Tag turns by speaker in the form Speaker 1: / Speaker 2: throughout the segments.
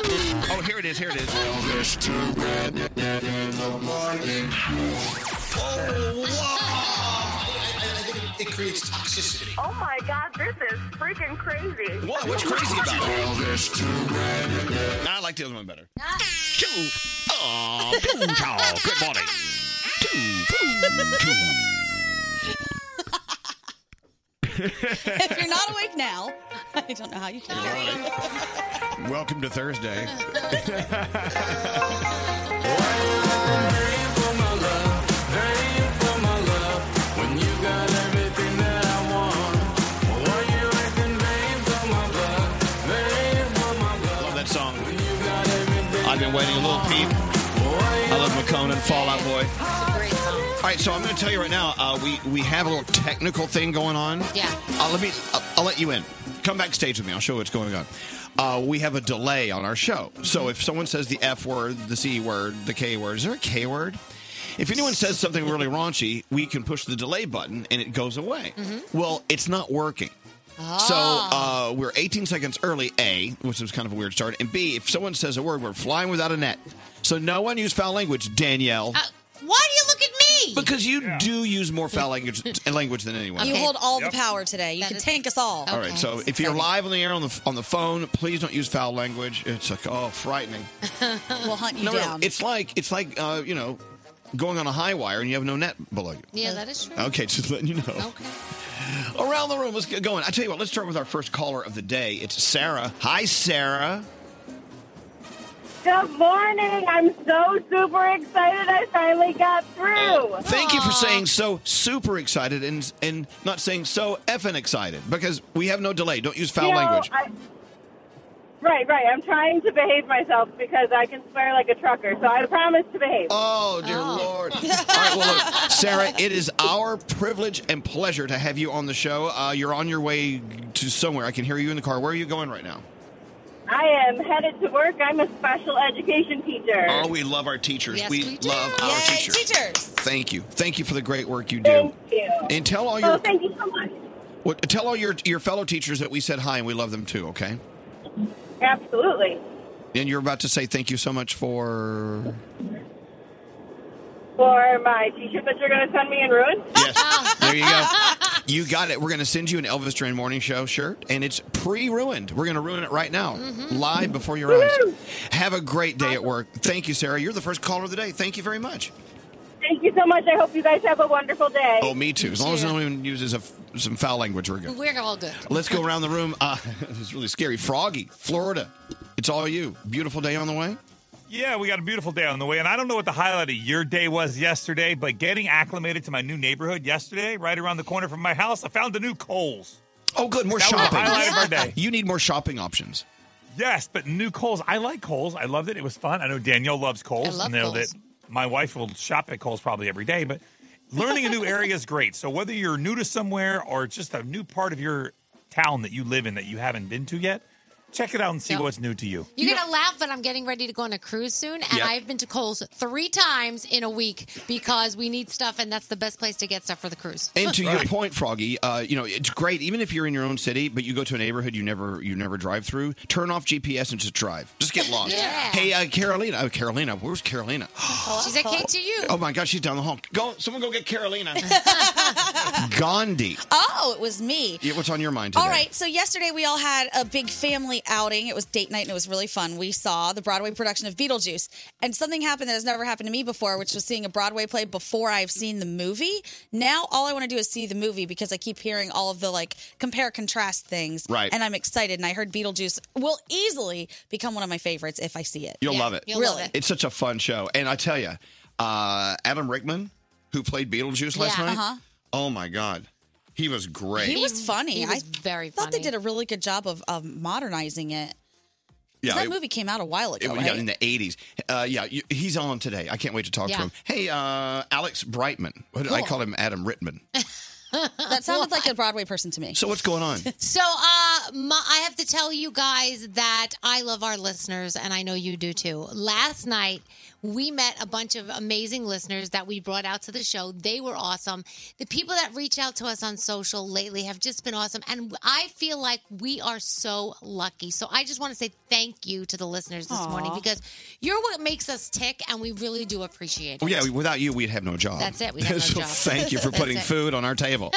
Speaker 1: Oh, here it is. Here it is.
Speaker 2: Elvis Duran in the morning.
Speaker 3: It creates toxicity.
Speaker 4: Oh my God, this is freaking crazy.
Speaker 1: What? What's crazy about it?
Speaker 2: Elvis Duran.
Speaker 1: Nah, I like the other one better. Two. Aw, Uh, boom, chow. Good morning. Two, boom,
Speaker 5: if you're not awake now, I don't know how you can.
Speaker 1: two. Welcome to Thursday. Love that song. I've been waiting a little peep. I love McConan, Fallout Boy. All right, so I'm going to tell you right now, uh, we we have a little technical thing going on.
Speaker 6: Yeah.
Speaker 1: Uh, let me. I'll, I'll let you in. Come backstage with me. I'll show you what's going on. Uh, we have a delay on our show, so if someone says the F word, the C word, the K word, is there a K word? If anyone says something really raunchy, we can push the delay button and it goes away.
Speaker 5: Mm-hmm.
Speaker 1: Well, it's not working.
Speaker 5: Ah.
Speaker 1: So uh, we're 18 seconds early, A, which was kind of a weird start, and B, if someone says a word, we're flying without a net. So no one use foul language, Danielle.
Speaker 5: Uh, Why do you look at me?
Speaker 1: Because you do use more foul language, language than anyone.
Speaker 5: You hold all the power today. You can tank us all.
Speaker 1: All right. So if you're live on the air on the on the phone, please don't use foul language. It's like oh, frightening.
Speaker 5: we'll hunt you
Speaker 1: no, no,
Speaker 5: down.
Speaker 1: it's like it's like uh, you know, going on a high wire and you have no net below you.
Speaker 6: Yeah, that is true.
Speaker 1: Okay, just letting you know. Okay. Around the room, let's get going. I tell you what, let's start with our first caller of the day. It's Sarah. Hi, Sarah.
Speaker 7: Good morning. I'm so super excited I finally got through.
Speaker 1: Thank you for saying so super excited and and not saying so effing excited because we have no delay. Don't use foul
Speaker 7: You know,
Speaker 1: language.
Speaker 7: I- right, right. I'm trying to behave myself because I can swear like a trucker, so I promise to behave.
Speaker 1: Oh, dear Lord. All right, well, look, Sarah, it is our privilege and pleasure to have you on the show. Uh, you're on your way to somewhere. I can hear you in the car. Where are you going right now?
Speaker 7: I am headed to work. I'm a special education teacher.
Speaker 1: Oh, we love our teachers.
Speaker 6: Yes,
Speaker 1: we,
Speaker 6: we do.
Speaker 1: love our
Speaker 5: Yay,
Speaker 1: teachers.
Speaker 5: teachers.
Speaker 1: Thank you. Thank you for the great work you do.
Speaker 7: thank you.
Speaker 1: And tell all
Speaker 7: oh,
Speaker 1: your
Speaker 7: thank you so much.
Speaker 1: what, tell all your your fellow teachers that we said hi and we love them too, okay?
Speaker 7: Absolutely.
Speaker 1: And you're about to say thank you so much for
Speaker 7: For my teacher that you're going to send me in ruin?
Speaker 1: Yes. There you go. You got it. We're going to send you an Elvis Duran Morning Show shirt, and it's pre-ruined. We're going to ruin it right now, live before your eyes. Have a great day at work. Thank you, Sarah. You're the first caller of the day. Thank you very much.
Speaker 7: Thank you so much. I hope you guys have a wonderful day.
Speaker 1: Oh, me too. As long as no one uses a, some foul language, we're good.
Speaker 6: We're all good.
Speaker 1: Let's go around the room. Uh, this is really scary. Froggy, Florida. It's all you. Beautiful day on the way.
Speaker 8: Yeah, we got a beautiful day on the way, and I don't know what the highlight of your day was yesterday, but getting acclimated to my new neighborhood yesterday, right around the corner from my house, I found a new Kohl's.
Speaker 1: Oh, good. More
Speaker 8: That was the
Speaker 1: shopping.
Speaker 8: highlight of our day.
Speaker 1: You need more shopping options.
Speaker 8: Yes, but new Kohl's. I like Kohl's. I loved it. It was fun. I know Danielle loves Kohl's.
Speaker 6: I love
Speaker 8: know
Speaker 6: Kohl's.
Speaker 8: that my wife will shop at Kohl's probably every day, but learning a new area is great. So whether you're new to somewhere or just a new part of your town that you live in that you haven't been to yet, check it out and see
Speaker 6: Yep.
Speaker 8: what's new to you.
Speaker 6: You're gonna laugh, but I'm getting ready to go on a cruise soon, and
Speaker 1: Yep.
Speaker 6: I've been to Kohl's three times in a week because we need stuff, and that's the best place to get stuff for the cruise.
Speaker 1: And to your point, Froggy, uh, you know it's great even if you're in your own city, but you go to a neighborhood you never you never drive through. Turn off GPS and just drive. Just get lost.
Speaker 6: Yeah.
Speaker 1: Hey, uh, Carolina. Oh, Carolina. Where's Carolina?
Speaker 6: She's at KTU.
Speaker 1: Oh my gosh, she's down the hall. Go, someone go get Carolina. Gandhi.
Speaker 5: Oh, it was me.
Speaker 1: Yeah, what's on your mind today?
Speaker 5: All right. So yesterday we all had a big family outing. It was date night and it was really fun. We saw the Broadway production of Beetlejuice, and something happened that has never happened to me before, which was seeing a Broadway play before I've seen the movie. Now all I want to do is see the movie because I keep hearing all of the like compare contrast things.
Speaker 1: Right.
Speaker 5: And I'm excited. And I heard Beetlejuice will easily become one of my favorites if I see it.
Speaker 1: You'll
Speaker 6: Yeah,
Speaker 1: love it.
Speaker 6: You'll
Speaker 5: Really?
Speaker 6: love it.
Speaker 1: It's such a fun show, and I tell you, uh, Adam Rickman, who played Beetlejuice last
Speaker 6: Yeah.
Speaker 1: night.
Speaker 5: Uh-huh.
Speaker 1: Oh my God, he was great.
Speaker 5: He was funny.
Speaker 6: he was
Speaker 5: I
Speaker 6: very
Speaker 5: thought they
Speaker 6: funny.
Speaker 5: did a really good job of, of modernizing it. 'Cause
Speaker 1: yeah,
Speaker 5: that
Speaker 1: it-
Speaker 5: movie came out a while ago.
Speaker 1: It,
Speaker 5: right?
Speaker 1: yeah, in the eighties. Uh, yeah, you, he's on today. I can't wait to talk to
Speaker 6: Yeah.
Speaker 1: him. Hey, uh, Alex Brightman. What did I call him Adam Rittman.
Speaker 5: That sounded like a Broadway person to me.
Speaker 1: So what's going on?
Speaker 6: So, uh, my, I have to tell you guys that I love our listeners, and I know you do too. Last night, We met a bunch of amazing listeners that we brought out to the show. They were awesome. The people that reach out to us on social lately have just been awesome. And I feel like we are so lucky. So I just want to say thank you to the listeners this
Speaker 5: Aw.
Speaker 6: morning because you're what makes us tick, and we really do appreciate it.
Speaker 1: Well, Oh, yeah, without you, we'd have no job.
Speaker 6: That's it, we'd have no
Speaker 1: so
Speaker 6: job.
Speaker 1: thank you for
Speaker 6: That's
Speaker 1: putting
Speaker 6: it.
Speaker 1: food on our table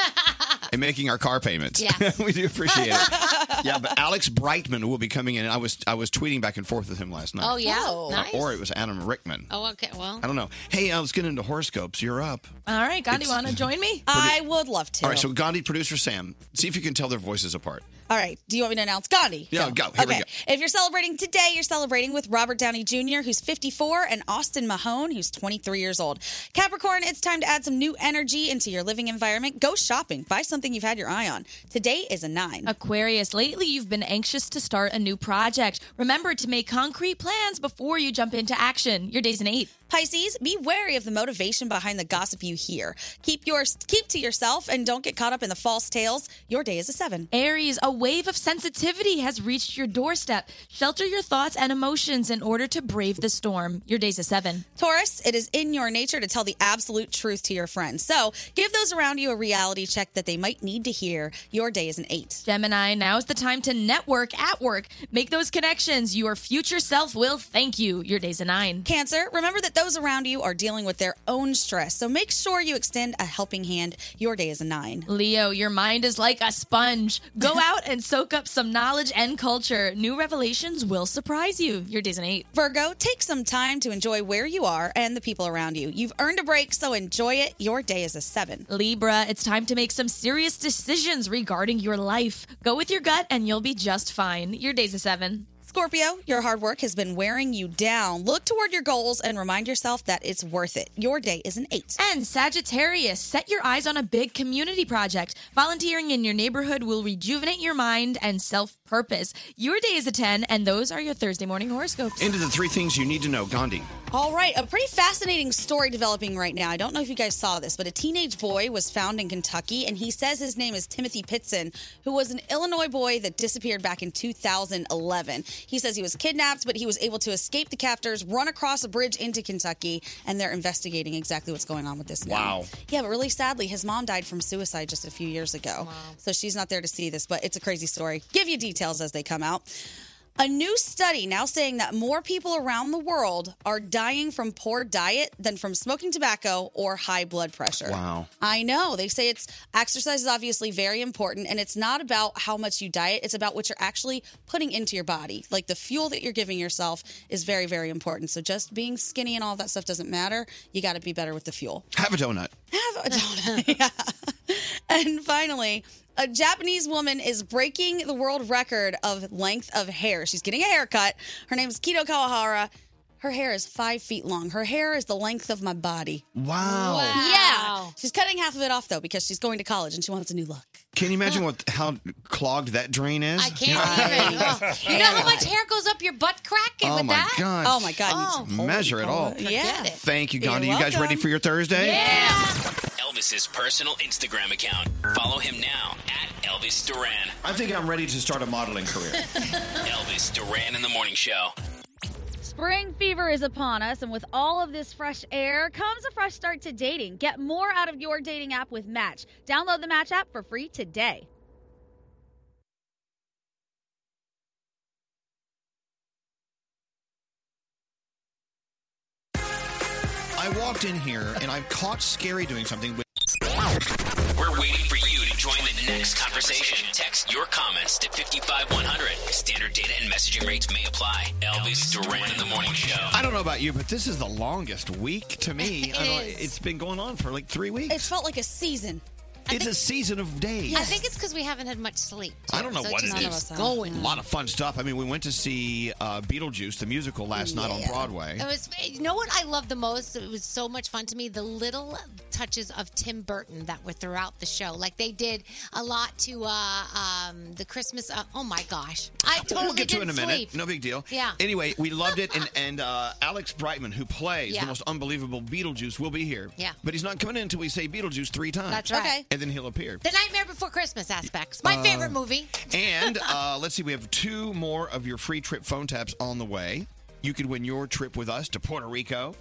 Speaker 1: and making our car payments.
Speaker 6: Yes.
Speaker 1: we do appreciate it. Yeah, but Alex Brightman will be coming in. And I was I was tweeting back and forth with him last night.
Speaker 6: Oh, yeah.
Speaker 1: Or-
Speaker 6: Nice.
Speaker 1: Or it was Adam Rickman.
Speaker 6: Oh, okay. Well,
Speaker 1: I don't know. Hey, uh, let's get into horoscopes. You're up.
Speaker 9: All right, Gandhi, want to join me?
Speaker 5: I would love to.
Speaker 1: All right, so Gandhi, producer Sam, see if you can tell their voices apart.
Speaker 5: All right. Do you want me to announce Gandhi?
Speaker 1: Yeah, go. Here we
Speaker 5: okay. If you're celebrating today, you're celebrating with Robert Downey Jr., who's 54, and Austin Mahone, who's 23 years old. Capricorn, it's time to add some new energy into your living environment. Go shopping. Buy something you've had your eye on. Today is a nine.
Speaker 9: Aquarius, lately you've been anxious to start a new project. Remember to make concrete plans before you jump into action. Your day's an eight.
Speaker 5: Pisces, be wary of the motivation behind the gossip you hear. Keep your keep to yourself and don't get caught up in the false tales. Your day is a seven.
Speaker 9: Aries, a wave of sensitivity has reached your doorstep. Shelter your thoughts and emotions in order to brave the storm. Your day's a seven.
Speaker 5: Taurus, it is in your nature to tell the absolute truth to your friends. So give those around you a reality check that they might need to hear. Your day is an eight.
Speaker 9: Gemini, now's the time to network at work. Make those connections. Your future self will thank you. Your day's a nine.
Speaker 5: Cancer, remember that those around you are dealing with their own stress. So make sure you extend a helping hand. Your day is a nine.
Speaker 9: Leo, your mind is like a sponge. Go out and soak up some knowledge and culture. New revelations will surprise you. Your day's an eight.
Speaker 5: Virgo, take some time to enjoy where you are and the people around you. You've earned a break, so enjoy it. Your day is a seven.
Speaker 9: Libra, it's time to make some serious decisions regarding your life. Go with your gut and you'll be just fine. Your day's a seven.
Speaker 5: Scorpio, your hard work has been wearing you down. Look toward your goals and remind yourself that it's worth it. Your day is an eight.
Speaker 9: And Sagittarius, set your eyes on a big community project. Volunteering in your neighborhood will rejuvenate your mind and self purpose. Your day is a 10, and those are your Thursday morning horoscopes.
Speaker 1: Into the three things you need to know, Gandhi.
Speaker 5: All right, a pretty fascinating story developing right now. I don't know if you guys saw this, but a teenage boy was found in Kentucky, and he says his name is Timothy Pitson, who was an Illinois boy that disappeared back in 2011. He says he was kidnapped, but he was able to escape the captors, run across a bridge into Kentucky, and they're investigating exactly what's going on with this now.
Speaker 1: Wow.
Speaker 5: Yeah, but really sadly, his mom died from suicide just a few years ago. So she's not there to see this, but it's a crazy story. Give you details as they come out. A new study now saying that more people around the world are dying from poor diet than from smoking tobacco or high blood pressure.
Speaker 1: Wow.
Speaker 5: I know. They say it's exercise is obviously very important and it's not about how much you diet, it's about what you're actually putting into your body. Like the fuel that you're giving yourself is very very important. So just being skinny and all that stuff doesn't matter. You got to be better with the fuel.
Speaker 1: Have a donut.
Speaker 5: Have a donut. Yeah. And finally, a Japanese woman is breaking the world record of length of hair. She's getting a haircut. Her name is Kito Kawahara. Her hair is five feet long. Her hair is the length of my body.
Speaker 1: Wow.
Speaker 5: Yeah. She's cutting half of it off though because she's going to college and she wants a new look.
Speaker 1: Can you imagine what how clogged that drain is?
Speaker 6: I can't even. Oh. You know how much hair goes up your butt crack
Speaker 1: Oh
Speaker 6: with
Speaker 1: my
Speaker 6: that?
Speaker 1: God.
Speaker 5: Oh my God.
Speaker 6: Oh.
Speaker 1: Measure it all.
Speaker 5: Yeah.
Speaker 1: Thank you,
Speaker 5: You're
Speaker 1: Gandhi. You guys ready
Speaker 5: welcome.
Speaker 1: for your Thursday?
Speaker 10: Elvis's personal Instagram account. Follow him now at Elvis Duran.
Speaker 1: I think I'm ready to start a modeling career.
Speaker 10: Elvis Duran in the morning show.
Speaker 11: Spring fever is upon us, and with all of this fresh air comes a fresh start to dating. Get more out of your dating app with Match. Download the Match app for free today.
Speaker 1: I walked in here and I caught Scary doing something with.
Speaker 10: We're waiting for you to join the next conversation. Text your comments to 55100. Standard data and messaging rates may apply. Elvis Duran in the morning show.
Speaker 1: I don't know about you, but this is the longest week to me. I don't-
Speaker 6: It is.
Speaker 1: It's been going on for like three weeks.
Speaker 5: It felt like a season.
Speaker 1: it's a season of days.
Speaker 6: I think it's because we haven't had much sleep.
Speaker 1: I don't know
Speaker 6: so
Speaker 1: what
Speaker 6: just
Speaker 1: it
Speaker 6: keeps
Speaker 1: is.
Speaker 6: Going.
Speaker 1: A lot of fun stuff. I mean, we went to see uh, Beetlejuice, the musical, last night on Broadway.
Speaker 6: It was, eh, you know what I love the most? It was so much fun to me. The little touches of Tim Burton that were throughout the show. Like they did a lot to uh, um, the Christmas. Uh, oh my gosh! I totally
Speaker 1: we'll get to it in
Speaker 6: didn't
Speaker 1: a minute.
Speaker 6: sleep.
Speaker 1: No big deal.
Speaker 6: Yeah.
Speaker 1: Anyway, we loved it, and and uh, Alex Brightman, who plays
Speaker 6: Yeah.
Speaker 1: the most unbelievable Beetlejuice, will be here.
Speaker 6: Yeah.
Speaker 1: But he's not coming in until we say Beetlejuice three times.
Speaker 6: That's right.
Speaker 5: Okay.
Speaker 1: And then he'll appear.
Speaker 6: The Nightmare Before Christmas aspects.
Speaker 1: Uh,
Speaker 6: My favorite movie.
Speaker 1: And uh, let's see, we have two more of your free trip phone taps on the way. you could win your trip with us to Puerto Rico.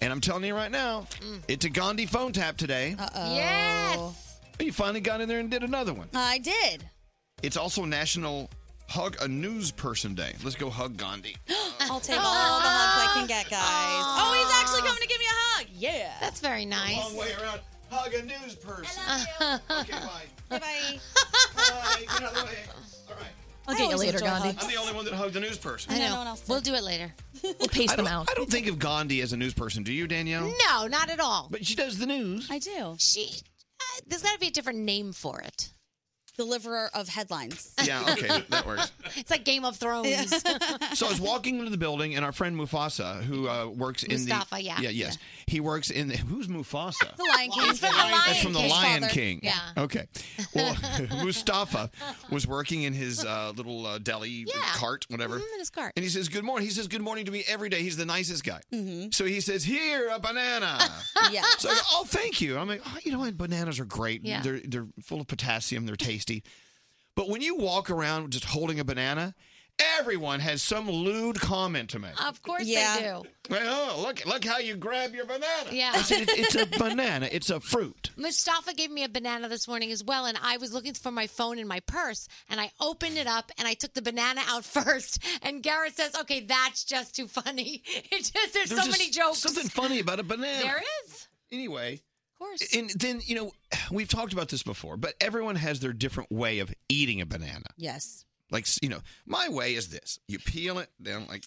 Speaker 1: And I'm telling you right now,
Speaker 6: Mm.
Speaker 1: it's a Gandhi phone tap today.
Speaker 6: Oh.
Speaker 5: Uh-oh. Yes.
Speaker 1: You finally got in there and did another one.
Speaker 5: I did.
Speaker 1: It's also National Hug a News Person Day. Let's go hug Gandhi.
Speaker 5: I'll take all the hugs I can get, guys. Oh, he's actually coming to give me a hug. Yeah.
Speaker 6: That's very nice.
Speaker 1: Long way around. Hug a news person. okay, bye.
Speaker 5: Bye.
Speaker 1: Bye. Get out of the way. All right.
Speaker 9: I'll get you later, Gandhi.
Speaker 1: I'm the only one that hugged a news person.
Speaker 6: I know. we'll do it later.
Speaker 9: We'll pace them out.
Speaker 1: I don't think of Gandhi as a news person. Do you, Danielle?
Speaker 6: No, not at all.
Speaker 1: But she does the news.
Speaker 5: I do.
Speaker 6: She. Uh, there's got to be a different name for it.
Speaker 5: Deliverer of headlines.
Speaker 1: Yeah, okay, that works.
Speaker 6: It's like Game of Thrones.
Speaker 1: So I was walking into the building, and our friend Mufasa, who uh, works in the
Speaker 6: Mustafa, yeah.
Speaker 1: yeah, yes, he works in the who's Mufasa?
Speaker 5: The Lion King.
Speaker 6: It's from the Lion
Speaker 1: That's from the
Speaker 6: King.
Speaker 1: Lion
Speaker 6: Father.
Speaker 1: King.
Speaker 6: Yeah.
Speaker 1: Okay. Well, Mustafa was working in his uh, little uh, deli cart, whatever.
Speaker 6: Mhm, in his cart.
Speaker 1: And he says, "Good morning." He says, "Good morning" to me every day. He's the nicest guy.
Speaker 6: Mm-hmm.
Speaker 1: So he says, "Here, a banana."
Speaker 5: yeah.
Speaker 1: So I go, oh, thank you. I'm like, oh, you know what? Bananas are great.
Speaker 5: Yeah.
Speaker 1: They're they're full of potassium. They're tasty. But when you walk around just holding a banana, everyone has some lewd comment to make.
Speaker 6: Of course
Speaker 1: Yeah.
Speaker 6: they do.
Speaker 1: Like, oh, look look how you grab your banana.
Speaker 6: Yeah.
Speaker 1: I said, "It- it's a banana. It's a fruit.
Speaker 6: Mustafa gave me a banana this morning as well, and I was looking for my phone in my purse, and I opened it up and I took the banana out first. And Garrett says, "Okay, that's just too funny. It just there's, so
Speaker 1: just
Speaker 6: many jokes.
Speaker 1: Something funny about a banana.
Speaker 6: There is,
Speaker 1: Anyway.
Speaker 6: of course.
Speaker 1: And then, you know, we've talked about this before, but everyone has their different way of eating a banana.
Speaker 5: Yes.
Speaker 1: Like, you know, my way is this you peel it down, like,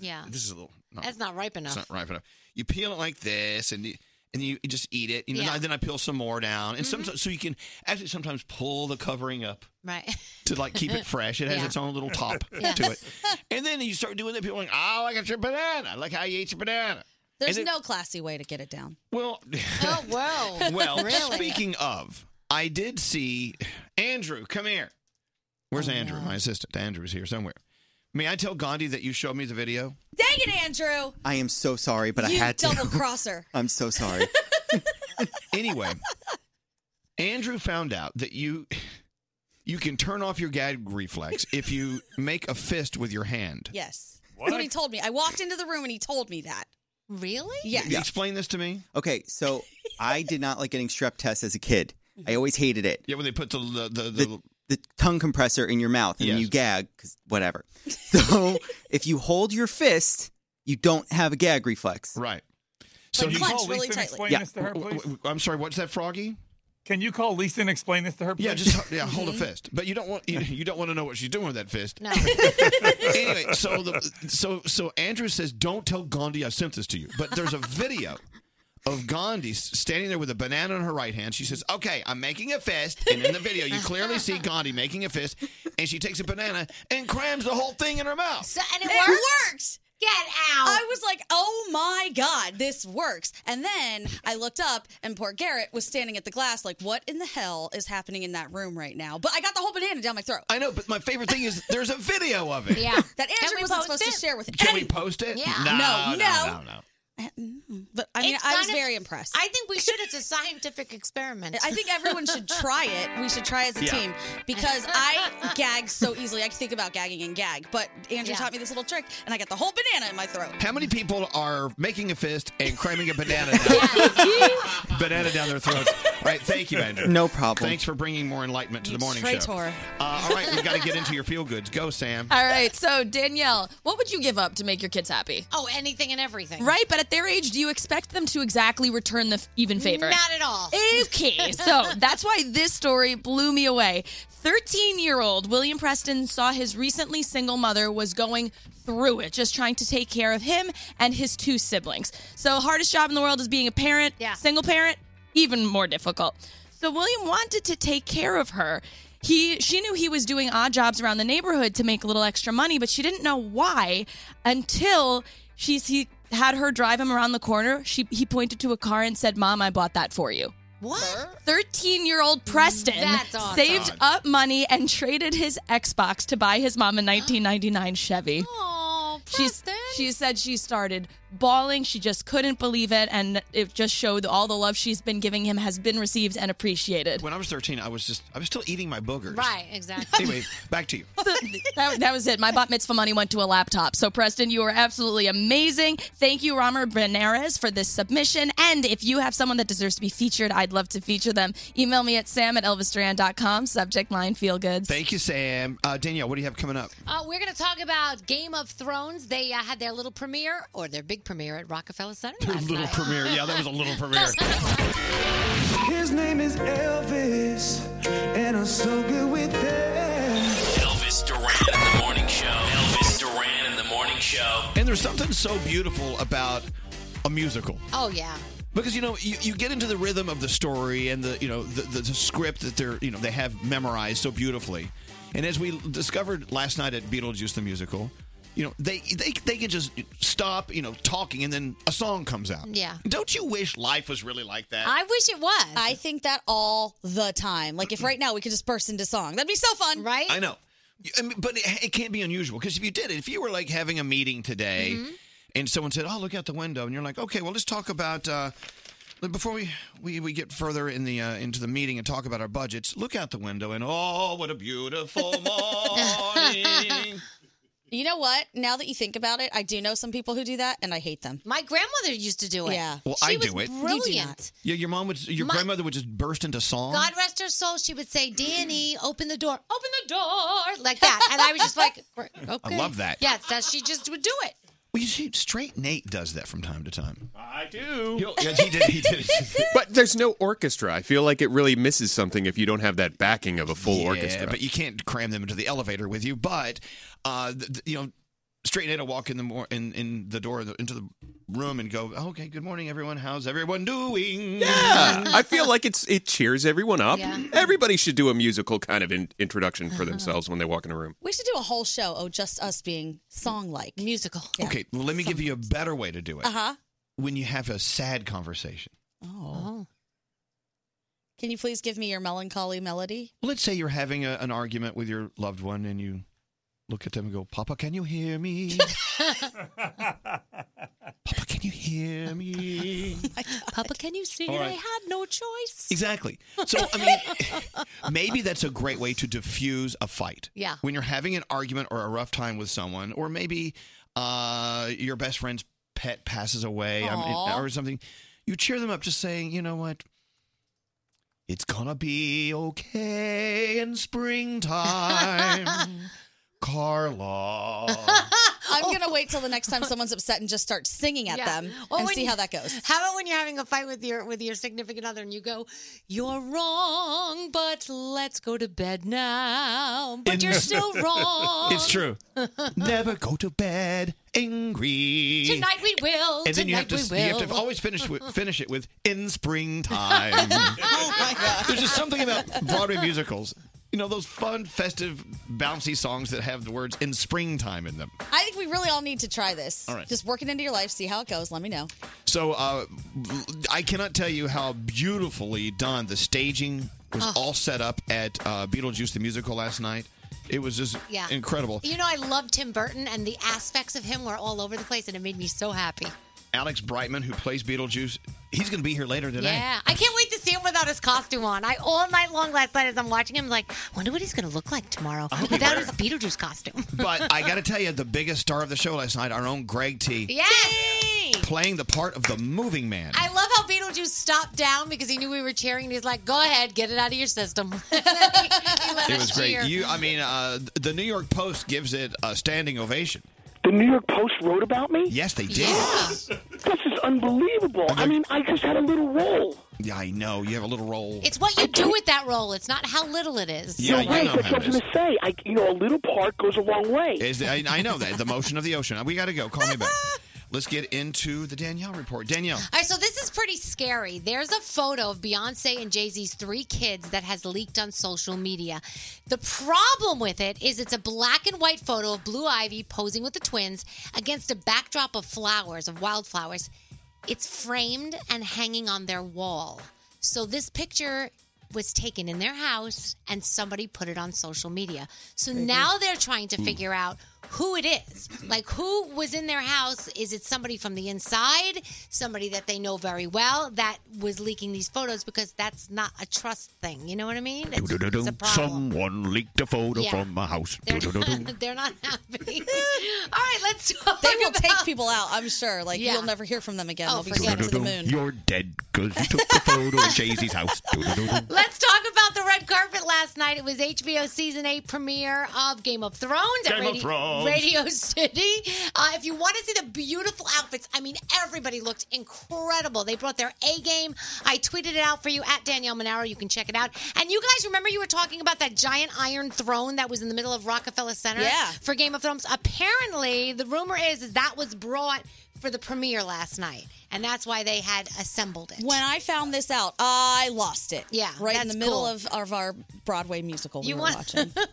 Speaker 6: yeah,
Speaker 1: this is a little. no.
Speaker 6: that's not ripe enough.
Speaker 1: It's not ripe enough. You peel it like this, and you, and you just eat it. You know,
Speaker 6: Yeah. Mm-hmm.
Speaker 1: and then I peel some more down, and sometimes so you can actually sometimes pull the covering up
Speaker 6: right.
Speaker 1: to like keep it fresh. It has
Speaker 6: Yeah.
Speaker 1: its own little top to it, and then you start doing that. People are like, oh, I got your banana. I like how you ate your banana.
Speaker 5: There's
Speaker 1: And it-
Speaker 5: no classy way to get it down.
Speaker 1: Well,
Speaker 6: Oh whoa.
Speaker 1: well.
Speaker 6: really?
Speaker 1: Speaking of, I did see Andrew. Come here.
Speaker 6: Oh,
Speaker 1: Where's Andrew? My assistant. Andrew's here somewhere. May I tell Gandhi that you showed me the video?
Speaker 5: Dang it, Andrew.
Speaker 12: I am so sorry, but
Speaker 5: you
Speaker 12: I had to.
Speaker 5: double crosser.
Speaker 12: I'm so sorry.
Speaker 1: anyway, Andrew found out that you you can turn off your gag reflex if you make a fist with your hand.
Speaker 5: Yes.
Speaker 1: What?
Speaker 5: he told me. I walked into the room and he told me that.
Speaker 6: Really?
Speaker 5: Yes.
Speaker 1: Explain this to me.
Speaker 12: Okay, so I did not like getting strep tests as a kid. I always hated it.
Speaker 1: Yeah, when they put the the the,
Speaker 12: the, tongue compressor in your mouth and then you gag because whatever. So if you hold your fist, you don't have a gag reflex.
Speaker 1: Right.
Speaker 8: Can you call Lisa and explain
Speaker 12: Yeah.
Speaker 8: this to her,
Speaker 1: W-
Speaker 8: please?
Speaker 1: w- I'm sorry. What's that, Froggy?
Speaker 8: Can you call Lisa and explain this to her, please?
Speaker 1: Yeah, just yeah, hold a fist. But you don't want you, you don't want to know what she's doing with that fist.
Speaker 6: Mm-hmm. No.
Speaker 1: anyway, so the, so so Andrew says, "Don't tell Gandhi I sent this to you." But there's a video of Gandhi s- standing there with a banana in her right hand. She says, "Okay, I'm making a fist," and in the video you clearly see Gandhi making a fist, and she takes a banana and crams the whole thing in her mouth.
Speaker 6: So, and it,
Speaker 5: It
Speaker 6: worked?
Speaker 5: worked.
Speaker 6: Get out.
Speaker 5: I was like, oh my God, this works. And then I looked up and poor Garrett was standing at the glass, like, what in the hell is happening in that room right now? But I got the whole banana down my throat.
Speaker 1: I know, but my favorite thing is there's a video of it.
Speaker 6: Yeah.
Speaker 5: That Andrew
Speaker 6: we
Speaker 5: wasn't
Speaker 6: post
Speaker 5: supposed
Speaker 6: it.
Speaker 5: to share with
Speaker 1: Can we
Speaker 5: anyone.
Speaker 1: post it?
Speaker 6: Yeah.
Speaker 1: No, no,
Speaker 5: No, no.
Speaker 1: no, no.
Speaker 5: But I mean,
Speaker 6: It's
Speaker 5: I was
Speaker 6: gonna-
Speaker 5: very impressed.
Speaker 6: I think we should. It's a scientific experiment.
Speaker 5: I think everyone should try it. We should try as a
Speaker 1: Yeah.
Speaker 5: team because I gag so easily. I can think about gagging and gag, but Andrew
Speaker 6: Yeah.
Speaker 5: taught me this little trick, and I got the whole banana in my throat.
Speaker 1: How many people are making a fist and cramming a banana down, banana down their throats? All right, thank you, Andrew.
Speaker 12: No problem.
Speaker 1: Thanks for bringing more enlightenment to the morning show.
Speaker 9: traitor.
Speaker 1: Uh, all right, we've got to get into your feel goods. Go,
Speaker 6: Uh,
Speaker 1: Sam.
Speaker 9: All right, so Danielle, what would you give up to make your kids happy?
Speaker 6: Oh, anything and everything.
Speaker 9: Right, but at their age, do you expect them to exactly return the f- even favor?
Speaker 6: Not at all.
Speaker 9: Okay, so that's why this story blew me away. 13 year old William Preston saw his recently single mother was going through it, just trying to take care of him and his two siblings. So, hardest job in the world is being a parent,
Speaker 6: Yeah.
Speaker 9: single parent, even more difficult. So, William wanted to take care of her. He, she knew he was doing odd jobs around the neighborhood to make a little extra money, but she didn't know why until she's, he had her drive him around the corner. She, he pointed to a car and said, Mom, I bought that for you.
Speaker 6: What?
Speaker 9: 13 year old Preston
Speaker 6: That's awesome.
Speaker 9: saved up money and traded his Xbox to buy his mom a 1999 Chevy.
Speaker 6: Oh,
Speaker 9: She's,
Speaker 6: Preston.
Speaker 9: she said she started bawling. She just couldn't believe it. And it just showed all the love she's been giving him has been received and appreciated.
Speaker 1: When I was 13, I was just, I was still eating my boogers.
Speaker 6: Right, exactly.
Speaker 1: Anyway, back to you.
Speaker 9: So that, that was it. My bat mitzvah money went to a laptop. So, Preston, you are absolutely amazing. Thank you, Romer Benares, for this submission. And if you have someone that deserves to be featured, I'd love to feature them. Email me at sam at elvisduran.com, subject line feel goods.
Speaker 1: Thank you, Sam. Uh, Danielle, what do you have coming up?
Speaker 6: Uh, we're going to talk about Game of Thrones. They uh, had their little premiere or their big premiere at Rockefeller Center. last
Speaker 1: little
Speaker 6: night.
Speaker 1: premiere. Yeah, that was a little premiere.
Speaker 2: His name is Elvis, and I'm so good with that.
Speaker 10: Elvis Duran in the morning show. Elvis Duran in the morning show.
Speaker 1: And there's something so beautiful about a musical.
Speaker 6: Oh yeah.
Speaker 1: Because you know you, you get into the rhythm of the story and the you know the, the, the script that they're you know they have memorized so beautifully, and as we discovered last night at Beetlejuice the musical, you know they they they can just stop you know talking and then a song comes out.
Speaker 6: Yeah.
Speaker 1: Don't you wish life was really like that?
Speaker 6: wish it was.
Speaker 5: I think that all the time. Like if right now we could just burst into song, that'd be so fun,
Speaker 6: right?
Speaker 1: I know, I mean, but it, it can't be unusual because if you did it, if you were like having a meeting today, and someone said, "Oh, look out the window," and you're like, "Okay, well, let's talk about." Uh, before we, we, we get further in the uh, into the meeting and talk about our budgets, look out the window and oh, what a beautiful morning!
Speaker 5: You know what? Now that you think about it, I do know some people who do that, and I hate them.
Speaker 6: My grandmother used to do it.
Speaker 5: Yeah.
Speaker 1: Well, I do it.
Speaker 5: You do
Speaker 6: brilliant.
Speaker 5: not.
Speaker 1: Yeah, your mom would, your
Speaker 6: My-
Speaker 1: grandmother would just burst into song.
Speaker 6: God rest her soul. She would say, "Danny, open the door, open the door," like that, and I was just like, "Okay."
Speaker 1: love that.
Speaker 6: Yeah, that she just would do it.
Speaker 1: Well, you see, straight Nate does that from time to time.
Speaker 6: I
Speaker 1: do. Yeah, he did. He did.
Speaker 13: But there's no orchestra. I feel like it really misses something if you don't have that backing of a full
Speaker 1: yeah,
Speaker 13: orchestra.
Speaker 1: but you can't cram them into the elevator with you. But uh, th- th- you know, straight Nate will walk in the mor- in in the door of the- into the room and go, "Okay, good morning, everyone. How's everyone doing?"
Speaker 13: Yeah, Ah, I feel like it's it cheers everyone up.
Speaker 5: Yeah.
Speaker 13: Everybody should do a musical kind of in, introduction for themselves when they walk in a room.
Speaker 5: We should do a whole show of just us being song like
Speaker 6: musical.
Speaker 1: Okay, well, let me give you a better way to do it.
Speaker 5: Uh huh.
Speaker 1: When you have a sad conversation,
Speaker 5: Oh. Can you please give me your melancholy melody?
Speaker 1: let's say you're having a, an argument with your loved one, and you look at them and go, "Papa, can you hear me? Papa, can you hear me?"
Speaker 6: Papa, can you sing
Speaker 1: All
Speaker 6: it? I
Speaker 1: right.
Speaker 6: had no choice.
Speaker 1: Exactly. So, I mean, maybe that's a great way to diffuse a fight.
Speaker 6: Yeah.
Speaker 1: When you're having an argument or a rough time with someone, or maybe uh, your best friend's pet passes away I mean,
Speaker 2: Aw.
Speaker 1: or something, you cheer them up just saying, you know what? It's gonna be okay in springtime, Carla.
Speaker 5: I'm gonna wait till the next time someone's upset and just start singing at
Speaker 6: Oh. Yeah.
Speaker 5: them
Speaker 6: Or
Speaker 5: and
Speaker 6: when
Speaker 5: see
Speaker 6: you-
Speaker 5: how that goes.
Speaker 6: How about when you're having a fight with your with your significant other and you go, "You're wrong, but let's go to bed now." But you're still wrong.
Speaker 1: It's true. Never go to bed angry.
Speaker 6: Tonight we will.
Speaker 1: and then you have to
Speaker 6: Tonight we
Speaker 1: you have to
Speaker 6: will.
Speaker 1: always finish with, finish it with in springtime. There's just something about Broadway musicals. You know those fun, festive, bouncy songs that have the words "in springtime" in them.
Speaker 5: I think we really all need to try this.
Speaker 1: All right.
Speaker 5: Just work it into your life, see how it goes. Let me know.
Speaker 1: So uh, I cannot tell you how beautifully done the staging was
Speaker 6: Oh.
Speaker 1: all set up at uh, Beetlejuice the musical last night. It was just
Speaker 6: Yeah.
Speaker 1: incredible.
Speaker 6: You know, I love Tim Burton, and the aspects of him were all over the place, and it made me so happy.
Speaker 1: Alex Brightman, who plays Beetlejuice, he's going to be here later today.
Speaker 6: Yeah, I can't wait to see him without his costume on. I all night long last night as I'm watching him, like, wonder what he's going to look like tomorrow without his Beetlejuice costume.
Speaker 1: But I got to tell you, the biggest star of the show last night, our own Greg T.
Speaker 6: Yes.
Speaker 1: playing the part of the moving man.
Speaker 6: I love how Beetlejuice stopped down because he knew we were cheering. And he's like, "Go ahead, get it out of your system." he, let
Speaker 1: It
Speaker 6: us
Speaker 1: was great.
Speaker 6: cheer.
Speaker 1: You, I mean, uh, the New York Post gives it a standing ovation.
Speaker 14: The New York Post wrote about me?
Speaker 1: Yes, they did.
Speaker 14: This is unbelievable. I mean, I just had a little role.
Speaker 1: Yeah, I know. You have a little role.
Speaker 6: it's what you do with that role. It's not how little it is.
Speaker 1: Yeah, you
Speaker 14: right,
Speaker 1: know
Speaker 14: that's
Speaker 1: how
Speaker 14: what
Speaker 1: it
Speaker 14: I was
Speaker 1: is.
Speaker 14: going to say. I, you know, a little part goes a long way.
Speaker 1: Is the, I, I know that the motion of the ocean. We got to go. Call me back. Let's get into the Danielle report. Danielle,
Speaker 6: All right, so this is pretty scary. There's a photo of Beyonce and Jay Z's three kids that has leaked on social media. The problem with it is it's a black and white photo of Blue Ivy posing with the twins against a backdrop of flowers, of wildflowers. It's framed and hanging on their wall. So this picture was taken in their house and somebody put it on social media. So now they're trying to
Speaker 15: Ooh.
Speaker 6: figure out who it is. Like who was in their house? Is it somebody from the inside? Somebody that they know very well that was leaking these photos because that's not a trust thing. You know what I mean? It's,
Speaker 1: Do-do-do-do.
Speaker 6: it's a problem.
Speaker 1: Someone leaked a photo
Speaker 6: Yeah.
Speaker 1: from my house.
Speaker 6: They're
Speaker 1: Do-do-do-do.
Speaker 6: not, they're not happy. All right, let's talk
Speaker 5: They will
Speaker 6: about-
Speaker 5: take people out, I'm sure. Like
Speaker 6: Yeah.
Speaker 5: you'll never hear from them again.
Speaker 6: Oh,
Speaker 5: They'll be
Speaker 6: forget
Speaker 5: sent to the
Speaker 1: Do-do-do-do.
Speaker 5: moon.
Speaker 1: You're dead because you took the photo of Jay-Z's house. Do-do-do-do.
Speaker 6: Let's talk about the red carpet last night. It was HBO season eight premiere of Game of Thrones at
Speaker 15: Game of
Speaker 6: Radio,
Speaker 15: Thrones.
Speaker 6: Radio City. Uh, if you want to see the beautiful outfits, I mean, everybody looked incredible. They brought their A game. I tweeted it out for you at Danielle Monaro. You can check it out. And you guys remember you were talking about that giant iron throne that was in the middle of Rockefeller Center
Speaker 5: Yeah.
Speaker 6: for Game of Thrones? Apparently, the rumor is, is that was brought for the premiere last night. And that's why they had assembled it.
Speaker 5: When I found this out, I lost it.
Speaker 6: Yeah,
Speaker 5: Right in
Speaker 6: that's
Speaker 5: the middle
Speaker 6: cool.
Speaker 5: of, of our Broadway musical we
Speaker 6: You
Speaker 5: were
Speaker 6: want-
Speaker 5: watching.
Speaker 6: All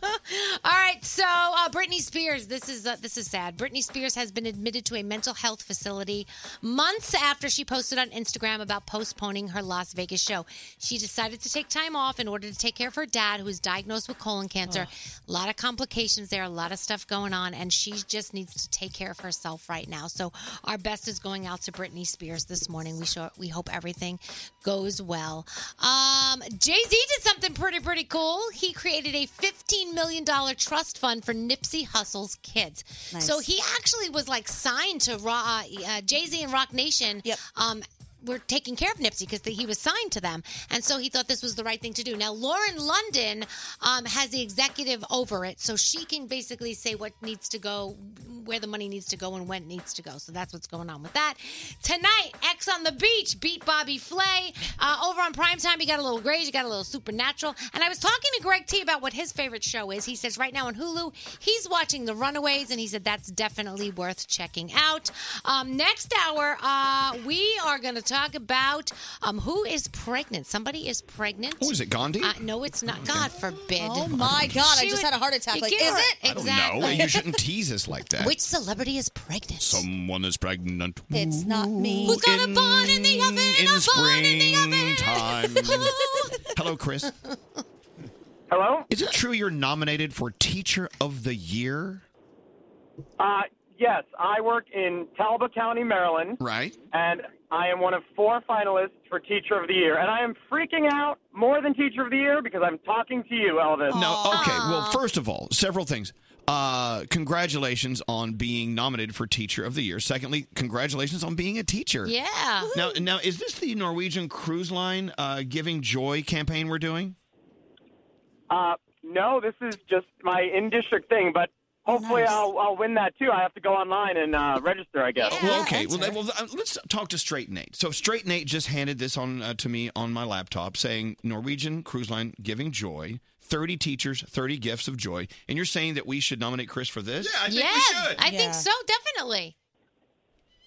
Speaker 6: right, so uh, Britney Spears. This is uh, this is sad. Britney Spears has been admitted to a mental health facility months after she posted on Instagram about postponing her Las Vegas show. She decided to take time off in order to take care of her dad, who was diagnosed with colon
Speaker 5: Oh.
Speaker 6: cancer. A lot of complications there, a lot of stuff going on, and she just needs to take care of herself right now. So our best is going out to Britney Spears this morning. We show we hope everything goes well. Um, Jay Z did something pretty pretty cool. He created a fifteen million dollar trust fund for Nipsey Hussle's kids.
Speaker 15: Nice.
Speaker 6: So he actually was like signed to Ro- uh, uh, Jay Z and Rock Nation. Yep. Um, were taking care of Nipsey because he was signed to them, and so he thought this was the right thing to do. Now Lauren London um, has the executive over it, so she can basically say what needs to go, where the money needs to go, and when it needs to go. So that's what's going on with that. Tonight, X on the Beach beat Bobby Flay uh, over on primetime. He got a little Grays, you got a little Supernatural, and I was talking to Greg T about what his favorite show is. He says right now on Hulu, he's watching The Runaways, and he said that's definitely worth checking out. Um, next hour, uh, we are going to talk about um, who is pregnant. Somebody is pregnant.
Speaker 1: Oh, is it Gandhi?
Speaker 6: Uh, no, it's not. God forbid.
Speaker 5: Oh, my God, I
Speaker 6: She
Speaker 5: just
Speaker 6: would-
Speaker 5: had a heart attack. Like,
Speaker 6: give
Speaker 5: is
Speaker 6: her-
Speaker 5: it?
Speaker 1: I don't know. You shouldn't tease us like that.
Speaker 6: Which celebrity is pregnant?
Speaker 1: Someone is pregnant.
Speaker 5: It's not me.
Speaker 6: Who's got a bun in the oven?
Speaker 1: in
Speaker 6: a bun in the oven.
Speaker 1: springtime. Hello, Chris.
Speaker 16: Hello.
Speaker 1: Is it true you're nominated for Teacher of the Year?
Speaker 16: Uh, yes, I work in Talbot County, Maryland.
Speaker 1: Right.
Speaker 16: And I am one of four finalists for Teacher of the Year. And I am freaking out more than Teacher of the Year because I'm talking to you, Elvis.
Speaker 1: No. Okay. Well, first of all, several things. Uh, congratulations on being nominated for Teacher of the Year. Secondly, congratulations on being a teacher.
Speaker 6: Yeah.
Speaker 1: Now, now is this the Norwegian Cruise Line uh, Giving Joy campaign we're doing?
Speaker 16: Uh, no, this is just my in district thing, but
Speaker 1: Oh,
Speaker 16: hopefully I'll, I'll win that too. I have to go online and uh, register, I guess.
Speaker 1: well, okay. Well, then- well, uh, let's talk to Straight Nate. So Straight Nate just handed this on uh, to me on my laptop, saying Norwegian Cruise Line giving joy, thirty teachers, thirty gifts of joy, and you're saying that we should nominate Chris for this?
Speaker 6: Yeah, I think we should. I
Speaker 1: Yeah.
Speaker 6: think so, definitely.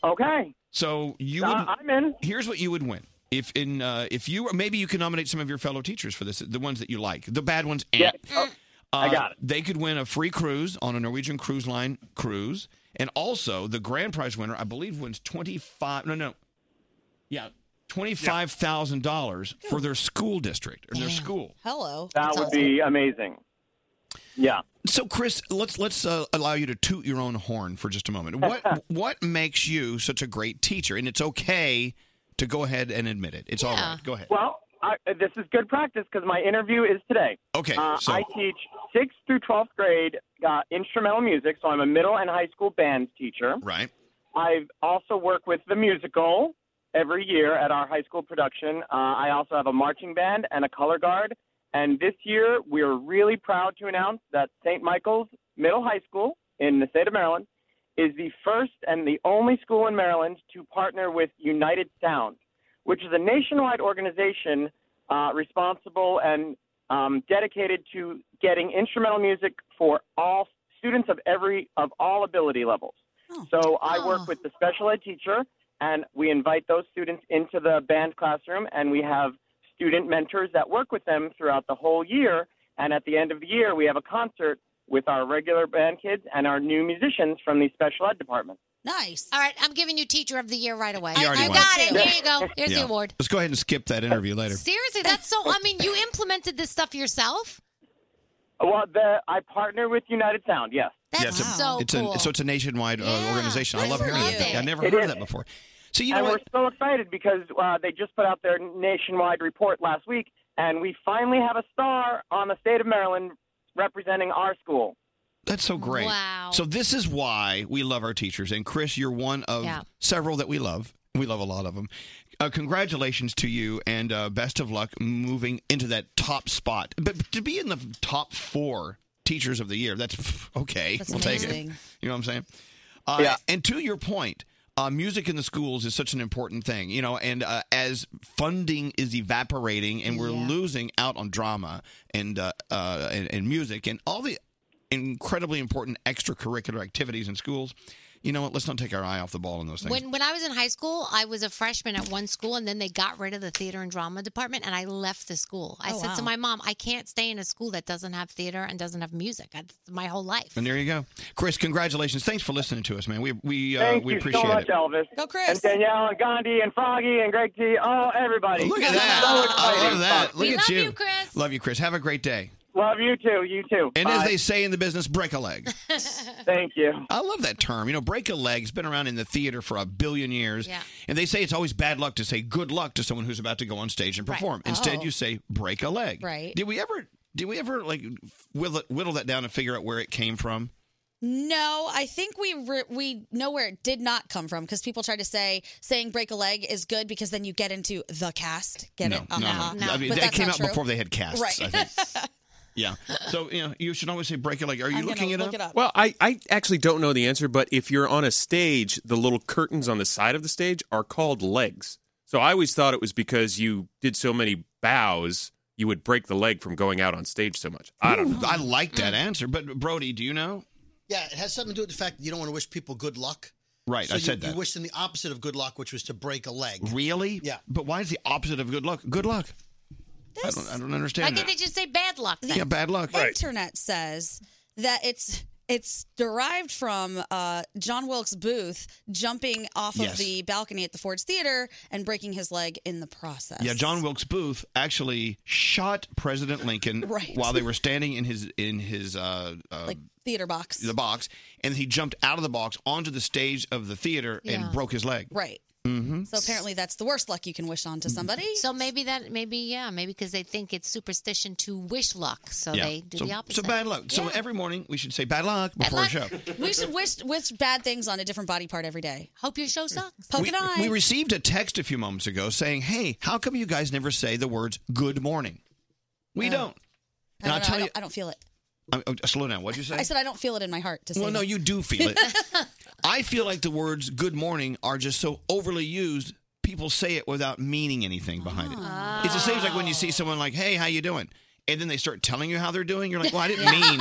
Speaker 16: Okay. Uh,
Speaker 1: So you would. I'm
Speaker 16: in.
Speaker 1: Here's what you would win. If in uh, if you maybe you can nominate some of your fellow teachers for this, the ones that you like, the bad ones. And, yeah,
Speaker 16: Oh, I got it.
Speaker 1: They could win a free cruise on a Norwegian Cruise Line cruise, and also the grand prize winner, I believe, wins twenty five. No, no, yeah, twenty five thousand dollars for their school district or their school.
Speaker 5: Hello.
Speaker 16: That
Speaker 5: That's
Speaker 16: would be amazing. Yeah.
Speaker 1: So, Chris, let's let's uh, allow you to toot your own horn for just a moment. What what makes you such a great teacher? And it's okay to go ahead and admit it. It's all right. Go ahead.
Speaker 16: Well, I, this is good practice because my interview is today.
Speaker 1: Okay,
Speaker 16: Uh,
Speaker 1: so-
Speaker 16: I teach sixth through twelfth grade uh, instrumental music, so I'm a middle and high school band teacher.
Speaker 1: Right.
Speaker 16: I also work with the musical every year at our high school production. Uh, I also have a marching band and a color guard. And this year, we are really proud to announce that St. Michael's Middle High School in the state of Maryland is the first and the only school in Maryland to partner with United Sound, which is a nationwide organization uh, responsible and um, dedicated to getting instrumental music for all students of every of all ability levels. So I work with the special ed teacher, and we invite those students into the band classroom, and we have student mentors that work with them throughout the whole year. And at the end of the year, we have a concert with our regular band kids and our new musicians from the special ed department.
Speaker 5: Nice.
Speaker 6: All right, I'm giving you Teacher of the Year right away.
Speaker 1: You already
Speaker 6: I
Speaker 1: won.
Speaker 6: got it. Here you go. Here's
Speaker 1: Yeah.
Speaker 6: the award.
Speaker 1: Let's go ahead and skip that interview later.
Speaker 6: Seriously, that's so. I mean, you implemented this stuff yourself.
Speaker 16: Well, the, I partner with United Sound, yes.
Speaker 6: That's
Speaker 1: it's a,
Speaker 6: so
Speaker 1: it's
Speaker 6: cool.
Speaker 1: A, so it's a nationwide uh, organization. I love hearing
Speaker 6: love
Speaker 1: that.
Speaker 6: it.
Speaker 1: I never
Speaker 6: It
Speaker 1: heard
Speaker 6: is.
Speaker 1: that before. So you know
Speaker 16: and
Speaker 1: what?
Speaker 16: we're so excited because uh, they just put out their nationwide report last week, and we finally have a star on the state of Maryland representing our school.
Speaker 1: That's so great.
Speaker 16: Wow.
Speaker 1: So this is why we love our teachers. And Chris, you're one of
Speaker 16: Yeah.
Speaker 1: several that we love. We love a lot of them. Uh, congratulations to you, and uh, best of luck moving into that top spot. But to be in the top four teachers of the year, that's pff, okay.
Speaker 15: That's
Speaker 1: we'll take
Speaker 15: amazing.
Speaker 1: it. You know what I'm saying? Uh, And to your point. Uh, music in the schools is such an important thing, you know. And uh, as funding is evaporating, and we're losing out on drama and uh, uh, and, and music and all the incredibly important extracurricular activities in schools. You know what? Let's not take our eye off the ball on those things.
Speaker 6: When when I was in high school, I was a freshman at one school, and then they got rid of the theater and drama department, and I left the school. I
Speaker 1: Oh,
Speaker 6: said to
Speaker 1: wow.
Speaker 6: my mom, "I can't stay in a school that doesn't have theater and doesn't have music. That's my whole life."
Speaker 1: and there you go, Chris. Congratulations! Thanks for listening to us, man. We we uh,
Speaker 16: Thank
Speaker 1: we
Speaker 16: you
Speaker 1: appreciate
Speaker 16: so much,
Speaker 1: it.
Speaker 16: Elvis.
Speaker 6: Go, Chris.
Speaker 16: And Danielle, and Gandhi, and Froggy, and Greg T. Oh, everybody.
Speaker 1: Look at
Speaker 16: So
Speaker 1: that!
Speaker 16: exciting.
Speaker 1: I love that. Look
Speaker 16: We
Speaker 1: at
Speaker 16: love
Speaker 1: you.
Speaker 16: you, Chris.
Speaker 1: Love you, Chris. Have a great day.
Speaker 16: Love you too. You too.
Speaker 1: And as
Speaker 16: Bye.
Speaker 1: they say in the business, break a leg.
Speaker 16: Thank you.
Speaker 1: I love that term. You know, break a leg's been around in the theater for a billion years.
Speaker 6: Yeah.
Speaker 1: And they say it's always bad luck to say good luck to someone who's about to go on stage and
Speaker 6: Right.
Speaker 1: perform. Instead,
Speaker 6: Oh.
Speaker 1: you say break a leg.
Speaker 5: Right.
Speaker 1: Did we ever did we ever like whittle, whittle that down and figure out where it came from?
Speaker 5: No, I think we re- we know where it did not come from because people try to say saying break a leg is good because then you get into the cast. Get
Speaker 1: no,
Speaker 5: it?
Speaker 1: no,
Speaker 5: Uh-huh.
Speaker 1: no. I mean,
Speaker 5: But
Speaker 1: that
Speaker 5: that's
Speaker 1: came
Speaker 5: not
Speaker 1: out
Speaker 5: true.
Speaker 1: before they had casts.
Speaker 5: Right.
Speaker 1: I think. Yeah. So you know, you should always say break a leg. Are you
Speaker 5: I'm gonna
Speaker 1: looking it
Speaker 5: look
Speaker 1: up?
Speaker 5: it up.
Speaker 13: Well, I, I actually don't know the answer, but if you're on a stage, the little curtains on the side of the stage are called legs. So I always thought it was because you did so many bows, you would break the leg from going out on stage so much. I don't know.
Speaker 1: I like that answer, but Brody, do you know?
Speaker 3: Yeah, it has something to do with the fact that you don't want to wish people good luck.
Speaker 1: Right,
Speaker 3: So
Speaker 1: I
Speaker 3: you,
Speaker 1: said
Speaker 3: You
Speaker 1: that.
Speaker 3: wish them the opposite of good luck, which was to break a leg.
Speaker 1: Really? Yeah. But why is the opposite of good luck? Good luck. I don't. I don't
Speaker 6: Why
Speaker 1: understand. that.
Speaker 6: can't they just say bad luck?
Speaker 5: The
Speaker 6: Then?
Speaker 1: Yeah, bad luck. Right.
Speaker 5: Internet says that it's it's derived from uh, John Wilkes Booth jumping off
Speaker 1: Yes.
Speaker 5: of the balcony at the Ford's Theater and breaking his leg in the process.
Speaker 1: Yeah, John Wilkes Booth actually shot President Lincoln
Speaker 5: Right.
Speaker 1: while they were standing in his in his uh, uh,
Speaker 5: Like theater box.
Speaker 1: the box, and he jumped out of the box onto the stage of the theater
Speaker 5: Yeah.
Speaker 1: and broke his leg.
Speaker 5: Right.
Speaker 1: hmm
Speaker 5: So apparently that's the worst luck you can wish on to somebody.
Speaker 6: So maybe that maybe yeah maybe because they think it's superstition to wish luck, so they do
Speaker 1: so,
Speaker 6: the
Speaker 1: So
Speaker 6: opposite.
Speaker 1: bad luck. So
Speaker 6: Yeah.
Speaker 1: every morning we should say bad luck before a show.
Speaker 5: We should wish wish bad things on a different body part every day.
Speaker 6: Hope your show sucks.
Speaker 5: Poke
Speaker 1: we,
Speaker 5: an eye.
Speaker 1: we received a text a few moments ago saying, "Hey, how come you guys never say the words good morning? We
Speaker 5: Oh.
Speaker 1: don't."
Speaker 5: I
Speaker 1: And
Speaker 5: don't,
Speaker 1: I'll
Speaker 5: know,
Speaker 1: tell
Speaker 5: I,
Speaker 1: you,
Speaker 5: don't, I don't feel it.
Speaker 1: I, oh, slow down. What'd you say?
Speaker 5: I said I don't feel it in my heart to say
Speaker 1: Well, no,
Speaker 5: that.
Speaker 1: you do feel it. I feel like the words good morning are just so overly used. People say it without meaning anything behind it. It's the same as like when you see someone like, hey, how you doing? And then they start telling you how they're doing. You're like, well, I didn't mean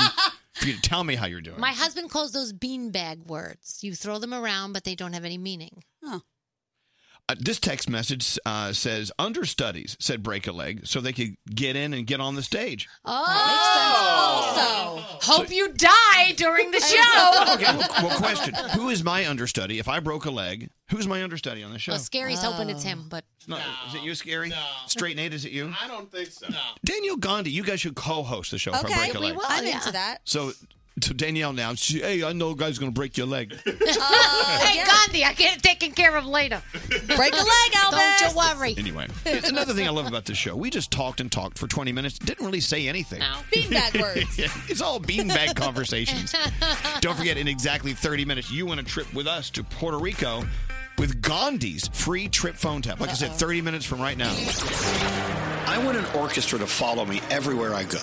Speaker 1: for you to tell me how you're doing.
Speaker 6: My husband calls those beanbag words. You throw them around, but they don't have any meaning.
Speaker 1: Uh, this text message uh, says understudies said break a leg so they could get in and get on the stage.
Speaker 6: Oh, also, hope you die during the show.
Speaker 1: okay, well, well, question. Who is my understudy? If I broke a leg, who's my understudy on the show?
Speaker 6: Well, Scary's hoping it's him, but
Speaker 1: It's not- Is it you, Scary? Straight Nate, is it you?
Speaker 17: I don't think so. No.
Speaker 1: Daniel Gandhi, you guys should co-host the show from Break a Leg.
Speaker 5: I'm
Speaker 6: Oh,
Speaker 5: into that.
Speaker 1: So, so Danielle now, she, hey, I know a guy's gonna break your leg.
Speaker 6: hey, Gandhi, I get it taken care of later.
Speaker 5: Uh, Break a leg, Elvis.
Speaker 6: Don't you worry.
Speaker 1: anyway, another thing I love about this show, we just talked and talked for 20 minutes, didn't really say anything.
Speaker 6: No.
Speaker 5: Beanbag words.
Speaker 1: it's all beanbag conversations. Don't forget, in exactly 30 minutes, you win a trip with us to Puerto Rico with Gandhi's free trip phone tap. Like I said,
Speaker 18: Uh-oh.
Speaker 1: 30 minutes from right now. I want an orchestra to follow me everywhere I go.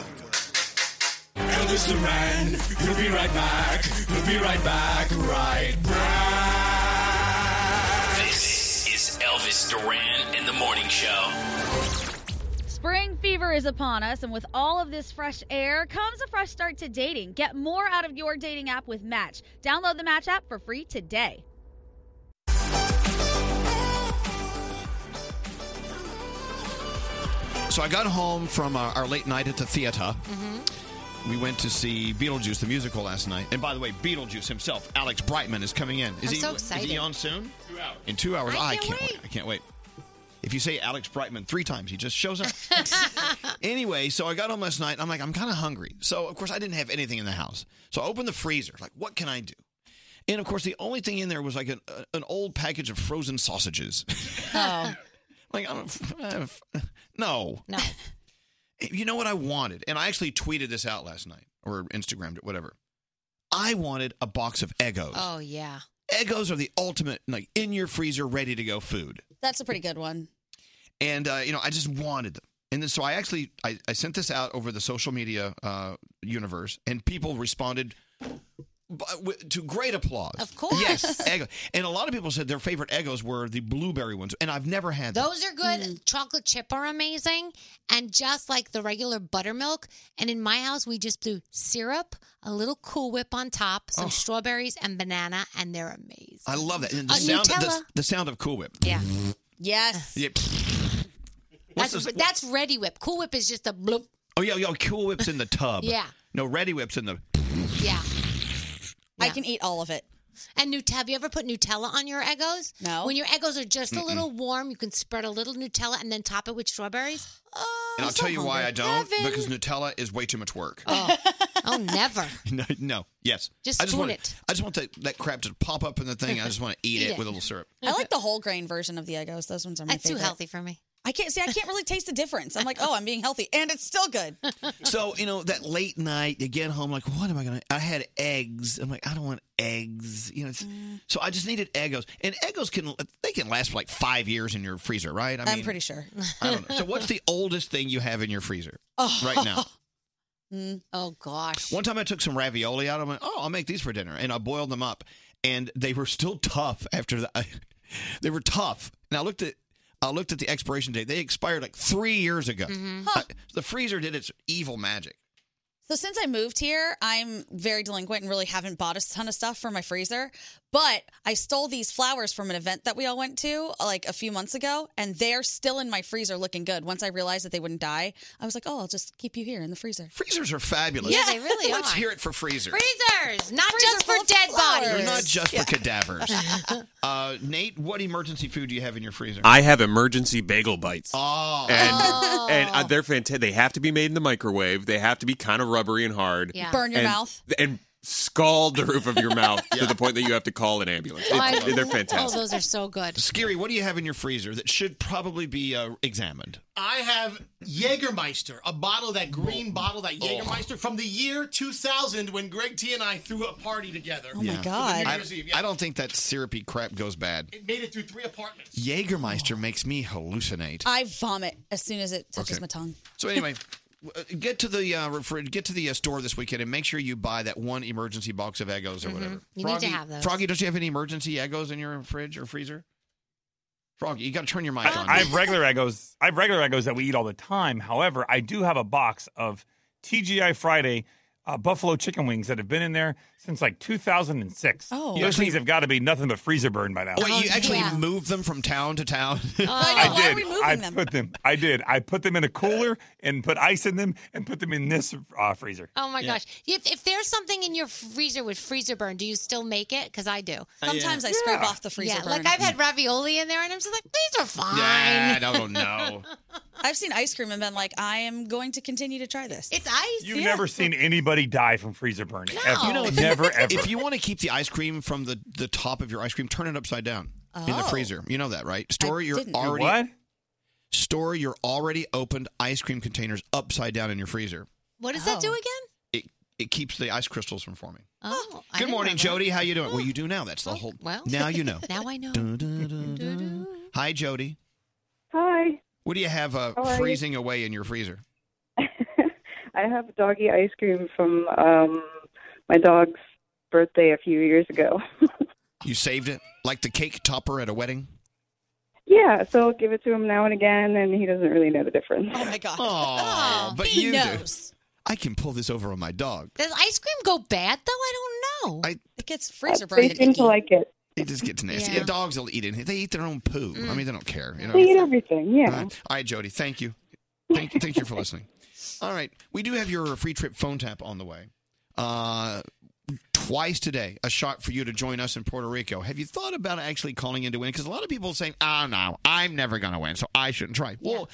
Speaker 2: Elvis Duran, he'll be right back. He'll be right back, right
Speaker 10: This is Elvis Duran in the Morning Show.
Speaker 11: Spring fever is upon us, and with all of this fresh air comes a fresh start to dating. Get more out of your dating app with Match. Download the Match app for free today.
Speaker 1: So I got home from uh, our late night at the theater.
Speaker 3: Mm-hmm.
Speaker 2: Mhm.
Speaker 1: We went to see Beetlejuice the musical last night. And by the way, Beetlejuice himself, Alex Brightman, is coming in. Is he
Speaker 2: I'm so
Speaker 1: Is he
Speaker 2: excited.
Speaker 1: on soon?
Speaker 2: Two hours.
Speaker 1: In two hours,
Speaker 2: I
Speaker 1: I
Speaker 2: can't
Speaker 1: can't, wait.
Speaker 2: wait.
Speaker 1: I can't wait. If you say Alex Brightman three times, he just shows up. anyway, so I got home last night. And I'm like, I'm kind of hungry. So of course I didn't have anything in the house. So I opened the freezer. Like, what can I do? And of course, the only thing in there was like an, uh, an old package of frozen sausages.
Speaker 5: Oh.
Speaker 1: like, I'm, I'm, no.
Speaker 6: No.
Speaker 1: You know what I wanted? And I actually tweeted this out last night or Instagrammed it, whatever. I wanted a box of Eggos.
Speaker 6: Oh yeah,
Speaker 1: Eggos are the ultimate, like in your freezer, ready to go food.
Speaker 5: That's a pretty good one.
Speaker 1: And, uh, you know, I just wanted them. And then, so I actually, I, I sent this out over the social media uh, universe and people responded b- w- to great applause.
Speaker 6: Of course.
Speaker 1: Yes. Eggo. And a lot of people said their favorite Eggos were the blueberry ones. And I've never had them.
Speaker 6: Those are good.
Speaker 5: Mm.
Speaker 6: Chocolate chip are amazing. And just like the regular buttermilk. And in my house, we just do syrup, a little Cool Whip on top, some
Speaker 1: Oh.
Speaker 6: strawberries, and banana, and they're amazing.
Speaker 1: I love that. And the,
Speaker 6: Uh,
Speaker 1: sound,
Speaker 6: Nutella.
Speaker 1: the, the sound of Cool Whip.
Speaker 6: Yeah.
Speaker 5: Yes.
Speaker 1: Yeah. What's
Speaker 6: That's,
Speaker 1: this-
Speaker 6: that's Ready Whip. Cool Whip is just a bloop.
Speaker 1: Oh, yeah, yeah. Cool Whip's in the tub.
Speaker 6: Yeah.
Speaker 1: No, Ready Whip's in the.
Speaker 6: Yeah.
Speaker 5: I can eat all of it.
Speaker 6: And Nutella. Have you ever put Nutella on your Eggos? No. When your Eggos are just a
Speaker 1: Mm-mm.
Speaker 6: little warm, you can spread a little Nutella and then top it with strawberries.
Speaker 1: And I'll
Speaker 6: so
Speaker 1: tell you why I
Speaker 6: hungry.
Speaker 1: don't
Speaker 6: Heaven.
Speaker 1: because Nutella is way too much work.
Speaker 6: Oh, oh never.
Speaker 1: No, no, yes.
Speaker 5: Just
Speaker 1: I just
Speaker 5: spoon
Speaker 1: want
Speaker 5: it.
Speaker 1: I just want that, that crap to pop up in the thing. I just want to eat,
Speaker 5: Eat
Speaker 1: it,
Speaker 5: it.
Speaker 1: with a little syrup.
Speaker 5: I like the whole grain version of the Eggos. Those ones are my
Speaker 6: That's too
Speaker 5: favorite.
Speaker 6: healthy for me.
Speaker 5: I can't see. I can't really taste the difference. I'm like, oh, I'm being healthy, and it's still good.
Speaker 1: So you know that late night, you get home like, what am I gonna? I had eggs. I'm like, I don't want eggs. You know, it's,
Speaker 5: Mm.
Speaker 1: so I just needed Eggos, and Eggos can they can last for like five years in your freezer, right?
Speaker 5: I
Speaker 1: I
Speaker 5: am pretty sure.
Speaker 1: I don't know. So what's the oldest thing you have in your freezer
Speaker 5: Oh. Mm.
Speaker 1: right now?
Speaker 6: Oh gosh.
Speaker 1: One time I took some ravioli out. I went, oh, I'll make these for dinner, and I boiled them up, and they were still tough after the. they were tough, and I looked at. I looked at the expiration date. They expired like three years ago.
Speaker 5: Mhm. Huh.
Speaker 1: I- the freezer did its evil magic.
Speaker 5: So since I moved here, I'm very delinquent and really haven't bought a ton of stuff for my freezer. But I stole these flowers from an event that we all went to like a few months ago, and they're still in my freezer looking good. Once I realized that they wouldn't die, I was like, oh, I'll just keep you here in the freezer.
Speaker 1: Freezers are fabulous.
Speaker 5: Yeah, they really
Speaker 1: Let's
Speaker 5: are.
Speaker 1: hear it for freezers.
Speaker 6: Freezers, not
Speaker 5: Freezer
Speaker 6: just for
Speaker 5: full of
Speaker 6: dead
Speaker 5: flowers.
Speaker 6: bodies.
Speaker 1: They're not just for cadavers. uh, Nate, what emergency food do you have in your freezer?
Speaker 6: Oh,
Speaker 13: I have emergency bagel bites.
Speaker 1: Oh.
Speaker 13: And, and uh, they're fantastic. They have to be made in the microwave. They have to be kind of rubbery and hard.
Speaker 6: Yeah. Burn your
Speaker 13: and,
Speaker 6: mouth.
Speaker 13: And scald the roof of your mouth to the point that you have to call an ambulance.
Speaker 6: Oh, I-
Speaker 13: It's- they're fantastic.
Speaker 6: Oh, those are so good.
Speaker 1: Scary, what do you have in your freezer that should probably be uh, examined?
Speaker 15: I have Jägermeister, a bottle, that
Speaker 1: Oh.
Speaker 15: green bottle, that Jägermeister from the year 2000 when Greg T and I threw a party together.
Speaker 6: Oh
Speaker 1: Yeah.
Speaker 15: For the New
Speaker 1: I,
Speaker 15: Year's Eve, yeah.
Speaker 1: I don't think that syrupy crap goes bad.
Speaker 15: It made it through three apartments.
Speaker 1: Jägermeister makes me hallucinate.
Speaker 5: I vomit as soon as it touches
Speaker 1: Okay.
Speaker 5: my tongue.
Speaker 1: So anyway, uh, get to the uh, refri- get to the uh, store this weekend and make sure you buy that one emergency box of Eggos or whatever.
Speaker 6: Mm-hmm. You need to have those.
Speaker 1: Froggy, don't you have any emergency Eggos in your fridge or freezer? Froggy, you got to turn your mic on.
Speaker 8: I have regular Eggos. I have regular Eggos that we eat all the time. However, I do have a box of TGI Friday uh, buffalo chicken wings that have been in there since like 2006.
Speaker 5: Oh.
Speaker 8: those things have got to be nothing but freezer burn by now.
Speaker 1: Wait, you actually moved them from town to town?
Speaker 8: I
Speaker 5: Oh, know,
Speaker 8: did.
Speaker 5: why are we moving
Speaker 8: I
Speaker 5: them?
Speaker 8: put them. I did. I put them in a cooler and put ice in them and put them in this uh, freezer.
Speaker 6: Oh my
Speaker 8: Yeah.
Speaker 6: gosh! If, if there's something in your freezer with freezer burn, do you still make it? Because I
Speaker 1: Uh,
Speaker 6: do.
Speaker 5: yeah. Sometimes I scrape off the freezer
Speaker 6: Yeah,
Speaker 5: burn.
Speaker 6: like I've
Speaker 1: Mm.
Speaker 6: had ravioli in there, and I'm just like, these are fine.
Speaker 1: Yeah, I don't know.
Speaker 5: I've seen ice cream and been like, I am going to continue to try this.
Speaker 6: It's ice.
Speaker 8: You've never seen anybody die from freezer burn. Ever.
Speaker 1: You know, if
Speaker 8: never ever.
Speaker 1: If you want to keep the ice cream from the, the top of your ice cream, turn it upside down in the
Speaker 8: Oh.
Speaker 1: freezer. You know that, right? Store your
Speaker 8: didn't.
Speaker 1: already
Speaker 8: What?
Speaker 1: Store your already opened ice cream containers upside down in your freezer.
Speaker 6: What does that do again?
Speaker 1: It it keeps the ice crystals from forming.
Speaker 6: Oh, I
Speaker 1: Good
Speaker 6: didn't
Speaker 1: morning,
Speaker 6: remember.
Speaker 1: Jody. How you doing? Well, you do now. That's the whole.
Speaker 6: Well,
Speaker 1: now you know.
Speaker 6: now I know.
Speaker 1: Dun, dun, dun, dun. Hi, Jody.
Speaker 17: Hi.
Speaker 1: What do you have uh,
Speaker 17: How are you?
Speaker 1: freezing away in your freezer?
Speaker 17: I have doggy ice cream from um, my dog's birthday a few years ago.
Speaker 1: You saved it like the cake topper at a wedding.
Speaker 17: yeah, so I'll give it to him now and again, and he doesn't really know the difference.
Speaker 5: Oh my god!
Speaker 1: Oh, but
Speaker 6: he
Speaker 1: you
Speaker 6: knows.
Speaker 1: do. I can pull this over on my dog.
Speaker 6: Does ice cream go bad though? I don't know.
Speaker 1: I,
Speaker 5: it gets
Speaker 17: freezer They
Speaker 5: freezer burned.
Speaker 17: seem to like it.
Speaker 1: It just gets nasty.
Speaker 5: Yeah.
Speaker 1: Yeah, dogs will eat anything. They eat their own poo. I mean, they don't care. You know.
Speaker 17: They eat everything, yeah.
Speaker 1: All right. All right, Jody. Thank you. Thank, thank you for listening. All right, we do have your free trip phone tap on the way. Uh, twice today a shot for you to join us in Puerto Rico. Have you thought about actually calling in to win? Because a lot of people are saying, "Ah, no, I'm never going to win, so I shouldn't try." Well,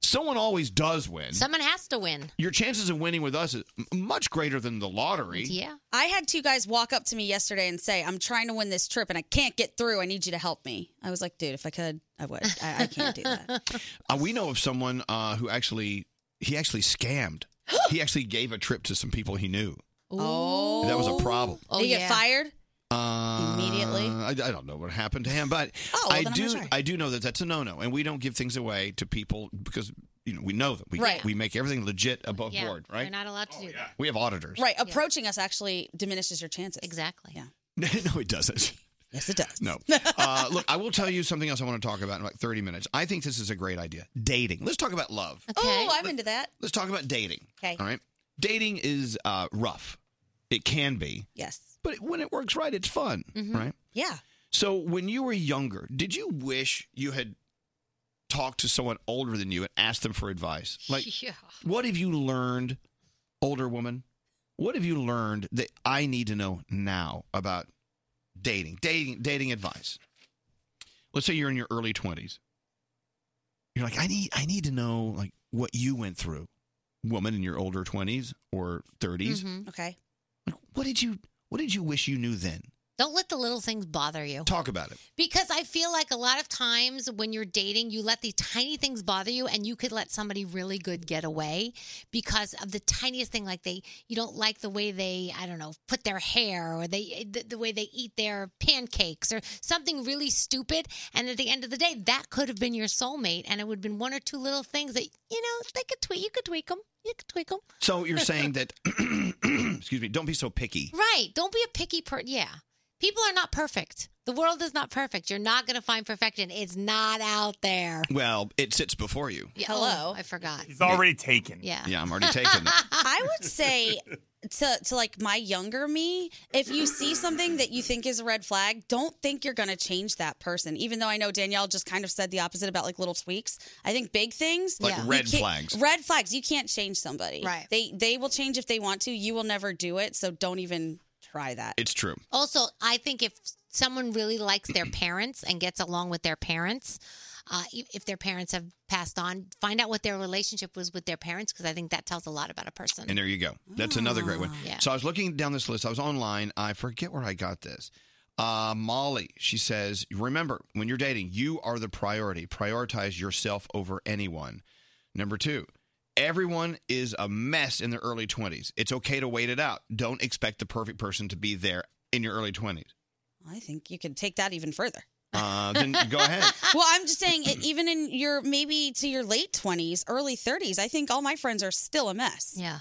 Speaker 1: someone always does win.
Speaker 6: Someone has to win.
Speaker 1: Your chances of winning with us is m- much greater than the lottery.
Speaker 5: I had two guys walk up to me yesterday and say, I'm trying to win this trip and I can't get through. I need you to help me. I was like, dude, if I could, I would. I, I can't do that.
Speaker 1: Uh, we know of someone uh, who actually he actually scammed. he actually gave a trip to some people he knew.
Speaker 5: Oh.
Speaker 1: That was a problem.
Speaker 5: Did he get fired?
Speaker 1: Uh,
Speaker 5: Immediately?
Speaker 1: I, I don't know what happened to him, but
Speaker 5: Oh, well,
Speaker 1: I
Speaker 5: then I'm
Speaker 1: do.
Speaker 5: gonna try.
Speaker 1: I do know that that's a no-no, and we don't give things away to people because you know we know that we
Speaker 5: Right.
Speaker 1: we make everything legit above board, right? Oh,
Speaker 5: You're not allowed to do that.
Speaker 1: we have auditors.
Speaker 5: Right. Approaching us actually diminishes your chances. Exactly. Yeah.
Speaker 1: no, it doesn't.
Speaker 5: Yes, it does.
Speaker 1: No. Uh, look, I will tell you something else I want to talk about in like 30 minutes. I think this is a great idea. Dating. Let's talk about love.
Speaker 5: Oh, I'm into that.
Speaker 1: Let's talk about dating.
Speaker 5: Okay.
Speaker 1: All right. Dating is uh, rough. It can be.
Speaker 5: Yes. Mm-hmm.
Speaker 1: But when it works right, it's fun, right?
Speaker 5: Yeah.
Speaker 1: So when you were younger, did you wish you had talked to someone older than you and asked them for advice? Like,
Speaker 6: Yeah.
Speaker 1: what have you learned, older woman? What have you learned that I need to know now about dating, dating, dating advice? Let's say you're in your early twenties. You're like, I need, I need to know like what you went through, woman in your older twenties or
Speaker 5: Mm-hmm.
Speaker 1: 30s
Speaker 6: Mhm.
Speaker 5: Okay.
Speaker 1: What did you, what did you wish you knew then?
Speaker 6: Don't let the little things bother you.
Speaker 1: Talk about it.
Speaker 6: Because I feel like a lot of times when you're dating, you let the tiny things bother you, and you could let somebody really good get away because of the tiniest thing. Like they, you don't like the way they, I don't know, put their hair, or they, the, the way they eat their pancakes, or something really stupid. And at the end of the day, that could have been your soulmate, and it would have been one or two little things that you know they could tweak. You could tweak them. You could tweak them.
Speaker 1: So you're saying that, excuse me, don't be so picky.
Speaker 6: Right. Don't be a picky person. Yeah. People are not perfect. The world is not perfect. You're not going to find perfection. It's not out there.
Speaker 1: Well, it sits before you.
Speaker 6: Yeah, Hello. I forgot.
Speaker 8: He's already taken.
Speaker 6: Yeah.
Speaker 1: Yeah, I'm already taking it.
Speaker 5: I would say to to like my younger me, if you see something that you think is a red flag, don't think you're going to change that person. Even though I know Danielle just kind of said the opposite about like little tweaks. I think big things,
Speaker 1: Like Yeah.
Speaker 5: you
Speaker 1: red
Speaker 5: can't-
Speaker 1: flags.
Speaker 5: Red flags. You can't change somebody. Right. They they will change if they want to. You will never do it. So don't even try that.
Speaker 1: It's true.
Speaker 6: Also, I think if someone really likes their parents and gets along with their parents, uh, e- if their parents have passed on, find out what their relationship was with their parents because I think that tells a lot about a person.
Speaker 1: And there you go. That's another great one.
Speaker 6: Yeah.
Speaker 1: So I was looking down this list. I was online. I forget where I got this. Uh, Molly, she says, remember, when you're dating, you are the priority. Prioritize yourself over anyone. Number two, everyone is a mess in their early 20s. It's okay to wait it out. Don't expect the perfect person to be there in your early 20s.
Speaker 5: I think you can take that even further.
Speaker 1: Uh, then go ahead.
Speaker 5: well, I'm just saying, it, even in your maybe to your late 20s, early 30s, I think all my friends are still a mess.
Speaker 6: Yeah.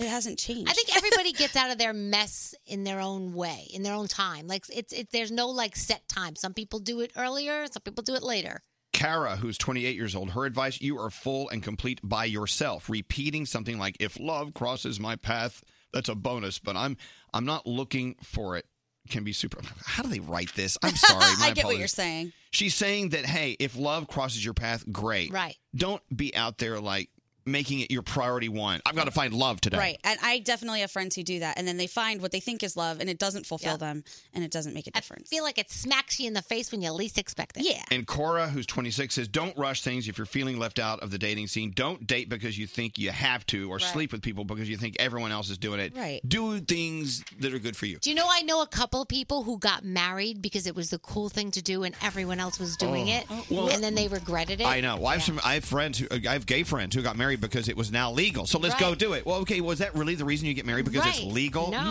Speaker 5: It hasn't changed.
Speaker 6: I think everybody gets out of their mess in their own way, in their own time. Like it's it, there's no like set time. Some people do it earlier, some people do it later.
Speaker 1: Kara, who's 28 years old, her advice you are full and complete by yourself. Repeating something like, if love crosses my path, that's a bonus, but I'm I'm not looking for it can be super. How do they write this? I'm sorry.
Speaker 5: I
Speaker 1: my
Speaker 5: get what
Speaker 1: apologies.
Speaker 5: you're saying.
Speaker 1: She's saying that, hey, if love crosses your path, great.
Speaker 5: Right.
Speaker 1: Don't be out there like making it your priority one. I've got to find love today.
Speaker 5: Right. And I definitely have friends who do that. And then they find what they think is love and it doesn't fulfill them and it doesn't make a difference.
Speaker 6: feel like it smacks you in the face when you least expect it.
Speaker 5: Yeah.
Speaker 1: And Cora, who's 26, says, Don't rush things if you're feeling left out of the dating scene. Don't date because you think you have to, or
Speaker 6: Right.
Speaker 1: sleep with people because you think everyone else is doing it.
Speaker 6: Right.
Speaker 1: Do things that are good for you.
Speaker 6: Do you know I know a couple people who got married because it was the cool thing to do and everyone else was doing
Speaker 1: Oh.
Speaker 6: it
Speaker 1: Well-
Speaker 6: and then they regretted it.
Speaker 1: I know. Well, I have some. I have friends. Who, uh, I have gay friends who got married because it was now legal. So let's go
Speaker 6: Right.
Speaker 1: do it. Well, okay. Was that really the reason you get married because it's
Speaker 6: Right.
Speaker 1: legal?
Speaker 6: No.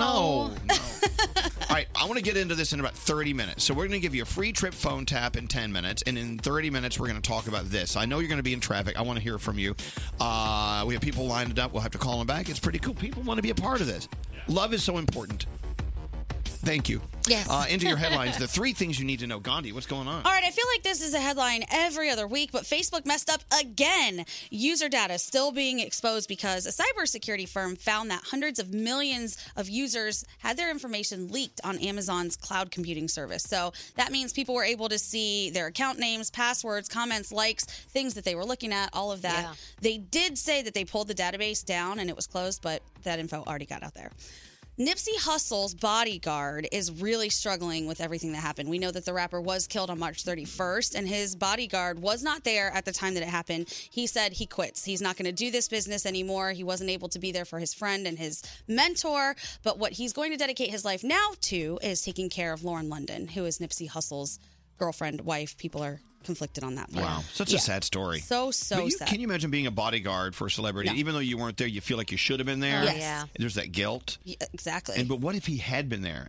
Speaker 1: no. All right, I want to get into this in about 30 minutes. So, we're going to give you a free trip phone tap in 10 minutes. And in 30 minutes, we're going to talk about this. I know you're going to be in traffic. I want to hear from you. Uh, we have people lined up. We'll have to call them back. It's pretty cool. People want to be a part of this. Love is so important. Thank you.
Speaker 5: Yes.
Speaker 1: Uh, into your headlines the three things you need to know. Gandhi, what's going on?
Speaker 5: All right, I feel like this is a headline every other week, but Facebook messed up again. User data is still being exposed because a cybersecurity firm found that hundreds of millions of users had their information leaked on Amazon's cloud computing service. So that means people were able to see their account names, passwords, comments, likes, things that they were looking at, all of that.
Speaker 6: Yeah.
Speaker 5: They did say that they pulled the database down and it was closed, but that info already got out there. Nipsey Hussle's bodyguard is really struggling with everything that happened. We know that the rapper was killed on March 31st, and his bodyguard was not there at the time that it happened. He said he quits. He's not going to do this business anymore. He wasn't able to be there for his friend and his mentor. But what he's going to dedicate his life now to is taking care of Lauren London, who is Nipsey Hussle's girlfriend, wife. People are conflicted on that one.
Speaker 1: Wow, such
Speaker 5: Yeah.
Speaker 1: a sad story.
Speaker 5: So, so
Speaker 1: But you-
Speaker 5: sad.
Speaker 1: Can you imagine being a bodyguard for a celebrity?
Speaker 5: No.
Speaker 1: Even though you weren't there, you feel like you should have been there.
Speaker 5: Oh, yeah.
Speaker 1: There's that guilt.
Speaker 5: Yeah, exactly.
Speaker 1: And but what if he had been there?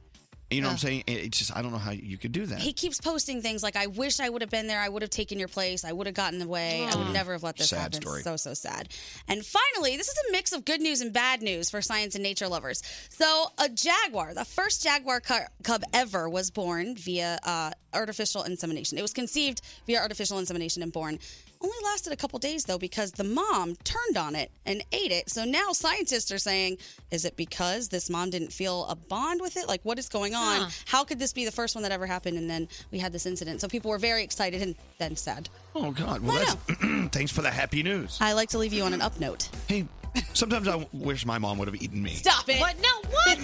Speaker 1: You know what I'm
Speaker 5: Ugh.
Speaker 1: saying? It- It's just I don't know how you could do that.
Speaker 5: He keeps posting things like, "I wish I would have been there. I would have taken your place. I would have gotten away. I would
Speaker 1: Aw.
Speaker 5: never have let this
Speaker 1: Sad
Speaker 5: happen."
Speaker 1: story.
Speaker 5: Oh, So so sad. And finally, this is a mix of good news and bad news for science and nature lovers. So a jaguar, the first jaguar cu- cub ever, was born via uh, artificial insemination. It was conceived via artificial insemination and born. Only lasted a couple days though because the mom turned on it and ate it. So now scientists are saying, is it because this mom didn't feel a bond with it? Like what is going on?
Speaker 6: Huh.
Speaker 5: How could this be the first one that ever happened? And then we had this incident. So people were very excited and then sad.
Speaker 1: Oh God! Well, that's thanks for the happy news.
Speaker 5: I like to leave you on an up note.
Speaker 1: Hey, sometimes I wish my mom would have eaten me.
Speaker 5: Stop it. What?
Speaker 6: No, what?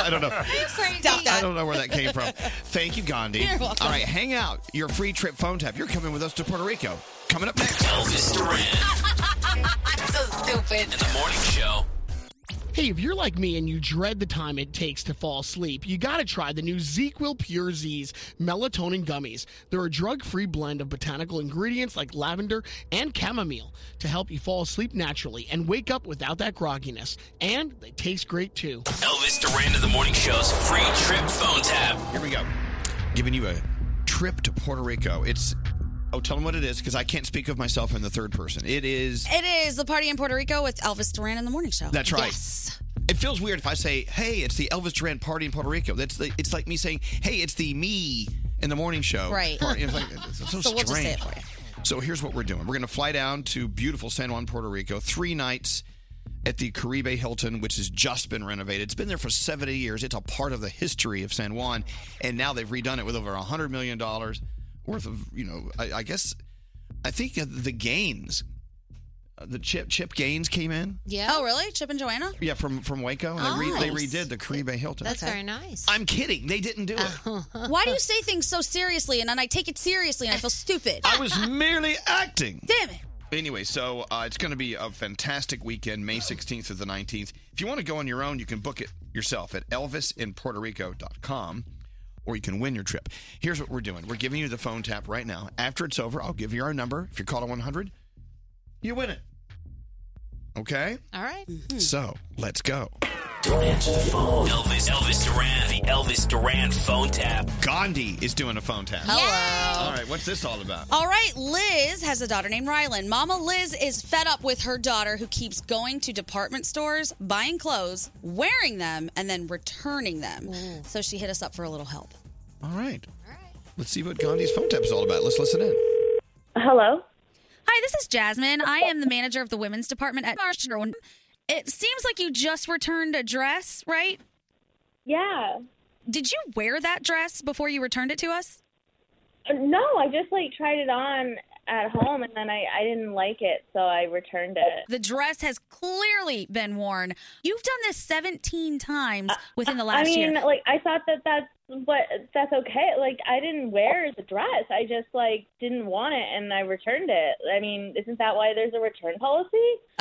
Speaker 1: I don't know.
Speaker 6: crazy.
Speaker 1: I don't know where that came from. Thank you, Gandhi.
Speaker 6: You're welcome.
Speaker 1: All right, hang out. Your free trip phone tap. You're coming with us to Puerto Rico. Coming up next.
Speaker 10: Elvis Duran
Speaker 6: so stupid.
Speaker 10: in the morning show.
Speaker 18: Hey, if you're like me and you dread the time it takes to fall asleep, you gotta try the new ZQL Pure Z's melatonin gummies. They're a drug-free blend of botanical ingredients like lavender and chamomile to help you fall asleep naturally and wake up without that grogginess. And they taste great too.
Speaker 10: Elvis Duran in the morning show's free trip phone tap.
Speaker 1: Here we go. Giving you a trip to Puerto Rico. It's oh, tell them what it is because I can't speak of myself in the third person. It is.
Speaker 5: It is the party in Puerto Rico with Elvis Duran in the morning show.
Speaker 1: That's right.
Speaker 5: Yes.
Speaker 1: It feels weird if I say, "Hey, it's the Elvis Duran party in Puerto Rico." That's the, it's like me saying, "Hey, it's the me in the morning show."
Speaker 5: Right.
Speaker 1: party." It's like, it's so,
Speaker 5: So we'll just say it
Speaker 1: strange.
Speaker 5: for you.
Speaker 1: So here's what we're doing. We're going to fly down to beautiful San Juan, Puerto Rico, three nights at the Caribe Hilton, which has just been renovated. It's been there for 70 years. It's a part of the history of San Juan, and now they've redone it with over 100 million dollars worth of, you know, I, I guess, I think uh, the gains, uh, the Chip Chip Gaines came in.
Speaker 5: Yeah. Oh, really? Chip and Joanna?
Speaker 1: Yeah, from from Waco. And they, re- they
Speaker 5: Nice.
Speaker 1: redid the Caribe Hilton.
Speaker 5: That's Uh-huh. Okay.
Speaker 6: Very nice.
Speaker 1: I'm kidding. They didn't do it.
Speaker 5: Why do you say things so seriously and then I take it seriously and I feel stupid?
Speaker 1: I was merely acting.
Speaker 5: Damn it.
Speaker 1: Anyway, so uh, it's going to be a fantastic weekend, May 16th through the 19th. If you want to go on your own, you can book it yourself at elvisinpuertorico.com or you can win your trip. Here's what we're doing we're giving you the phone tap right now. After it's over, I'll give you our number. If you're calling 100, you win it. Okay?
Speaker 6: All right.
Speaker 5: Hmm.
Speaker 1: So let's go.
Speaker 10: Don't answer the phone. Elvis, Elvis Duran, the Elvis Duran phone tap.
Speaker 1: Gandhi is doing a phone tap.
Speaker 5: Hello.
Speaker 1: All right, what's this all about?
Speaker 5: All right, Liz has a daughter named Rylan. Mama Liz is fed up with her daughter who keeps going to department stores, buying clothes, wearing them, and then returning them. So she hit us up for a little help.
Speaker 1: All right. Let's see what Gandhi's phone tap is all about. Let's listen in.
Speaker 5: Hello. Hi, this is Jasmine. I am the manager of the women's department at Marshall. It seems like you just returned a dress, right?
Speaker 19: Yeah.
Speaker 5: Did you wear that dress before you returned it to us?
Speaker 19: Uh, No, I just like tried it on at home and then I, I didn't like it, so I returned it.
Speaker 5: The dress has clearly been worn. You've done this 17 times within the last
Speaker 19: Uh, I mean,
Speaker 5: year.
Speaker 19: like I thought that that's what that's okay. Like I didn't wear the dress. I just like didn't want it and I returned it. I mean, isn't that why there's a return policy?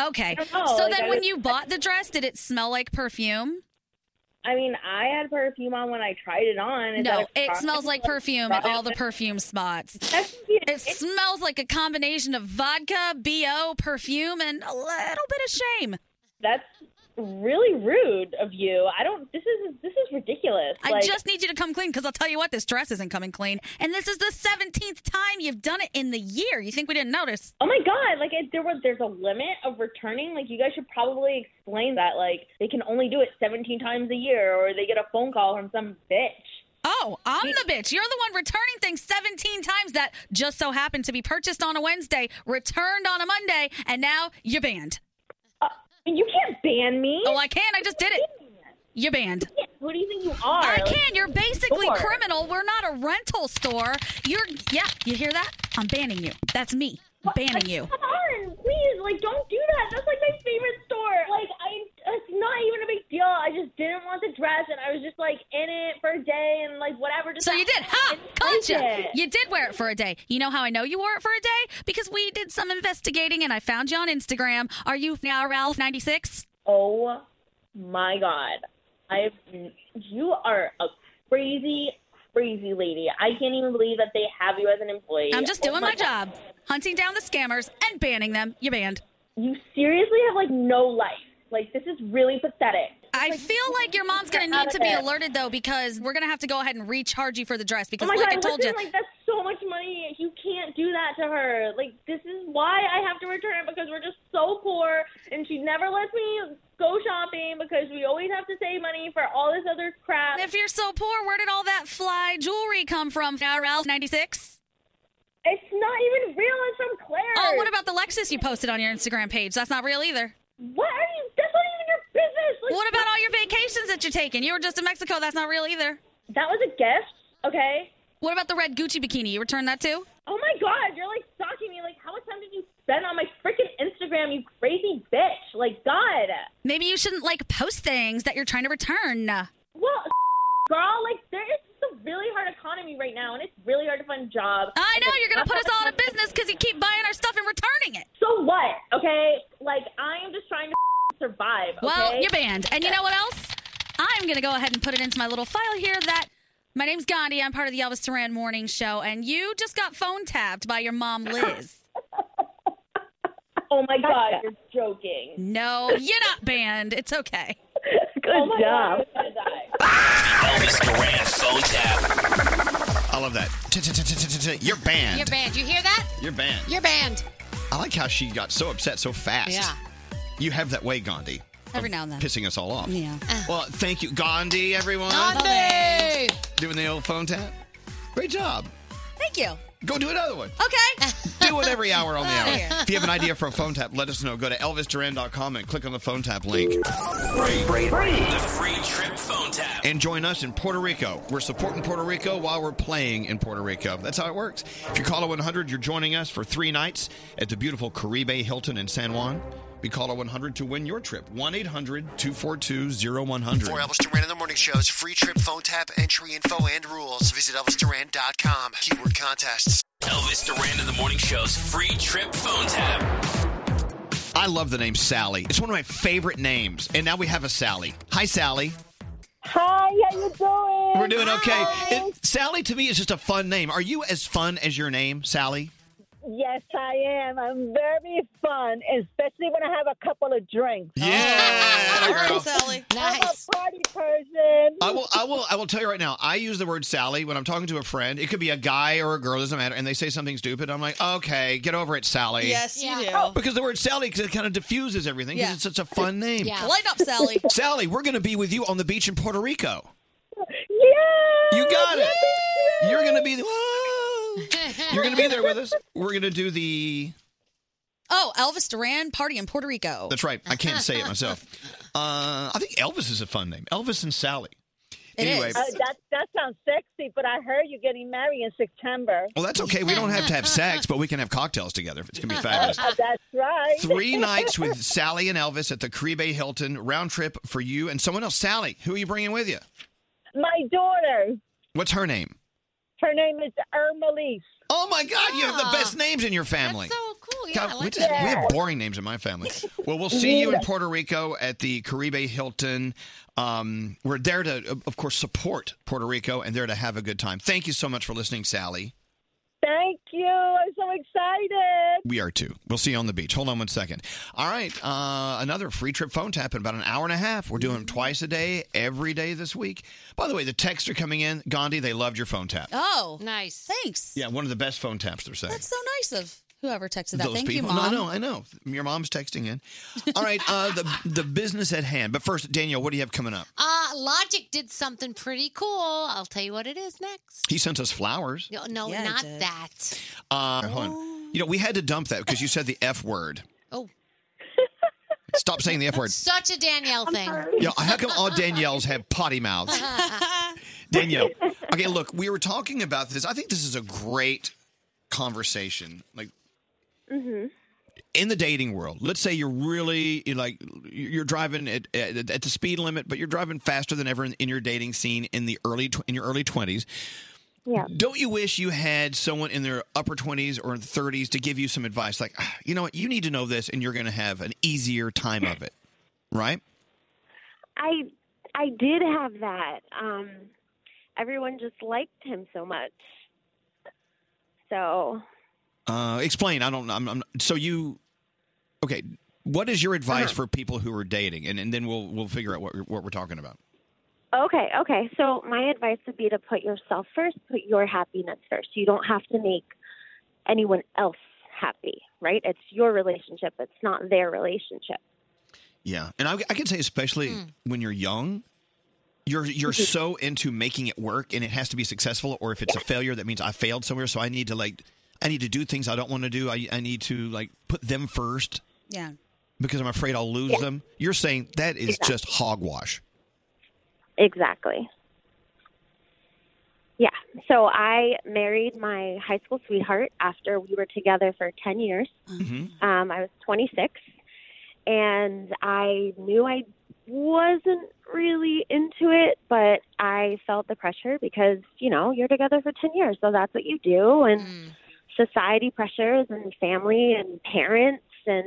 Speaker 5: okay.
Speaker 19: I don't know,
Speaker 5: So
Speaker 19: like,
Speaker 5: then
Speaker 19: I
Speaker 5: when
Speaker 19: was-
Speaker 5: you bought the dress, did it smell like perfume?
Speaker 19: I mean, I had perfume on when I tried it on. Is
Speaker 5: no,
Speaker 19: that a
Speaker 5: it
Speaker 19: crime?
Speaker 5: smells like perfume at all the perfume spots. It smells like a combination of vodka, BO, perfume, and a little bit of shame.
Speaker 19: That's really rude of you. I don't this is this is ridiculous.
Speaker 5: I
Speaker 19: like,
Speaker 5: just need you to come clean because I'll tell you what, this dress isn't coming clean. And this is the 17th time you've done it in the year. You think we didn't notice?
Speaker 19: Oh my god! Like if there was, there's a limit of returning. Like you guys should probably explain that. Like they can only do it 17 times a year, or they get a phone call from some bitch.
Speaker 5: Oh, I'm the bitch. You're the one returning things 17 times that just so happened to be purchased on a Wednesday, returned on a Monday, and now you're banned.
Speaker 19: Uh, you can't ban me.
Speaker 5: Oh, I can. I just did it. You're banned.
Speaker 19: Who do you think you are?
Speaker 5: I
Speaker 19: Like,
Speaker 5: can. You're basically
Speaker 19: sure.
Speaker 5: criminal. We're not a rental store. You're, yeah, you hear that? I'm banning you. That's me. Banning you.
Speaker 19: Come on, please, like don't do that. That's like my favorite store. Like I, it's not even a big deal. deal. I just didn't want the dress, and I was just like in it for a day and like whatever. Just
Speaker 5: So you did, ha!
Speaker 19: Caught
Speaker 5: Gotcha. You did wear it for a day. You know how I know you wore it for a day? Because we did some investigating and I found you on Instagram. Are you now Ralph96?
Speaker 19: Oh my god, I you are a crazy, crazy lady. I can't even believe that they have you as an employee.
Speaker 5: I'm just
Speaker 19: Oh
Speaker 5: doing my
Speaker 19: God.
Speaker 5: job, hunting down the scammers and banning them. You're banned.
Speaker 19: You seriously have like no life. Like this is really pathetic.
Speaker 5: I feel like your mom's going to
Speaker 19: Get out
Speaker 5: need to
Speaker 19: of
Speaker 5: be
Speaker 19: there.
Speaker 5: alerted, though, because we're going to have to go ahead and recharge you for the dress
Speaker 19: Oh
Speaker 5: because,
Speaker 19: my
Speaker 5: like
Speaker 19: god,
Speaker 5: I told
Speaker 19: listen,
Speaker 5: you.
Speaker 19: like that's so much money. You can't do that to her. Like this is why I have to return it because we're just so poor and she never lets me go shopping because we always have to save money for all this other crap.
Speaker 5: If you're so poor, where did all that fly jewelry come from, now Ralph96?
Speaker 19: It's not even real. It's from Claire.
Speaker 5: Oh, what about the Lexus you posted on your Instagram page? That's not real either.
Speaker 19: What are you? That's not even your business.
Speaker 5: what about all your vacations that you're taking? You were just in Mexico. That's not real either.
Speaker 19: That was a gift. Okay.
Speaker 5: What about the red Gucci bikini? You returned that too?
Speaker 19: Oh my god, you're like stalking me. Like how much time did you spend on my freaking Instagram, you crazy bitch? Like god.
Speaker 5: Maybe you shouldn't like post things that you're trying to return.
Speaker 19: Well, girl, like there is just a really hard economy right now, and it's really hard to find a job.
Speaker 5: I know you're gonna put us all out of business because you keep buying our stuff and returning it.
Speaker 19: So what? Okay, like I am just trying to survive. Okay?
Speaker 5: Well, you're banned. And you know what else? I'm going to go ahead and put it into my little file here that my name's Gandhi. I'm part of the Elvis Duran Morning Show, and you just got phone tapped by your mom, Liz.
Speaker 19: Oh my god, you're joking.
Speaker 5: No, you're not banned. It's okay.
Speaker 19: Good Oh my job. God, I'm
Speaker 10: Elvis Duran phone tap.
Speaker 1: I love that. T-t-t-t-t-t-t. You're
Speaker 6: You're
Speaker 1: banned.
Speaker 6: banned. You hear that?
Speaker 1: You're banned.
Speaker 6: You're banned.
Speaker 1: I like how she got so upset so fast.
Speaker 6: Yeah.
Speaker 1: You have that way, Gandhi.
Speaker 3: Every now and then.
Speaker 1: Pissing us all off. Ah.
Speaker 3: Yeah.
Speaker 1: Well, thank you, Gandhi, everyone.
Speaker 3: Gandhi!
Speaker 1: Doing the old phone tap. Great job.
Speaker 3: Thank you.
Speaker 1: Go do another one.
Speaker 3: Okay.
Speaker 1: Do it every hour on the hour.
Speaker 3: Yeah.
Speaker 1: If you have an idea for a phone tap, let us know. Go to elvisduran.com and click on the phone tap link.
Speaker 10: Free, The free trip phone tap.
Speaker 1: And join us in Puerto Rico. We're supporting Puerto Rico while we're playing in Puerto Rico. That's how it works. If you call a 100, you're joining us for three nights at the beautiful Caribe Hilton in San Juan. Be call a 100 to win your trip. 1 800 242 0100.
Speaker 20: For Elvis Duran in the Morning Show's free trip phone tap entry info and rules, visit ElvisDuran.com. Keyword contests.
Speaker 10: Elvis Duran in the Morning Show's free trip phone tap.
Speaker 1: I love the name Sally. It's one of my favorite names. And now we have a Sally. Hi, Sally.
Speaker 4: Hi, how you doing?
Speaker 1: We're doing okay. It- Sally to me is just a fun name. Are you as fun as your name, Sally?
Speaker 4: Yes, I am. I'm very fun, especially when I have a couple of drinks.
Speaker 1: Yeah, girl.
Speaker 4: Nice. I'm a party person.
Speaker 1: I will, I will, I will tell you right now. I use the word Sally when I'm talking to a friend. It could be a guy or a girl, doesn't matter. And they say something stupid. I'm like, okay, get over it, Sally.
Speaker 3: Yes, you Yeah. do. Oh.
Speaker 1: Because the word Sally kind of diffuses everything. 'cause
Speaker 3: Yeah.
Speaker 1: It's such a fun name.
Speaker 3: Yeah. Light up, Sally.
Speaker 1: Sally, we're going to be with you on the beach in Puerto Rico.
Speaker 4: Yeah.
Speaker 1: You got it. You're going to be. You're going to be there with us. We're going to do the.
Speaker 3: Oh, Elvis Duran party in Puerto Rico.
Speaker 1: That's right. I can't say it myself. Uh, I think Elvis is a fun name. Elvis and Sally. anyway,
Speaker 4: Oh, that that sounds sexy, but I heard you're getting married in September.
Speaker 1: well, that's okay. We don't have to have sex, but we can have cocktails together. It's gonna be fabulous.
Speaker 4: Oh, that's right.
Speaker 1: Three nights with Sally and Elvis at the Caribe Hilton. Round trip for you and someone else. Sally, who are you bringing with you?
Speaker 4: My daughter.
Speaker 1: What's her name?
Speaker 4: Her name is Ermelise.
Speaker 1: Oh my God! You have the best names in your family.
Speaker 4: so cool.
Speaker 1: God, we, just, we have boring names in my family. Well, we'll see you in Puerto Rico at the Caribe Hilton. Um, we're there to, of- of course, support Puerto Rico and there to have a good time. Thank you so much for listening, Sally.
Speaker 4: Thank you. I'm so excited.
Speaker 1: We are too. We'll see you on the beach. Hold on one second. All right, uh, another free trip phone tap in about an hour and a half. We're doing them twice a day, every day this week. By the way, the texts are coming in. Gandhi, they loved your phone tap.
Speaker 3: Oh, nice. Thanks.
Speaker 1: Yeah, one of the best phone taps they're saying.
Speaker 3: That's so nice of whoever texted that.
Speaker 1: Those
Speaker 3: Thank
Speaker 1: people.
Speaker 3: you, mom.
Speaker 1: No, no, I know. Your mom's texting in. All right, uh, the the business at hand. But first, Daniel, what do you have coming up?
Speaker 6: Uh, Logic did something pretty cool. I'll tell you what it is next.
Speaker 1: He sent us flowers.
Speaker 6: No, no,
Speaker 3: Yeah, he
Speaker 6: not
Speaker 3: did.
Speaker 6: that.
Speaker 1: Uh, hold
Speaker 3: Oh.
Speaker 1: on. You know, we had to dump that because you said the F word.
Speaker 6: Oh,
Speaker 1: Stop saying the F word.
Speaker 6: such a Danielle thing.
Speaker 1: You know, how come all Danielles have potty mouths? Danielle. Okay, look, we were talking about this. I think this is a great conversation. Like,
Speaker 19: Mm-hmm.
Speaker 1: in the dating world, let's say you're really you're like you're driving at, at, at the speed limit, but you're driving faster than ever in, in your dating scene in the early tw- in your early twenties.
Speaker 21: Yeah.
Speaker 1: Don't you wish you had someone in their upper 20s or 30s to give you some advice like, "Ah, you know what, you need to know this and you're going to have an easier time of it, right?
Speaker 4: I I did have that. Um, everyone just liked him so much. So
Speaker 1: Uh, explain. I don't. I'm, I'm. So you. Okay. What is your advice for people who are dating, and, and then we'll we'll figure out what we're- what we're talking about.
Speaker 4: Okay, okay. So my advice would be to put yourself first, put your happiness first. You don't have to make anyone else happy, right? It's your relationship, it's not their relationship.
Speaker 1: Yeah, and I, I can say especially when you're young, you're you're so into making it work, and it has to be successful. Or if it's a failure, that means I failed somewhere. So I need to like, I need to do things I don't want to do. I I need to like put them first
Speaker 5: Yeah.
Speaker 1: because I'm afraid I'll lose
Speaker 4: Yeah.
Speaker 1: them. You're saying that is just hogwash.
Speaker 4: Exactly. Yeah. So I married my high school sweetheart after we were together for 10 years.
Speaker 19: Uh-huh.
Speaker 1: Mm-hmm.
Speaker 4: Um, I was 26, and I knew I wasn't really into it, but I felt the pressure because, you know, you're together for 10 years, so that's what you do, and society pressures, and family, and parents, and,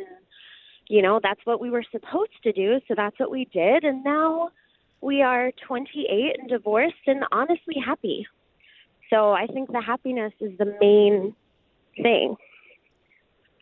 Speaker 4: you know, that's what we were supposed to do, so that's what we did, and now we are 28 and divorced and honestly happy. So I think the happiness is the main thing.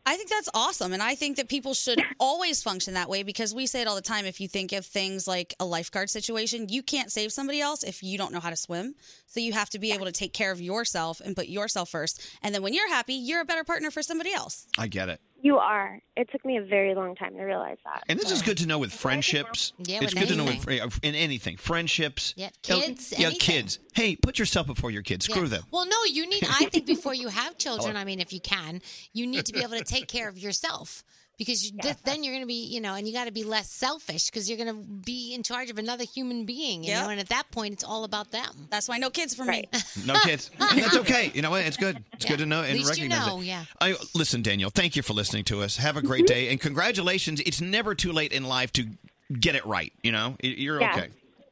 Speaker 5: I think that's awesome. And I think that people should always function that way because we say it all the time. If you think of things like a lifeguard situation, you can't save somebody else if you don't know how to swim. So you have to be able to take care of yourself and put yourself first. And then when you're happy, you're a better partner for somebody else.
Speaker 1: I get it.
Speaker 4: You are. It took me a very long time to realize that.
Speaker 1: And this is good to know with friendships.
Speaker 4: Yeah,
Speaker 1: it's
Speaker 4: with
Speaker 1: good to know with, in anything. Friendships.
Speaker 6: Yep,
Speaker 1: Yeah,
Speaker 6: kids,
Speaker 1: Yeah,
Speaker 6: anything.
Speaker 1: kids. Hey, put yourself before your kids. Screw
Speaker 6: Yeah.
Speaker 1: them.
Speaker 6: Well, no, you need. I think before you have children,
Speaker 1: Oh.
Speaker 6: I mean, if you can, you need to be able to take care of yourself because you, th- then you're going to be, you know, and you got to be less selfish because you're going to be in charge of another human being, you know. And at that point, it's all about them.
Speaker 5: That's why no kids for
Speaker 6: me.
Speaker 1: No kids. And that's okay. You know what? It's good. It's good to know
Speaker 6: At
Speaker 1: and
Speaker 6: least you
Speaker 1: recognize
Speaker 6: know,
Speaker 1: it.
Speaker 6: yeah.
Speaker 1: I, listen, Daniel, thank you for listening to us. Have a great day. And congratulations. It's never too late in life to get it right. You know, Y- you're
Speaker 6: Yeah.
Speaker 1: okay.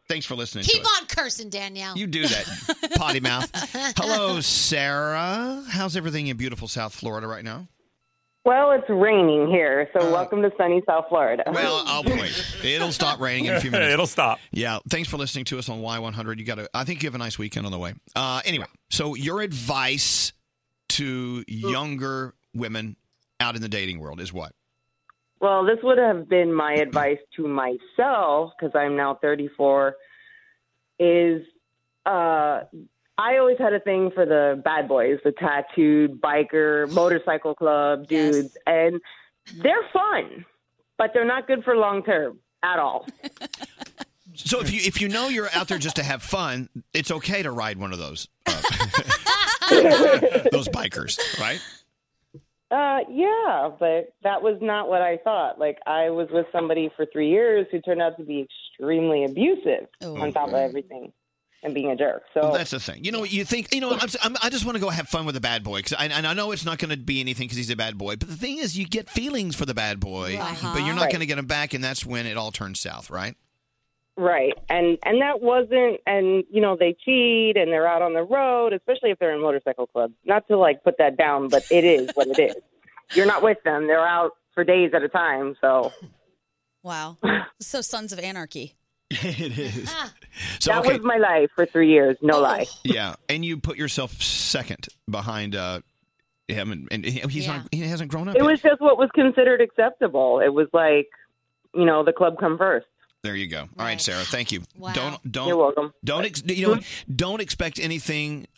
Speaker 1: Thanks for listening
Speaker 6: Keep
Speaker 1: to us.
Speaker 6: on cursing, Danielle.
Speaker 1: You do that, potty mouth. Hello, Sarah. How's everything in beautiful South Florida right now?
Speaker 21: Well, it's raining here, so welcome to sunny South Florida.
Speaker 1: Uh. Well, I'll wait. It'll stop raining in a few minutes.
Speaker 8: It'll stop.
Speaker 1: Yeah. Thanks for listening to us on Y100. You got to. I think you have a nice weekend on the way. Uh, anyway, so your advice to younger women out in the dating world is what?
Speaker 21: Well, this would have been my advice to myself because I'm now 34. Is uh, I always had a thing for the bad boys, the tattooed biker motorcycle club dudes, and they're fun, but they're not good for long term at all.
Speaker 1: So if you if you know you're out there just to have fun, it's okay to ride one of those uh, those bikers, right?
Speaker 21: Uh, yeah, but that was not what I thought. Like, I was with somebody for three years who turned out to be extremely abusive on top of everything and being a jerk. So
Speaker 1: Oh, Well, that's the thing. You know, you think, you know, I'm, I'm, I just want to go have fun with a bad boy. Cause I, and I know it's not going to be anything because he's a bad boy. But the thing is, you get feelings for the bad boy,
Speaker 21: Uh-huh.
Speaker 1: but you're not
Speaker 21: Right.
Speaker 1: going to get him back. And that's when it all turns south, right?
Speaker 21: right, and and that wasn't. And you know, they cheat and they're out on the road, especially if they're in motorcycle clubs. Not to like put that down, but it is what it is. You're not with them; they're out for days at a time. So
Speaker 5: Wow. So, Sons of Anarchy.
Speaker 1: it is.
Speaker 21: that was my life for three years.
Speaker 1: Oh.
Speaker 21: No lie.
Speaker 1: Yeah, and you put yourself second behind uh, him, and, and he's not. He hasn't grown up.
Speaker 21: It
Speaker 1: yet.
Speaker 21: was just what was considered acceptable. It was like, you know, the club come first.
Speaker 1: There you go. All right, Sarah. Thank you.
Speaker 21: Wow.
Speaker 1: Don't don't
Speaker 21: You're welcome.
Speaker 1: Don't ex- you know? Don't expect anything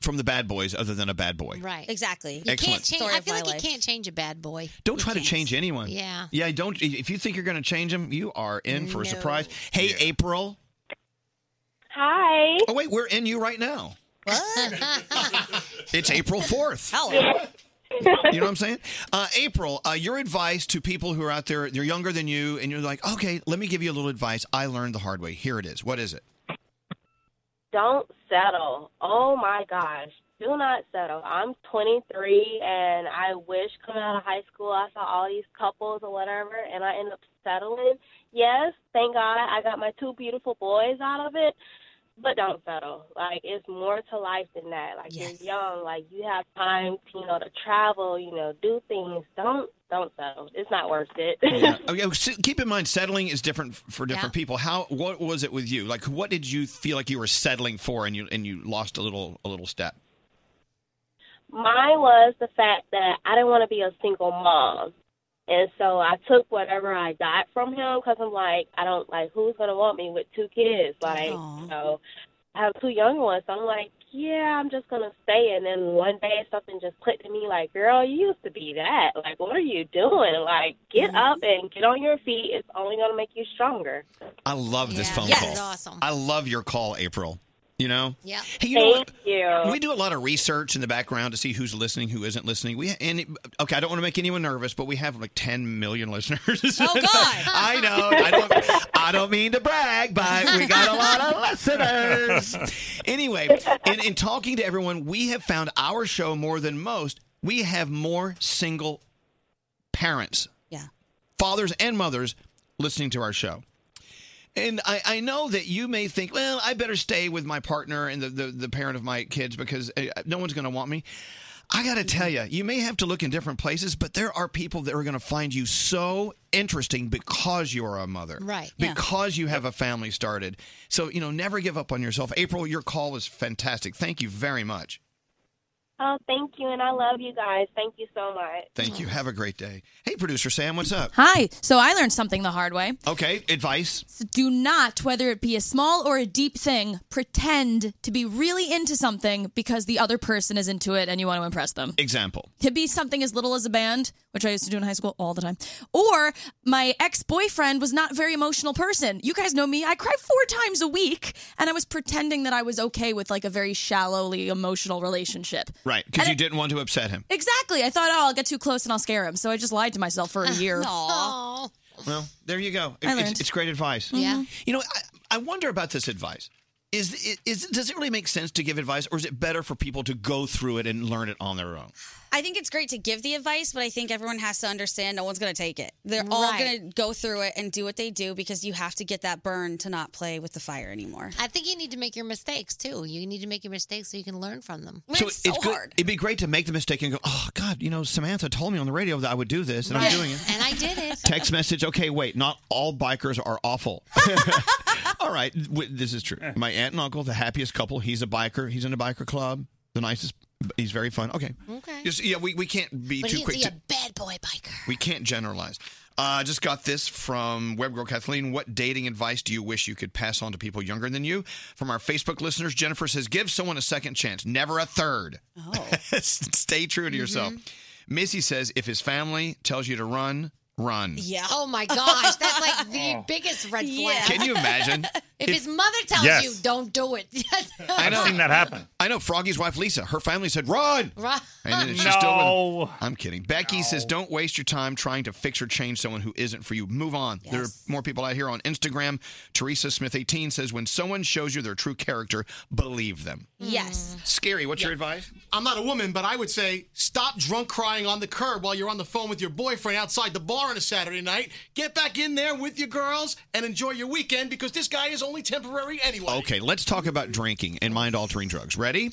Speaker 1: from the bad boys other than a bad boy.
Speaker 6: Right.
Speaker 5: Exactly.
Speaker 6: You
Speaker 1: Excellent.
Speaker 6: can't change.
Speaker 5: Story
Speaker 6: I
Speaker 5: of
Speaker 6: feel
Speaker 5: my
Speaker 6: like
Speaker 5: life.
Speaker 6: you can't change a bad boy.
Speaker 1: Don't try to change anyone.
Speaker 6: Yeah.
Speaker 1: Yeah. Don't. If you think you're going to change them, you are in for a
Speaker 6: No.
Speaker 1: surprise. Hey, April.
Speaker 21: Hi.
Speaker 1: Oh wait, we're in you right now. It's April fourth.
Speaker 5: Hello.
Speaker 1: you know what I'm saying? Uh, April, uh, your advice to people who are out there, they're younger than you, and you're like, okay, let me give you a little advice. I learned the hard way. Here it is. What is it?
Speaker 22: Don't settle. Oh my gosh.
Speaker 7: do not settle. I'm 23, and I wish coming out of high school I saw all these couples or whatever, and I end up settling. Yes, thank God I got my two beautiful boys out of it, but don't settle. Like it's more to life than that. Like
Speaker 5: Yes.
Speaker 7: you're young, like you have time, you know, to travel, you know, do things. Don't don't settle. It's not worth it.
Speaker 1: Uh, Yeah. Okay, so keep in mind, settling is different f- for different
Speaker 7: Yeah.
Speaker 1: people. How? What was it with you? Like, what did you feel like you were settling for, and you and you lost a little a little step?
Speaker 7: Mine was the fact that I didn't want to be a single mom. And so I took whatever I got from him because I'm like, I don't like who's gonna want me with two kids. Like, you know, I have two young ones. So I'm like, yeah, I'm just gonna stay. And then one day something just clicked to me, like, girl, you used to be that. Like, what are you doing? Like, get up and get on your feet. It's only gonna make you stronger.
Speaker 1: I love this phone
Speaker 7: Yes.
Speaker 1: call.
Speaker 7: That's awesome.
Speaker 1: I love your call, April. You know.
Speaker 7: Yeah.
Speaker 1: Hey, you know
Speaker 7: Thank
Speaker 1: what?
Speaker 7: you.
Speaker 1: We do a lot of research in the background to see who's listening, who isn't listening. We and it- okay, I don't want to make anyone nervous, but we have like 10 million listeners. Oh God! I know. I don't. I don't mean to brag, but we got a lot of listeners. Anyway, in, in talking to everyone, we have found our show more than most. We have more single parents,
Speaker 5: Yeah.
Speaker 1: fathers and mothers, listening to our show. And I, I know that you may think, well, I better stay with my partner and the, the, the parent of my kids because uh, no one's going to want me. I got to tell you, you may have to look in different places, but there are people that are going to find you so interesting because you are a mother.
Speaker 6: Right. Yeah.
Speaker 1: Because you have a family started. So, you know, never give up on yourself. April, your call was fantastic. Thank you very much.
Speaker 7: Oh, thank you, and I love you guys. Thank you so much.
Speaker 1: Thank you. Have a great day. Hey, producer Sam, what's up?
Speaker 9: Hi. So I learned something the hard way.
Speaker 1: Okay, advice.
Speaker 9: So do not, whether it be a small or a deep thing, pretend to be really into something because the other person is into it and you want to impress them.
Speaker 1: Example.
Speaker 9: Could be something as little as a band, which I used to do in high school all the time. Or my ex boyfriend was not a very emotional person. You guys know me. I cry four times a week, and I was pretending that I was okay with like a very shallowly emotional relationship.
Speaker 1: Right, because you didn't want to upset him.
Speaker 9: Exactly. I thought, oh, I'll get too close and I'll scare him. So I just lied to myself for a year.
Speaker 6: Aw.
Speaker 1: Well, there you go.
Speaker 9: I
Speaker 1: it's,
Speaker 9: learned.
Speaker 1: it's great advice.
Speaker 9: Yeah.
Speaker 6: Mm-hmm.
Speaker 9: Mhm.
Speaker 1: You know, I, I wonder about this advice. Is, is does it really make sense to give advice, or is it better for people to go through it and learn it on their own?
Speaker 5: I think it's great to give the advice, but I think everyone has to understand no one's going to take it. They're all
Speaker 6: Right.
Speaker 5: going to go through it and do what they do because you have to get that burn to not play with the fire anymore.
Speaker 6: I think you need to make your mistakes too. You need to make your mistakes so you can learn from them.
Speaker 1: so it's, good. It'd be great to make the mistake and go, "Oh God, you know, Samantha told me on the radio that I would do this, and
Speaker 6: Right.
Speaker 1: I'm doing it."
Speaker 6: And I did it.
Speaker 1: Text message. Okay, wait. Not all bikers are awful. all right, w- this is true. My aunt and uncle, the happiest couple. He's a biker. He's in a biker club. The nicest. He's very fun. Okay.
Speaker 6: Okay.
Speaker 1: Just, yeah, we, we can't be
Speaker 6: but
Speaker 1: too
Speaker 6: he's
Speaker 1: quick.
Speaker 6: he a
Speaker 1: to-
Speaker 6: bad boy biker.
Speaker 1: We can't generalize. Uh, I just got this from Webgirl Kathleen. What dating advice do you wish you could pass on to people younger than you? From our Facebook listeners, Jennifer says, give someone a second chance, never a third.
Speaker 5: Oh.
Speaker 1: Stay true to yourself. Missy says, if his family tells you to run, run.
Speaker 5: Yeah.
Speaker 6: Oh my gosh, that's like the biggest red flag.
Speaker 1: Can you imagine?
Speaker 6: If,
Speaker 1: If-
Speaker 6: his mother tells
Speaker 1: Yes.
Speaker 6: you, don't do it.
Speaker 1: that happen. I know Froggy's wife, Lisa, her family said, run.
Speaker 6: Right.
Speaker 1: And then she's still with him. I'm kidding. Becky says, don't waste your time trying to fix or change someone who isn't for you. Move on. There are more people out here on Instagram. Teresa Smith18 says, when someone shows you their true character, believe them.
Speaker 5: Yes.
Speaker 1: Scary. What's your advice?
Speaker 15: I'm not a woman, but I would say stop drunk crying on the curb while you're on the phone with your boyfriend outside the bar on a Saturday night. Get back in there with your girls and enjoy your weekend because this guy is only temporary anyway.
Speaker 1: Okay, let's talk about drinking and mind altering drugs. Ready?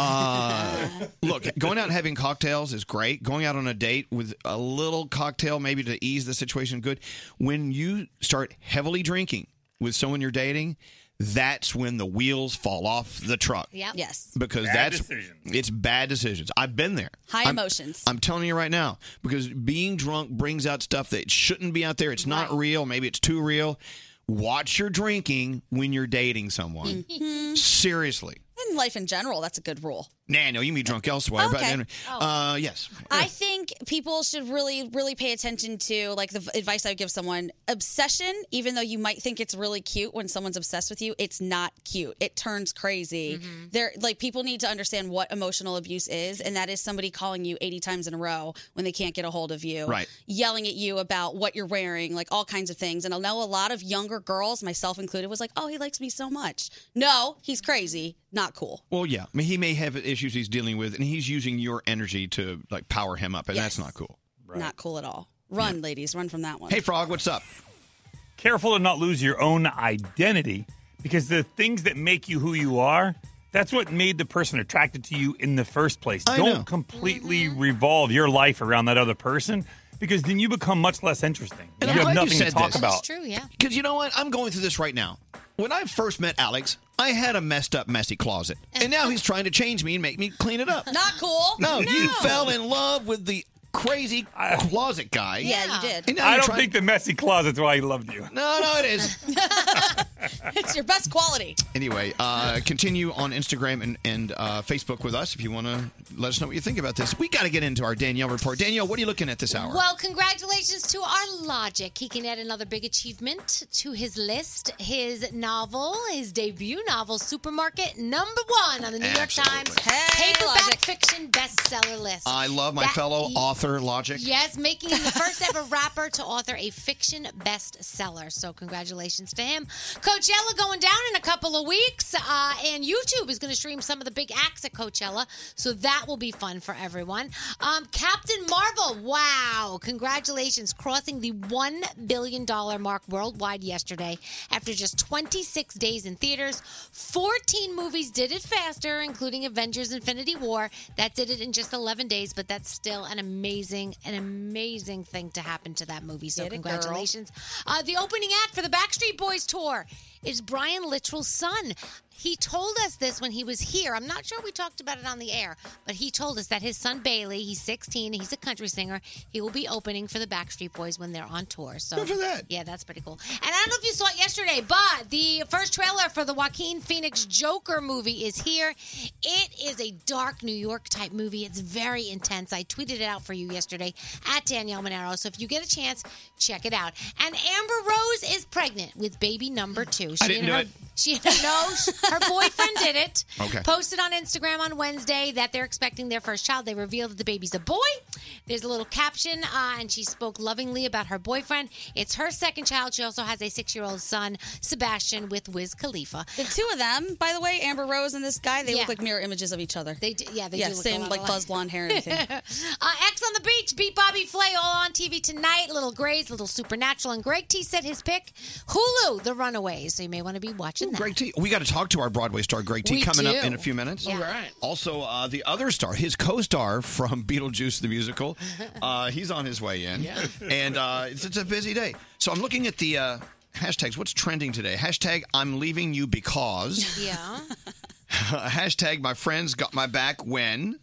Speaker 1: Uh, look, going out and having cocktails is great. Going out on a date with a little cocktail, maybe to ease the situation, good. When you start heavily drinking with someone you're dating, that's when the wheels fall off the truck.
Speaker 5: Yep. Yes.
Speaker 1: Because
Speaker 5: Bad
Speaker 1: that's
Speaker 5: decisions.
Speaker 1: it's bad decisions. I've been there.
Speaker 5: High
Speaker 1: I'm-
Speaker 5: emotions.
Speaker 1: I'm telling you right now, because being drunk brings out stuff that shouldn't be out there. It's not real. Maybe it's too real. Watch your drinking when you're dating someone.
Speaker 5: Mhm.
Speaker 1: Seriously.
Speaker 5: In life in general, that's a good rule.
Speaker 1: Nah, no, you mean drunk elsewhere. But
Speaker 5: Okay. Oh.
Speaker 1: anyway, uh, yes.
Speaker 5: I think people should really, really pay attention to like the v- advice I would give someone. Obsession, even though you might think it's really cute when someone's obsessed with you, it's not cute. It turns crazy. There, like people need to understand what emotional abuse is, and that is somebody calling you eighty times in a row when they can't get a hold of you,
Speaker 22: Right.
Speaker 5: Yelling at you about what you're wearing, like all kinds of things. And I know a lot of younger girls, myself included, was like, "Oh, he likes me so much." No, he's crazy. not cool.
Speaker 1: Well, yeah. I mean, he may have issues he's dealing with, and he's using your energy to like power him up, and that's not cool.
Speaker 5: Not cool at all. Run, ladies, run from that one.
Speaker 1: Hey, Frog, what's up?
Speaker 8: Careful to not lose your own identity because the things that make you who you are, that's what made the person attracted to you in the first place.
Speaker 1: I
Speaker 8: Don't
Speaker 1: know.
Speaker 8: completely revolve your life around that other person because then you become much less interesting.
Speaker 1: And
Speaker 8: you
Speaker 1: I'm
Speaker 8: have
Speaker 1: glad you
Speaker 8: nothing
Speaker 1: said
Speaker 8: to talk
Speaker 1: this.
Speaker 8: about.
Speaker 6: yeah.
Speaker 1: Because you know what? I'm going through this right now. When I first met Alex, I had a messed up, messy closet. And now he's trying to change me and make me clean it up.
Speaker 5: Not cool.
Speaker 1: No, you fell in love with the crazy closet guy.
Speaker 5: Yeah, you did.
Speaker 1: And
Speaker 8: I
Speaker 1: now you're
Speaker 8: don't
Speaker 1: trying-
Speaker 8: think the messy closet's why he loved you.
Speaker 1: No, no, it is.
Speaker 5: it's your best quality.
Speaker 1: Anyway, uh, continue on Instagram and, and uh, Facebook with us if you want to let us know what you think about this. We got to get into our Danielle report. Danielle, what are you looking at this hour?
Speaker 6: Well, congratulations to our logic. He can add another big achievement to his list. His novel, his debut novel, Supermarket, number one on the New York Times paperback fiction bestseller list.
Speaker 1: I love my
Speaker 6: That-
Speaker 1: fellow author logic.
Speaker 6: Yes, making him the first ever rapper to author a fiction bestseller. So congratulations to him. Coachella going down in a couple of weeks, uh, and YouTube is going to stream some of the big acts at Coachella. So that will be fun for everyone. Um, Captain Marvel, wow! Congratulations, crossing the one billion dollar mark worldwide yesterday after just 26 days in theaters. 14 movies did it faster, including Avengers: Infinity War. That did it in just 11 days, but that's still an amazing, an amazing thing to happen to that movie. So
Speaker 5: Get it, girl.
Speaker 6: congratulations! Uh, the opening act for the Backstreet Boys tour is Brian Littrell's son. He told us this when he was here. I'm not sure we talked about it on the air, but he told us that his son Bailey, he's 16, he's a country singer. He will be opening for the Backstreet Boys when they're on tour. So
Speaker 12: Good for that.
Speaker 6: Yeah, that's pretty cool. And I don't know if you saw it yesterday, but the first trailer for the Joaquin Phoenix Joker movie is here. It is a dark New York type movie. It's very intense. I tweeted it out for you yesterday at Danielle Monero. So if you get a chance, check it out. And Amber Rose is pregnant with baby number two.
Speaker 12: I didn't
Speaker 6: and
Speaker 12: know
Speaker 6: her,
Speaker 12: it.
Speaker 6: She no, her boyfriend did it.
Speaker 12: Okay.
Speaker 6: Posted on Instagram on Wednesday that they're expecting their first child. They revealed that the baby's a boy. There's a little caption, uh, and she spoke lovingly about her boyfriend. It's her second child. She also has a six-year-old son, Sebastian, with Wiz Khalifa.
Speaker 5: The two of them, by the way, Amber Rose and this guy, they
Speaker 6: Yeah.
Speaker 5: look like mirror images of each other.
Speaker 6: They do, yeah, they
Speaker 5: yeah,
Speaker 6: do look a
Speaker 5: same
Speaker 6: lot
Speaker 5: like
Speaker 6: alike.
Speaker 5: buzz blonde hair and everything.
Speaker 6: uh, X on the Beach beat Bobby Flay all on TV tonight. Little Grays, Little Supernatural, and Greg T said his pick Hulu, The Runaways. So you may want to be watching that.
Speaker 1: Greg T. We got to talk to our Broadway star, Greg T,
Speaker 6: We
Speaker 1: coming
Speaker 6: do.
Speaker 1: up in a few minutes.
Speaker 6: Yeah. All right.
Speaker 1: Also, uh, the other star, his co star from Beetlejuice the Musical, uh, he's on his way in.
Speaker 2: Yeah.
Speaker 1: And uh, it's, it's a busy day. So I'm looking at the uh, hashtags. What's trending today? Hashtag I'm leaving you because.
Speaker 6: Yeah.
Speaker 1: hashtag my friends got my back when.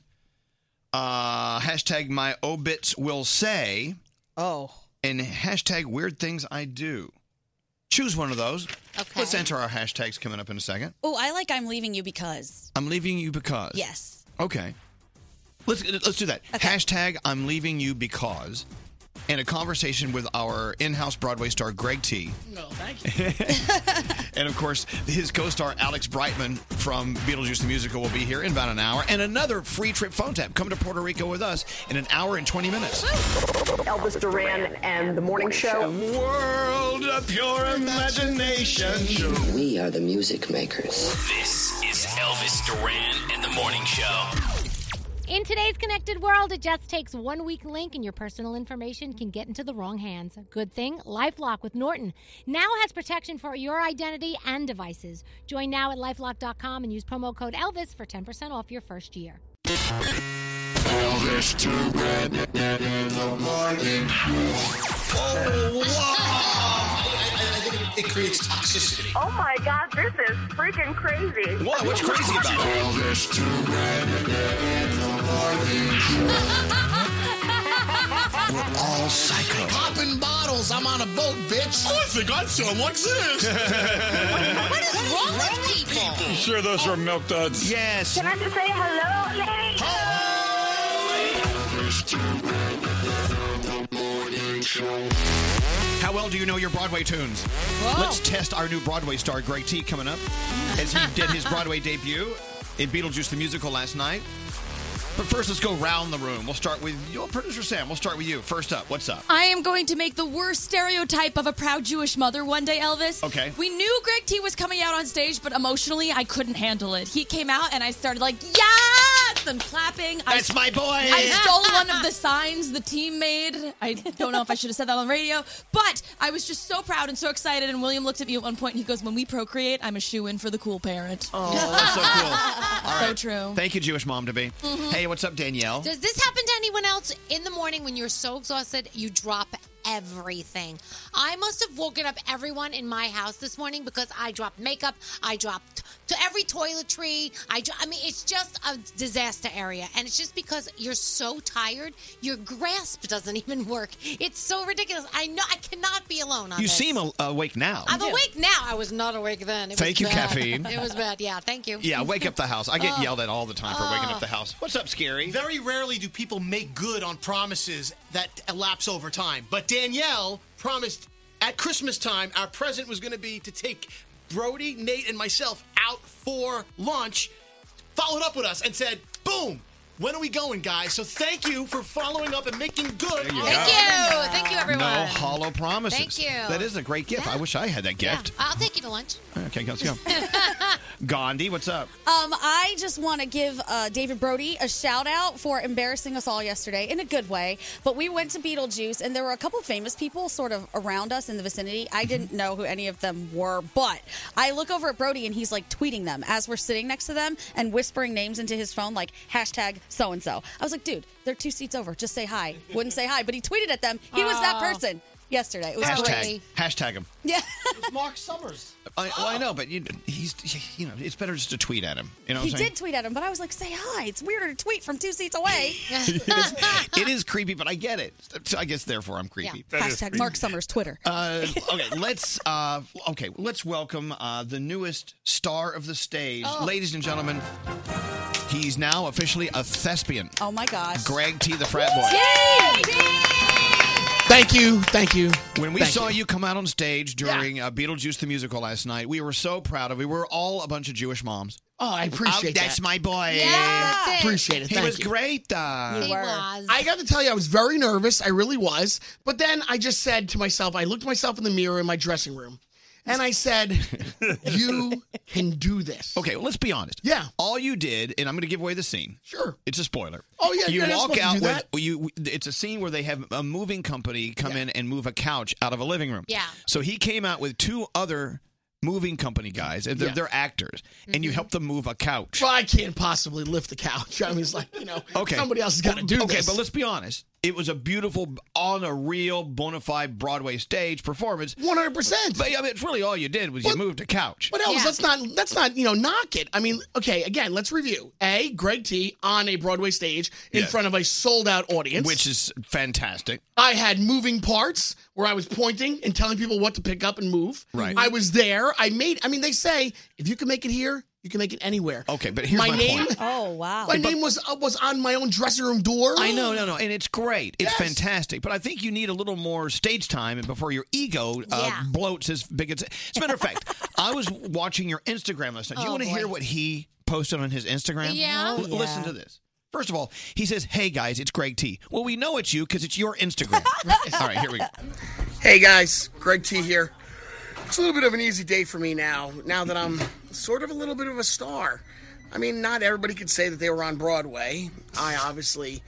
Speaker 1: Uh, hashtag my obits will say.
Speaker 5: Oh.
Speaker 1: And hashtag weird things I do. Choose one of those. Okay. Let's enter our hashtags coming up in a second.
Speaker 5: oh, I like I'm leaving you because.
Speaker 1: I'm leaving you because.
Speaker 5: Yes.
Speaker 1: Okay. Let's let's do that. Hashtag I'm leaving you because, and a conversation with our in-house Broadway star Greg T.
Speaker 18: No, thank you.
Speaker 1: And of course, his co-star Alex Brightman from Beetlejuice the Musical will be here in about an hour. And another free trip phone tap. Come to Puerto Rico with us in an hour and 20 minutes.
Speaker 12: Elvis Duran and the morning show. World of your imagination.
Speaker 22: We are the music makers.
Speaker 10: This is Elvis Duran and the Morning Show.
Speaker 23: In today's connected world, it just takes one weak link and your personal information can get into the wrong hands. Good thing Lifelock with Norton now has protection for your identity and devices. Join now at lifelock.com and use promo code Elvis for 10% off your first year.
Speaker 12: Elvis Duran in the morning.
Speaker 3: It creates toxicity.
Speaker 12: Oh my God, this is freaking crazy. What? What's crazy about it? Elvis Duran in the morning. We're all psycho.
Speaker 3: Popping bottles. I'm on a boat, bitch. Oh, I think I'm someone. What's this?
Speaker 12: what
Speaker 6: is wrong with people?
Speaker 8: You sure those were milk duds?
Speaker 1: Yes.
Speaker 12: Can I just say hello, lady?
Speaker 1: How well do you know your Broadway tunes? Let's test our new Broadway star, Greg T, coming up as he did his Broadway debut in Beetlejuice the Musical last night. But first, let's go round the room. We'll start with your producer, Sam. We'll start with you. First up, what's up?
Speaker 9: I am going to make the worst stereotype of a proud Jewish mother one day, Elvis.
Speaker 1: Okay.
Speaker 9: We knew Greg T was coming out on stage, but emotionally, I couldn't handle it. He came out, and I started like, yes, and clapping.
Speaker 1: That's my boy.
Speaker 9: I stole one of the signs the team made. I don't know if I should have said that on the radio, but I was just so proud and so excited. And William looked at me at one point, and he goes, "When we procreate, I'm a shoe in for the cool parent." Oh,
Speaker 1: that's so cool. All
Speaker 9: So
Speaker 1: right.
Speaker 9: true.
Speaker 1: Thank you, Jewish mom to be.
Speaker 6: Mhm.
Speaker 1: Hey, what's up, Danielle?
Speaker 6: Does this happen to anyone else in the morning when you're so exhausted you drop everything? I must have woken up everyone in my house this morning because I dropped makeup, I dropped to every toiletry. I dro- I mean it's just a disaster area and it's just because you're so tired, your grasp doesn't even work. It's so ridiculous. I know I cannot be alone on
Speaker 1: you
Speaker 6: this.
Speaker 1: seem a- awake now.
Speaker 6: I'm awake now. I was not awake then. It was
Speaker 1: Thank you,
Speaker 6: bad.
Speaker 1: caffeine.
Speaker 6: It was bad. Yeah, thank you.
Speaker 1: Yeah, wake up the house. I get
Speaker 6: Oh.
Speaker 1: yelled at all the time for waking up the house. What's up, Scary?
Speaker 15: Very rarely do people make good on promises that elapse over time. But Danielle promised at Christmas time our present was going to be to take Brody, Nate, and myself out for lunch. Followed up with us and said, "Boom." When are we going, guys? So thank you for following up and making good.
Speaker 1: you go.
Speaker 15: on our
Speaker 1: Thank
Speaker 15: promise.
Speaker 6: Thank you, everyone.
Speaker 1: No hollow promises.
Speaker 6: Thank you.
Speaker 1: That is a great gift. I wish I had that gift.
Speaker 6: I'll take you to lunch.
Speaker 1: Okay, let's go. Gandhi, what's up?
Speaker 5: Um, I just want to give uh, David Brody a shout out for embarrassing us all yesterday in a good way. But we went to Beetlejuice, and there were a couple famous people sort of around us in the vicinity.
Speaker 15: Mm-hmm.
Speaker 5: I didn't know who any of them were, but I look over at Brody, and he's like tweeting them as we're sitting next to them and whispering names into his phone, like hashtag so and so. I was like, dude, they're two seats over. Just say hi. Wouldn't say hi, but he tweeted at them. He was that
Speaker 6: Oh.
Speaker 5: person yesterday. It was
Speaker 1: Hashtag,
Speaker 5: great.
Speaker 1: hashtag him.
Speaker 5: Yeah.
Speaker 15: Mark Summers.
Speaker 1: I, Well,
Speaker 5: Oh.
Speaker 1: I know, but you, he's you know it's better just to tweet at him. You know, what
Speaker 5: he
Speaker 1: I'm saying?
Speaker 5: did tweet at him, but I was like, say hi. It's weirder to tweet from two seats away.
Speaker 1: It is creepy, but I get it. So I guess therefore I'm creepy.
Speaker 5: Hashtag Mark Summers Twitter.
Speaker 1: Uh, okay, let's uh, okay, let's welcome uh, the newest star of the stage,
Speaker 5: Oh.
Speaker 1: ladies and gentlemen. He's now officially a thespian.
Speaker 5: Oh my gosh.
Speaker 1: Greg T, the frat boy.
Speaker 18: Thank you, thank you.
Speaker 1: When we
Speaker 18: Thank
Speaker 1: saw you. come out on stage during uh, Beetlejuice the musical last night, we were so proud of. We were all a bunch of Jewish moms.
Speaker 18: Oh, I appreciate
Speaker 1: Oh, that's
Speaker 18: that.
Speaker 1: my boy.
Speaker 18: Yeah, appreciate it.
Speaker 1: He
Speaker 18: Thank
Speaker 1: was
Speaker 18: you.
Speaker 1: great. Uh,
Speaker 18: I got to tell you, I was very nervous. I really was. But then I just said to myself, I looked at myself in the mirror in my dressing room, and I said, "You can do this."
Speaker 1: Okay, well, let's be honest.
Speaker 18: Yeah.
Speaker 1: All you did, and I'm going to give away the scene.
Speaker 18: Sure.
Speaker 1: It's a spoiler.
Speaker 18: Oh, yeah,
Speaker 1: You
Speaker 18: you're not
Speaker 1: walk
Speaker 18: supposed to
Speaker 1: out
Speaker 18: do
Speaker 1: with
Speaker 18: that.
Speaker 1: you. It's a scene where they have a moving company come in and move a couch out of a living room.
Speaker 6: Yeah.
Speaker 1: So he came out with two other moving company guys, and they're,
Speaker 18: Yeah.
Speaker 1: they're actors, and you helped them move a couch.
Speaker 18: Well, I can't possibly lift the couch. I mean, it's like you know,
Speaker 1: Okay.
Speaker 18: somebody else has got to do
Speaker 1: Okay,
Speaker 18: this.
Speaker 1: but let's be honest. It was a beautiful, on a real, bona fide Broadway stage performance.
Speaker 18: One hundred percent.
Speaker 1: But I mean, it's really all you did was you moved a couch.
Speaker 18: But Elvis, let's not let's not you know knock it. I mean, okay, again, let's review. A Greg T on a Broadway stage in
Speaker 1: Yes.
Speaker 18: front of a sold out audience,
Speaker 1: Which is fantastic.
Speaker 18: I had moving parts where I was pointing and telling people what to pick up and move.
Speaker 1: Right.
Speaker 18: I was there. I made. I mean, they say if you can make it here, you can make it anywhere.
Speaker 1: Okay, but here's my
Speaker 18: name.
Speaker 1: point.
Speaker 5: Oh wow.
Speaker 18: My name was uh, was on my own dressing room door.
Speaker 1: I know, no, no, and it's great. It's fantastic, but I think you need a little more stage time before your ego uh,
Speaker 18: Yeah.
Speaker 1: bloats as big as. As a matter of fact, I was watching your Instagram last night. you
Speaker 18: Oh,
Speaker 1: want to
Speaker 18: boy.
Speaker 1: hear what he posted on his Instagram?
Speaker 18: Yeah. Oh,
Speaker 1: L-
Speaker 18: Yeah.
Speaker 1: Listen to this. First of all, he says, "Hey guys, it's Greg T." Well, we know it's you because it's your Instagram. all right, here we go.
Speaker 18: Hey guys, Greg T here. It's a little bit of an easy day for me now, now that I'm sort of a little bit of a star. I mean, not everybody could say that they were on Broadway. I obviously,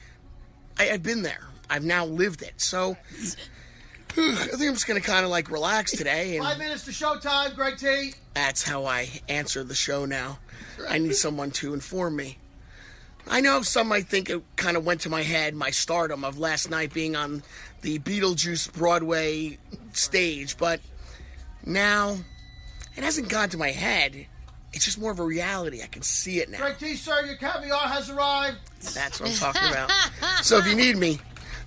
Speaker 18: I, I've been there. I've now lived it. So, I think I'm just gonna kind of like relax today,
Speaker 15: Five
Speaker 18: and
Speaker 15: minutes to showtime, Greg T.
Speaker 18: that's how I answer the show now. I need someone to inform me. I know some might think it kind of went to my head, my stardom of last night being on the Beetlejuice Broadway stage, but now it hasn't gone to my head. It's just more of a reality. I can see it now.
Speaker 15: Greg T, sir, your caviar has arrived.
Speaker 18: That's what I'm talking about. So if you need me,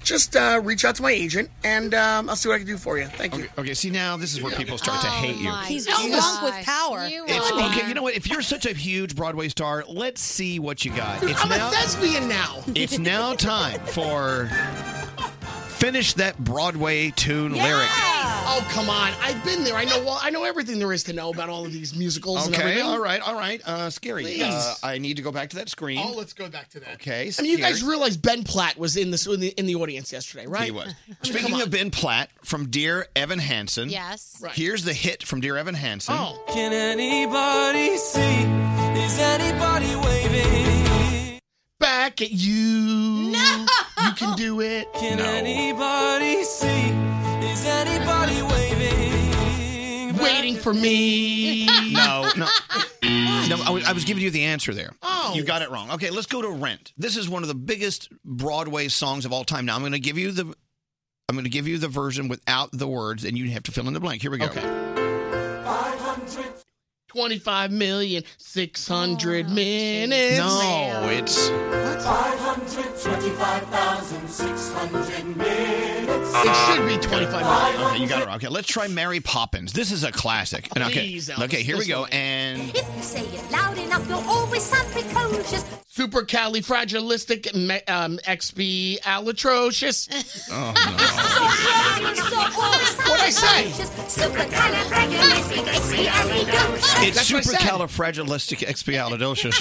Speaker 18: just uh, reach out to my agent and um, I'll see what I can do for you. Thank you.
Speaker 1: Okay, see now this is where people start to
Speaker 18: Oh,
Speaker 1: hate you.
Speaker 5: He's
Speaker 3: Oh
Speaker 18: gosh.
Speaker 5: drunk with power.
Speaker 1: It's, okay, you know what? If you're such a huge Broadway star, let's see what you got. It's
Speaker 18: I'm
Speaker 1: now
Speaker 18: a thespian now.
Speaker 1: It's now time for finish that Broadway tune lyric.
Speaker 18: Oh come on! I've been there. I know. Well, I know everything there is to know about all of these musicals. and
Speaker 1: Okay,
Speaker 18: everything.
Speaker 1: all right, all right. Uh, scary.
Speaker 18: Please.
Speaker 1: Uh, I need to go back to that screen.
Speaker 18: Oh,
Speaker 24: let's go back to that.
Speaker 1: Okay,
Speaker 18: I mean, you guys
Speaker 1: scary.
Speaker 18: realize Ben Platt was in this in the, in the audience yesterday, right?
Speaker 1: He was.
Speaker 18: I mean, come
Speaker 1: Speaking
Speaker 18: on.
Speaker 1: of Ben Platt from Dear Evan Hansen.
Speaker 18: Yes. Right.
Speaker 1: Here's the hit from Dear Evan Hansen.
Speaker 18: Oh.
Speaker 3: Can anybody see? Is anybody waving?
Speaker 18: Back at you. No. You can do it.
Speaker 3: Can anybody see? Is anybody waving?
Speaker 18: Waiting for me.
Speaker 1: No, no. No, I was, I was giving you the answer there.
Speaker 3: Oh.
Speaker 1: You got it wrong. Okay, let's go to Rent. This is one of the biggest Broadway songs of all time. Now I'm going to give you the I'm going to give you the version without the words and you have to fill in the blank. Here we go. Okay.
Speaker 18: Five hundred. Twenty-five million six hundred minutes.
Speaker 1: Oh, No, it's
Speaker 3: minutes.
Speaker 18: It should be 25
Speaker 1: Okay, you got it wrong. Okay, let's try Mary Poppins. This is a classic. And okay.
Speaker 18: Please, Elvis,
Speaker 1: Okay, here we
Speaker 18: this
Speaker 1: go.
Speaker 18: one.
Speaker 1: And
Speaker 18: If you say it loud enough, you'll always sound precocious. Supercalifragilistic me- um, XB alitrocious.
Speaker 1: Oh,
Speaker 3: What'd I say?
Speaker 1: It's
Speaker 3: That's what I said.
Speaker 1: supercalifragilisticexpialidocious. it's,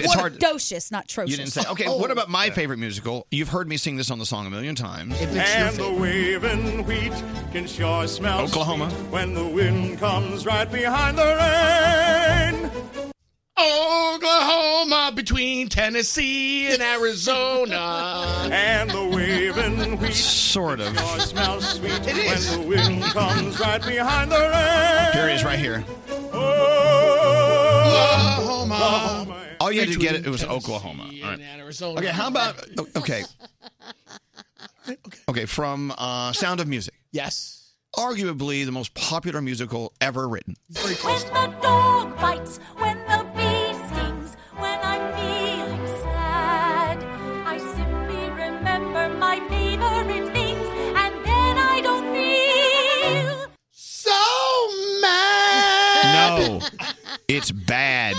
Speaker 1: it's
Speaker 10: What-
Speaker 1: hard.
Speaker 10: Docious, not trocious.
Speaker 1: You didn't say. Okay,
Speaker 5: Oh.
Speaker 1: what about my favorite musical? You've heard me sing this on the song a million times.
Speaker 25: And the waving wheat can sure smell
Speaker 1: Oklahoma.
Speaker 25: sweet when the wind comes right behind the rain.
Speaker 18: Oklahoma between Tennessee and Oh, Arizona.
Speaker 25: And the waving wheat
Speaker 1: sort of
Speaker 25: sure smells sweet
Speaker 18: It is.
Speaker 25: when the wind comes right behind the rain.
Speaker 1: Here it is, right here.
Speaker 18: Oklahoma.
Speaker 1: All you had to get it, it was
Speaker 18: Between
Speaker 1: Oklahoma.
Speaker 18: Tennessee
Speaker 1: All
Speaker 18: and
Speaker 1: right.
Speaker 18: Arizona.
Speaker 1: Okay, how about o- okay? Okay, from uh, Sound of Music.
Speaker 18: Yes.
Speaker 1: Arguably the most popular musical ever written.
Speaker 3: When the dog bites, when the bee stings, when I'm feeling sad, I simply remember my favorite things, and then I don't feel
Speaker 18: so mad.
Speaker 1: No, it's bad.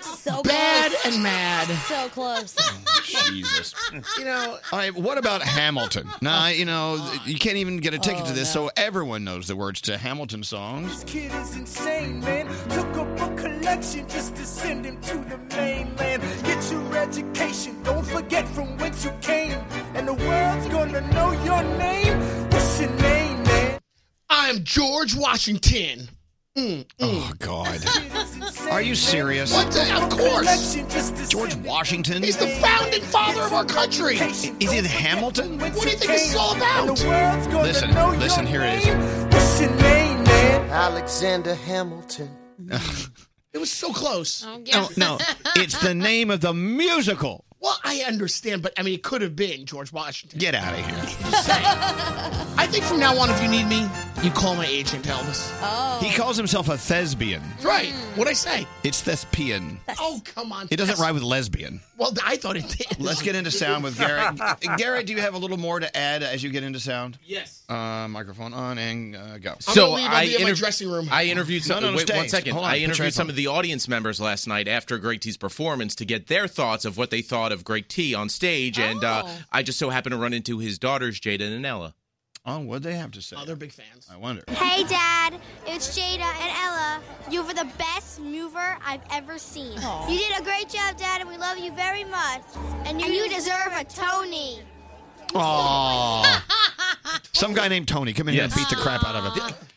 Speaker 10: So
Speaker 18: Bad
Speaker 10: close.
Speaker 18: and mad.
Speaker 10: So close.
Speaker 1: Jesus.
Speaker 18: You know,
Speaker 1: All right, what about Hamilton? Nah, you know, you can't even get a ticket
Speaker 18: Oh,
Speaker 1: to this, so everyone knows the words to Hamilton songs.
Speaker 3: Kid is insane, man. Took up a collection just to send him to the mainland. Get your education, don't forget from whence you came. And the world's gonna know your name. What's your name, man?
Speaker 18: I'm George Washington. Mm,
Speaker 1: Oh God, are you serious?
Speaker 18: What the- of course.
Speaker 1: George Washington.
Speaker 18: He's the founding father of our country.
Speaker 1: Is it Hamilton?
Speaker 18: What do you think this is all
Speaker 3: And
Speaker 18: about?
Speaker 3: the world's gonna
Speaker 1: Listen,
Speaker 3: know
Speaker 1: listen,
Speaker 3: your
Speaker 1: here it
Speaker 3: name.
Speaker 1: is.
Speaker 3: What's your name, man? Alexander Hamilton.
Speaker 18: It was so close.
Speaker 1: No, Oh, no, it's the name of the musical.
Speaker 18: Well, I understand, but I mean, it could have been George Washington.
Speaker 1: Get out of here.
Speaker 18: I think from now on, if you need me, you call my agent, Elvis.
Speaker 10: Oh.
Speaker 1: He calls himself a thespian.
Speaker 18: That's right. What'd I say?
Speaker 1: It's thespian.
Speaker 18: Oh, come on.
Speaker 1: It doesn't
Speaker 18: Yes.
Speaker 1: rhyme with lesbian.
Speaker 18: Well, I thought it did.
Speaker 1: Let's get into sound with Garrett. Garrett, do you have a little more to add as you get into sound?
Speaker 18: Yes.
Speaker 1: Uh, microphone on and uh, go.
Speaker 18: I'm gonna leave. I'll be in my dressing room.
Speaker 14: I interviewed some.
Speaker 1: No, no, no,
Speaker 14: wait,
Speaker 1: stay.
Speaker 14: one second.
Speaker 1: Hold on,
Speaker 14: I
Speaker 1: put your
Speaker 14: interviewed some
Speaker 1: headphone-
Speaker 14: of the audience members last night after Great T's performance to get their thoughts of what they thought of Great T on stage, and uh,
Speaker 18: Oh.
Speaker 14: I just so happened to run into his daughters, Jada and Ella.
Speaker 1: Oh, what'd they have to say?
Speaker 18: Oh, they're big fans.
Speaker 1: I wonder.
Speaker 26: Hey, Dad. It's Jada and Ella. You were the best mover I've ever seen. You did a great job, Dad, and we love you very much. And you, deserve, a Tony.
Speaker 1: Aw. Some guy named Tony. Come in here and beat the crap out of it.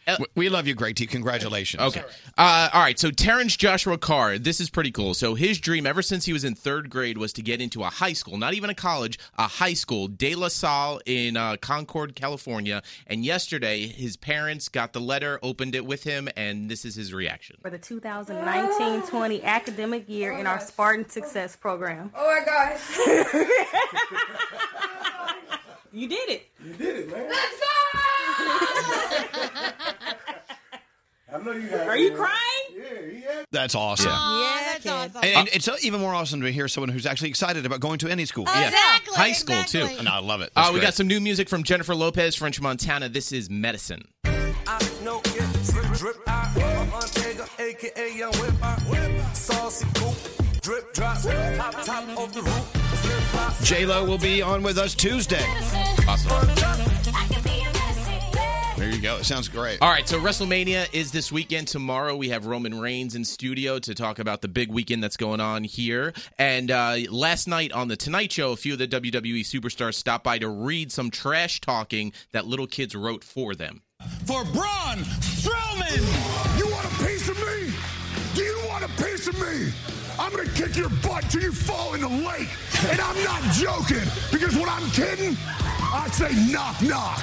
Speaker 1: W- We love you, Great T. Congratulations.
Speaker 14: Okay. Uh, all right. So Terrence Joshua Carr, this is pretty cool. So his dream ever since he was in third grade was to get into a high school, not even a college, a high school, De La Salle in uh, Concord, California. And yesterday, his parents got the letter, opened it with him, and this is his reaction.
Speaker 5: for the 2019-20 academic year in our Spartan Success Program.
Speaker 19: Oh my gosh.
Speaker 5: You did it.
Speaker 19: You did it, man. I know you guys.
Speaker 5: Are you crying?
Speaker 1: That's awesome.
Speaker 5: Yeah, that's awesome. Uh,
Speaker 1: And, and it's even more awesome to hear someone who's actually excited about going to any school.
Speaker 14: Yeah. Exactly, High school, exactly. too.
Speaker 1: And I love it.
Speaker 14: Uh,
Speaker 1: That's
Speaker 14: we
Speaker 1: great.
Speaker 14: got some new music from Jennifer Lopez, French Montana. This is Medicine.
Speaker 3: I know it's drip, drip. I am Ortega, aka Young Whip. I whip. Saucy coop, drip, drop, pop top of the roof.
Speaker 1: J Lo will be on with us Tuesday.
Speaker 14: Awesome.
Speaker 3: I can be a medicine.
Speaker 1: There you go. It sounds great.
Speaker 14: All right, so WrestleMania is this weekend. Tomorrow we have Roman Reigns in studio to talk about the big weekend that's going on here. And uh, last night on the Tonight Show, a few of the WWE superstars stopped by to read some trash talking that little kids wrote for them.
Speaker 3: For Braun Strowman! You want a piece of me? Do you want a piece of me? I'm gonna kick your butt till you fall in the lake. And I'm not joking, because when I'm kidding, I say knock knock.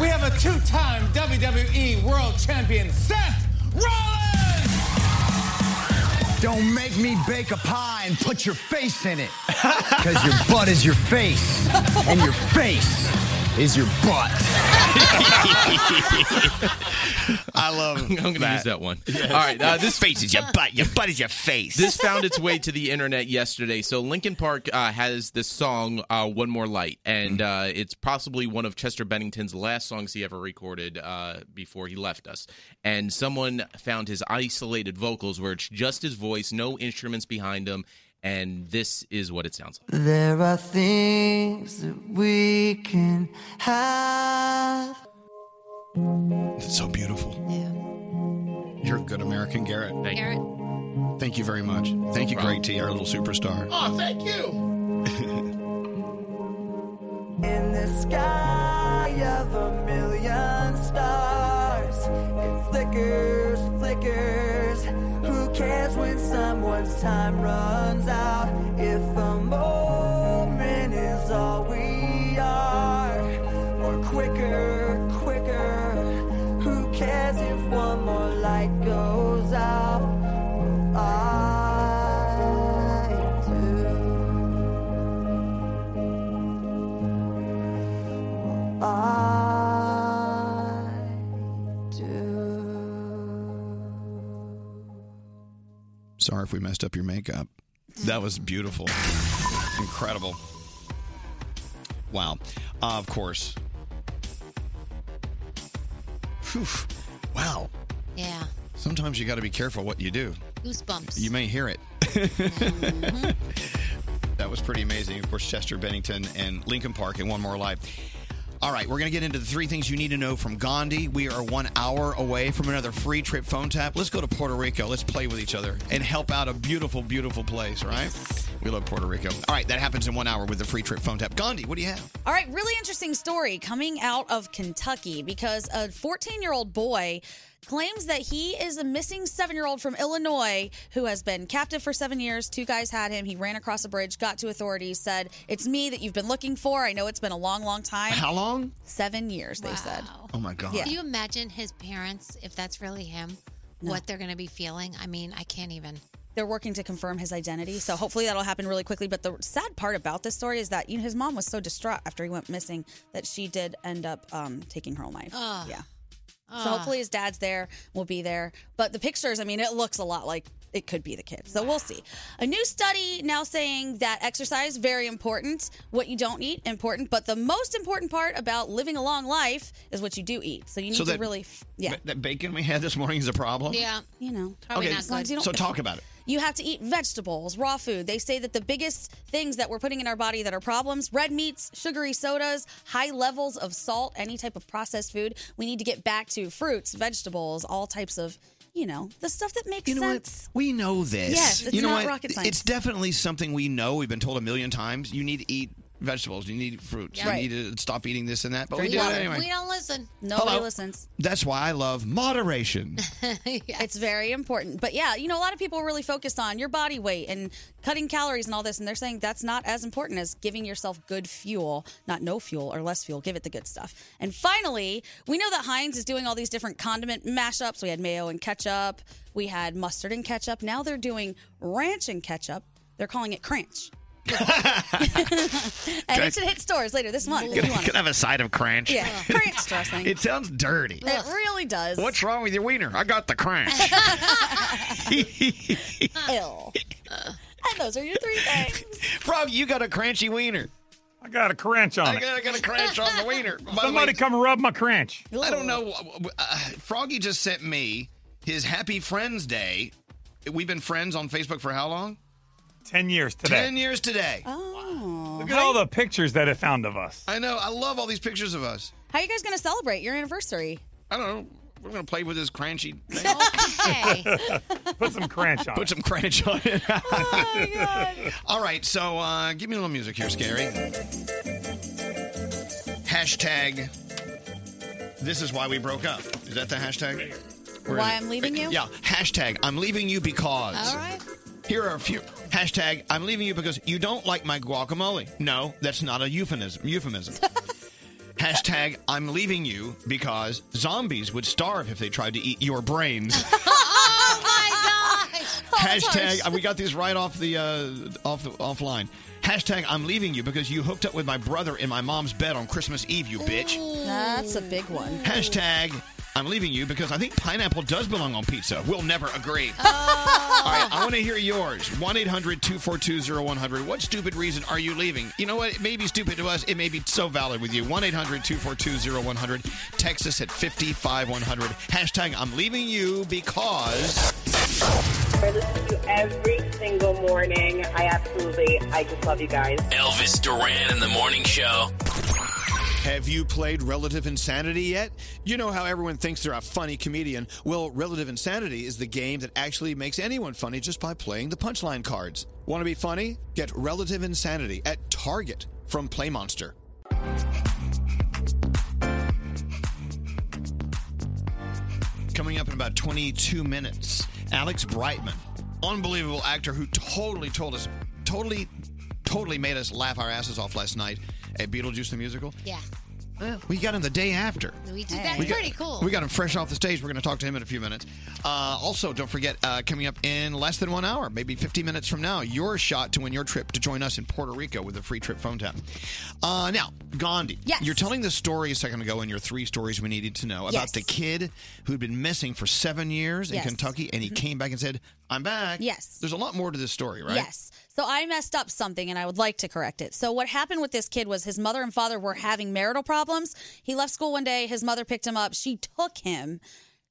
Speaker 3: we have a two-time WWE World Champion, Seth Rollins!
Speaker 4: Don't make me bake a pie and put your face in it. Because your butt is your face, and your face is your butt.
Speaker 1: I love. I'm
Speaker 14: going to use that one. All right, uh, this
Speaker 1: face is your butt. Your butt is your face.
Speaker 14: This found its way to the internet yesterday. So Linkin Park uh, has this song uh, "One More Light," and uh, it's possibly one of Chester Bennington's last songs he ever recorded uh, before he left us. And someone found his isolated vocals, where it's just his voice, no instruments behind him, and this is what it sounds like.
Speaker 11: There are things that we can have.
Speaker 1: It's so beautiful. Yeah. You're a good American, Garrett.
Speaker 6: Thank Garrett.
Speaker 1: Thank you very much. Thank you, Greg T, our little superstar.
Speaker 3: Oh, thank you.
Speaker 11: In the sky of a million stars, it flickers, flickers. Who cares when someone's time runs out? If a moment is all we are, or quicker, quicker. Who cares if one more light goes out? Ah, I do. I do.
Speaker 1: Sorry if we messed up your makeup. That was beautiful. Incredible. Wow. Uh, of course. Phew. Wow.
Speaker 6: Yeah.
Speaker 1: Sometimes you got to be careful what you do.
Speaker 6: Goosebumps.
Speaker 1: You may hear it. that was pretty amazing. Of course, Chester Bennington and Lincoln Park and One More Life. All right, we're going to get into the three things you need to know from Gandhi. We are one hour away from another free trip phone tap. Let's go to Puerto Rico. Let's play with each other and help out a beautiful, beautiful place, right? We love Puerto Rico. All right, that happens in one hour with the free trip phone tap. Gandhi, what do you have?
Speaker 5: All right, really interesting story coming out of Kentucky because a 14 year old boy claims that he is a missing seven year old from Illinois who has been captive for seven years. Two guys had him. He ran across a bridge, got to authorities, said, It's me that you've been looking for. I know it's been a long, long time.
Speaker 1: How long?
Speaker 5: Seven years, they said.
Speaker 1: Oh my God.
Speaker 6: Can you imagine his parents, if that's really him, what they're going to be feeling? I mean, I can't even.
Speaker 5: They're working to confirm his identity, so hopefully that'll happen really quickly. But the sad part about this story is that you know his mom was so distraught after he went missing that she did end up um, taking her own life.
Speaker 6: Ugh.
Speaker 5: Yeah. So
Speaker 6: Ugh.
Speaker 5: hopefully his dad's there, will be there. But the pictures, I mean, it looks a lot like it could be the kid. So we'll see. A new study now saying that exercise very important, what you don't eat important, but the most important part about living a long life is what you do eat. So you need
Speaker 1: So
Speaker 5: to
Speaker 1: that-
Speaker 5: really yeah.
Speaker 1: Ba- that bacon we had this morning is a problem?
Speaker 5: You know.
Speaker 1: Okay, so talk about it.
Speaker 5: You have to eat vegetables, raw food. They say that the biggest things that we're putting in our body that are problems red meats, sugary sodas, high levels of salt, any type of processed food. We need to get back to fruits, vegetables, all types of, you know, the stuff that makes
Speaker 1: You know
Speaker 5: sense.
Speaker 1: what? We know this.
Speaker 5: Yes, it's
Speaker 1: you know
Speaker 5: not
Speaker 1: what?
Speaker 5: rocket science.
Speaker 1: It's definitely something we know. We've been told a million times. You need to eat vegetables. You need fruits.
Speaker 6: Yeah.
Speaker 1: You
Speaker 6: Right.
Speaker 1: need to stop eating this and that. But we
Speaker 6: we,
Speaker 1: do it
Speaker 6: don't,
Speaker 1: anyway.
Speaker 6: we don't listen.
Speaker 5: Nobody listens.
Speaker 1: That's why I love moderation.
Speaker 5: It's very important. But yeah, you know, a lot of people are really focused on your body weight and cutting calories and all this, and they're saying that's not as important as giving yourself good fuel, not no fuel or less fuel. Give it the good stuff. And finally, we know that Heinz is doing all these different condiment mashups. We had mayo and ketchup, we had mustard and ketchup. Now they're doing ranch and ketchup. They're calling it cranch. and
Speaker 1: Okay.
Speaker 5: it should hit stores later this month.
Speaker 1: Can
Speaker 5: If you want it.
Speaker 1: have a side of cranch.
Speaker 5: Yeah, cranch dressing.
Speaker 1: It sounds dirty.
Speaker 5: It really does.
Speaker 1: What's wrong with your wiener? I got the cranch.
Speaker 5: Ill. And those are your three things.
Speaker 1: Frog, you got a crunchy wiener.
Speaker 8: I got a cranch on
Speaker 1: I
Speaker 8: it.
Speaker 1: got, I got a cranch on the wiener. By the
Speaker 8: Somebody
Speaker 1: way,
Speaker 8: come rub my cranch.
Speaker 1: I don't know. Uh, Froggy just sent me his Happy Friends Day. We've been friends on Facebook for how long?
Speaker 8: Ten years today.
Speaker 1: Ten years today.
Speaker 5: Oh.
Speaker 8: Look Look at all the pictures that it found of us.
Speaker 1: I know. I love all these pictures of us.
Speaker 5: How are you guys going to celebrate your anniversary?
Speaker 1: I don't know. We're gonna play with this crunchy.
Speaker 8: Put some crunch on.
Speaker 1: Put some crunch on it. oh my god! All right, so uh, give me a little music here, Scary. Hashtag. This is why we broke up. Is that the hashtag?
Speaker 5: Why I'm leaving you?
Speaker 1: Yeah. Hashtag. I'm leaving you because.
Speaker 5: All right.
Speaker 1: Here are a few. Hashtag, I'm leaving you because you don't like my guacamole. No, that's not a euphemism. Euphemism. Hashtag, I'm leaving you because zombies would starve if they tried to eat your brains.
Speaker 6: oh my gosh.
Speaker 1: Hashtag, uh, we got these right off the uh, off the, offline. Hashtag, I'm leaving you because you hooked up with my brother in my mom's bed on Christmas Eve, you bitch.
Speaker 5: That's a big one.
Speaker 1: Hashtag, I'm leaving you because I think pineapple does belong on pizza. We'll never agree. All right, I want to hear yours. 1 800 242 0100. What stupid reason are you leaving? You know what? It may be stupid to us, it may be so valid with you. 1 800 242 0100. Text us at 55100. Hashtag, I'm leaving you because.
Speaker 7: I listen to you every single morning. I absolutely, I just love you guys.
Speaker 10: Elvis Duran in the morning show.
Speaker 17: Have you played Relative Insanity yet? You know how everyone thinks they're a funny comedian. Well, Relative Insanity is the game that actually makes anyone funny just by playing the punchline cards. Want to be funny? Get Relative Insanity at Target from PlayMonster.
Speaker 1: Coming up in about 22 minutes, Alex Brightman, unbelievable actor who totally told us, totally, totally made us laugh our asses off last night at Beetlejuice the Musical.
Speaker 6: Yeah.
Speaker 1: We got him the day after.
Speaker 6: We did that.
Speaker 1: We got-
Speaker 6: Pretty cool.
Speaker 1: We got him fresh off the stage. We're going to talk to him in a few minutes. Uh, also, don't forget, uh, coming up in less than one hour, maybe 50 minutes from now, your shot to win your trip to join us in Puerto Rico with a free trip phone tap. Uh, now, Gandhi,
Speaker 19: Yes.
Speaker 1: you're telling the story a second ago in your three stories we needed to know about
Speaker 19: Yes.
Speaker 1: the kid who'd been missing for seven years in
Speaker 5: Yes.
Speaker 1: Kentucky, and he came back and said, I'm back.
Speaker 5: Yes.
Speaker 1: There's a lot more to this story, right?
Speaker 5: Yes. So I messed up something and I would like to correct it. So what happened with this kid was his mother and father were having marital problems. He left school one day, his mother picked him up, she took him.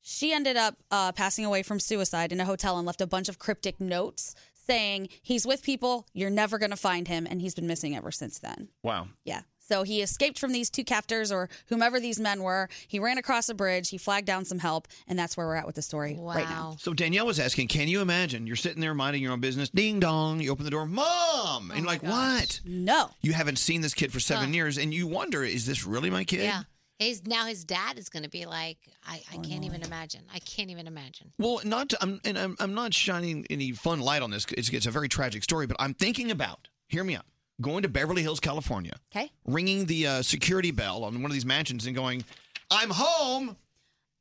Speaker 5: She ended up uh, passing away from suicide in a hotel and left a bunch of cryptic notes saying, He's with people, you're never going to find him. And he's been missing ever since then.
Speaker 1: Wow.
Speaker 5: Yeah. So he escaped from these two captors or whomever these men were. He ran across a bridge, he flagged down some help, and that's where we're at with the story right now.
Speaker 1: So Danielle was asking, can you imagine? You're sitting there minding your own business. Ding dong. You open the door, mom. and you're like, what?
Speaker 5: No.
Speaker 1: You haven't seen this kid for seven
Speaker 6: Huh.
Speaker 1: years, and you wonder, is this really my kid? Oh,
Speaker 6: Yeah. His, now his dad is going to be like, I, I can't even imagine. I can't even imagine.
Speaker 1: Well, not to, I'm, and I'm, I'm not shining any fun light on this. It's, it's a very tragic story, but I'm thinking about, hear me out, going to Beverly Hills, California,
Speaker 5: Okay.
Speaker 1: ringing the uh, security bell on one of these mansions and going, I'm home.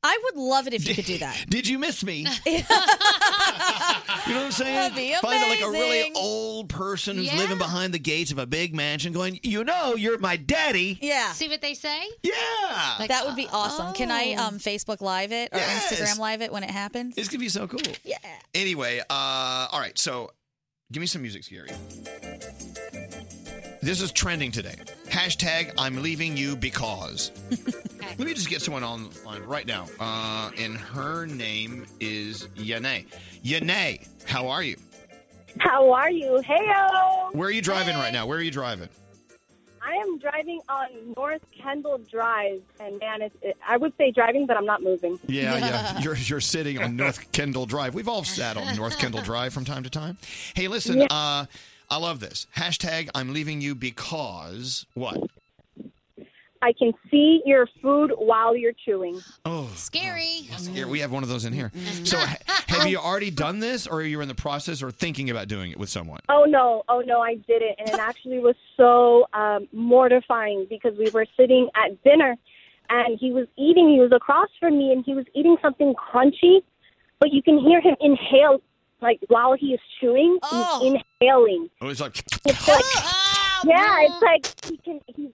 Speaker 5: I would love it if you could do that.
Speaker 1: Did you miss me? You know what I'm saying?
Speaker 5: That'd be
Speaker 1: Find like a really
Speaker 5: amazing.
Speaker 1: old person who's
Speaker 6: Yeah.
Speaker 1: living behind the gates of a big mansion going, you know, you're my daddy.
Speaker 5: Yeah.
Speaker 6: See what they say?
Speaker 1: Yeah.
Speaker 5: that would be awesome. Can I
Speaker 6: oh.
Speaker 5: um, Facebook Live it or
Speaker 1: Yes.
Speaker 5: Instagram Live it when it happens?
Speaker 1: It's gonna be so cool. Yeah. Anyway, uh, all right. So, give me some music, Scary. This is trending today. Hashtag I'm leaving you because. Let me just get someone on on right now. Uh, and her name is Yane. Yane, how are you?
Speaker 20: How are you? Heyo!
Speaker 1: Where are you driving right now? Where are you driving?
Speaker 20: I am driving on North Kendall Drive, and man, it's, it, I would say driving, but I'm not moving.
Speaker 1: Yeah, yeah. You're you're sitting on North Kendall Drive. We've all sat on North Kendall Drive from time to time. Hey, listen.
Speaker 20: Yeah.
Speaker 1: Uh, I love this hashtag. I'm leaving you because what?
Speaker 20: I can see your food while you're chewing.
Speaker 1: Oh,
Speaker 6: Scary.
Speaker 1: Yeah, we have one of those in here. So, ha- have you already done this, or are you in the process, or thinking about doing it with someone?
Speaker 20: Oh no, oh no, I did it. And it actually was so um, mortifying because we were sitting at dinner and he was eating, he was across from me and he was eating something crunchy, but you can hear him inhale like while he is chewing, he's inhaling.
Speaker 1: Oh, it's like
Speaker 20: It's like, yeah, it's like he can, he's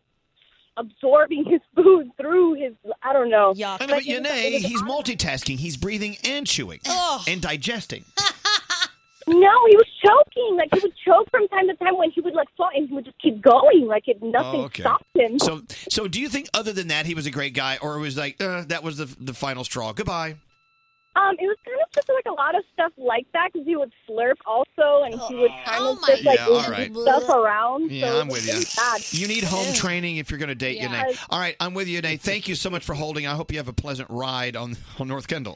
Speaker 20: absorbing his food through his, I don't know. Yeah,
Speaker 1: I know, but Yanae, he's multitasking. He's breathing and chewing and digesting.
Speaker 20: No, he was choking. Like he would choke from time to time when he would like fall, and he would just keep going. Like it, nothing
Speaker 1: Oh, okay.
Speaker 20: stopped him.
Speaker 1: So, so do you think other than that he was a great guy, or it was like uh, that was the the final straw? Goodbye.
Speaker 19: Um, it was kind of just like a lot of stuff like that because he would slurp also, and he would kind of just like
Speaker 1: Yeah, all
Speaker 19: move
Speaker 1: right.
Speaker 19: stuff around. so
Speaker 1: Yeah,
Speaker 19: it
Speaker 1: I'm
Speaker 19: was
Speaker 1: with
Speaker 19: really
Speaker 1: you.
Speaker 19: bad.
Speaker 1: You need home training if you're going to date your
Speaker 19: Yeah.
Speaker 1: Nate. All right, I'm with you, Nate. Thank you so much for holding. I hope you have a pleasant ride on, on North Kendall.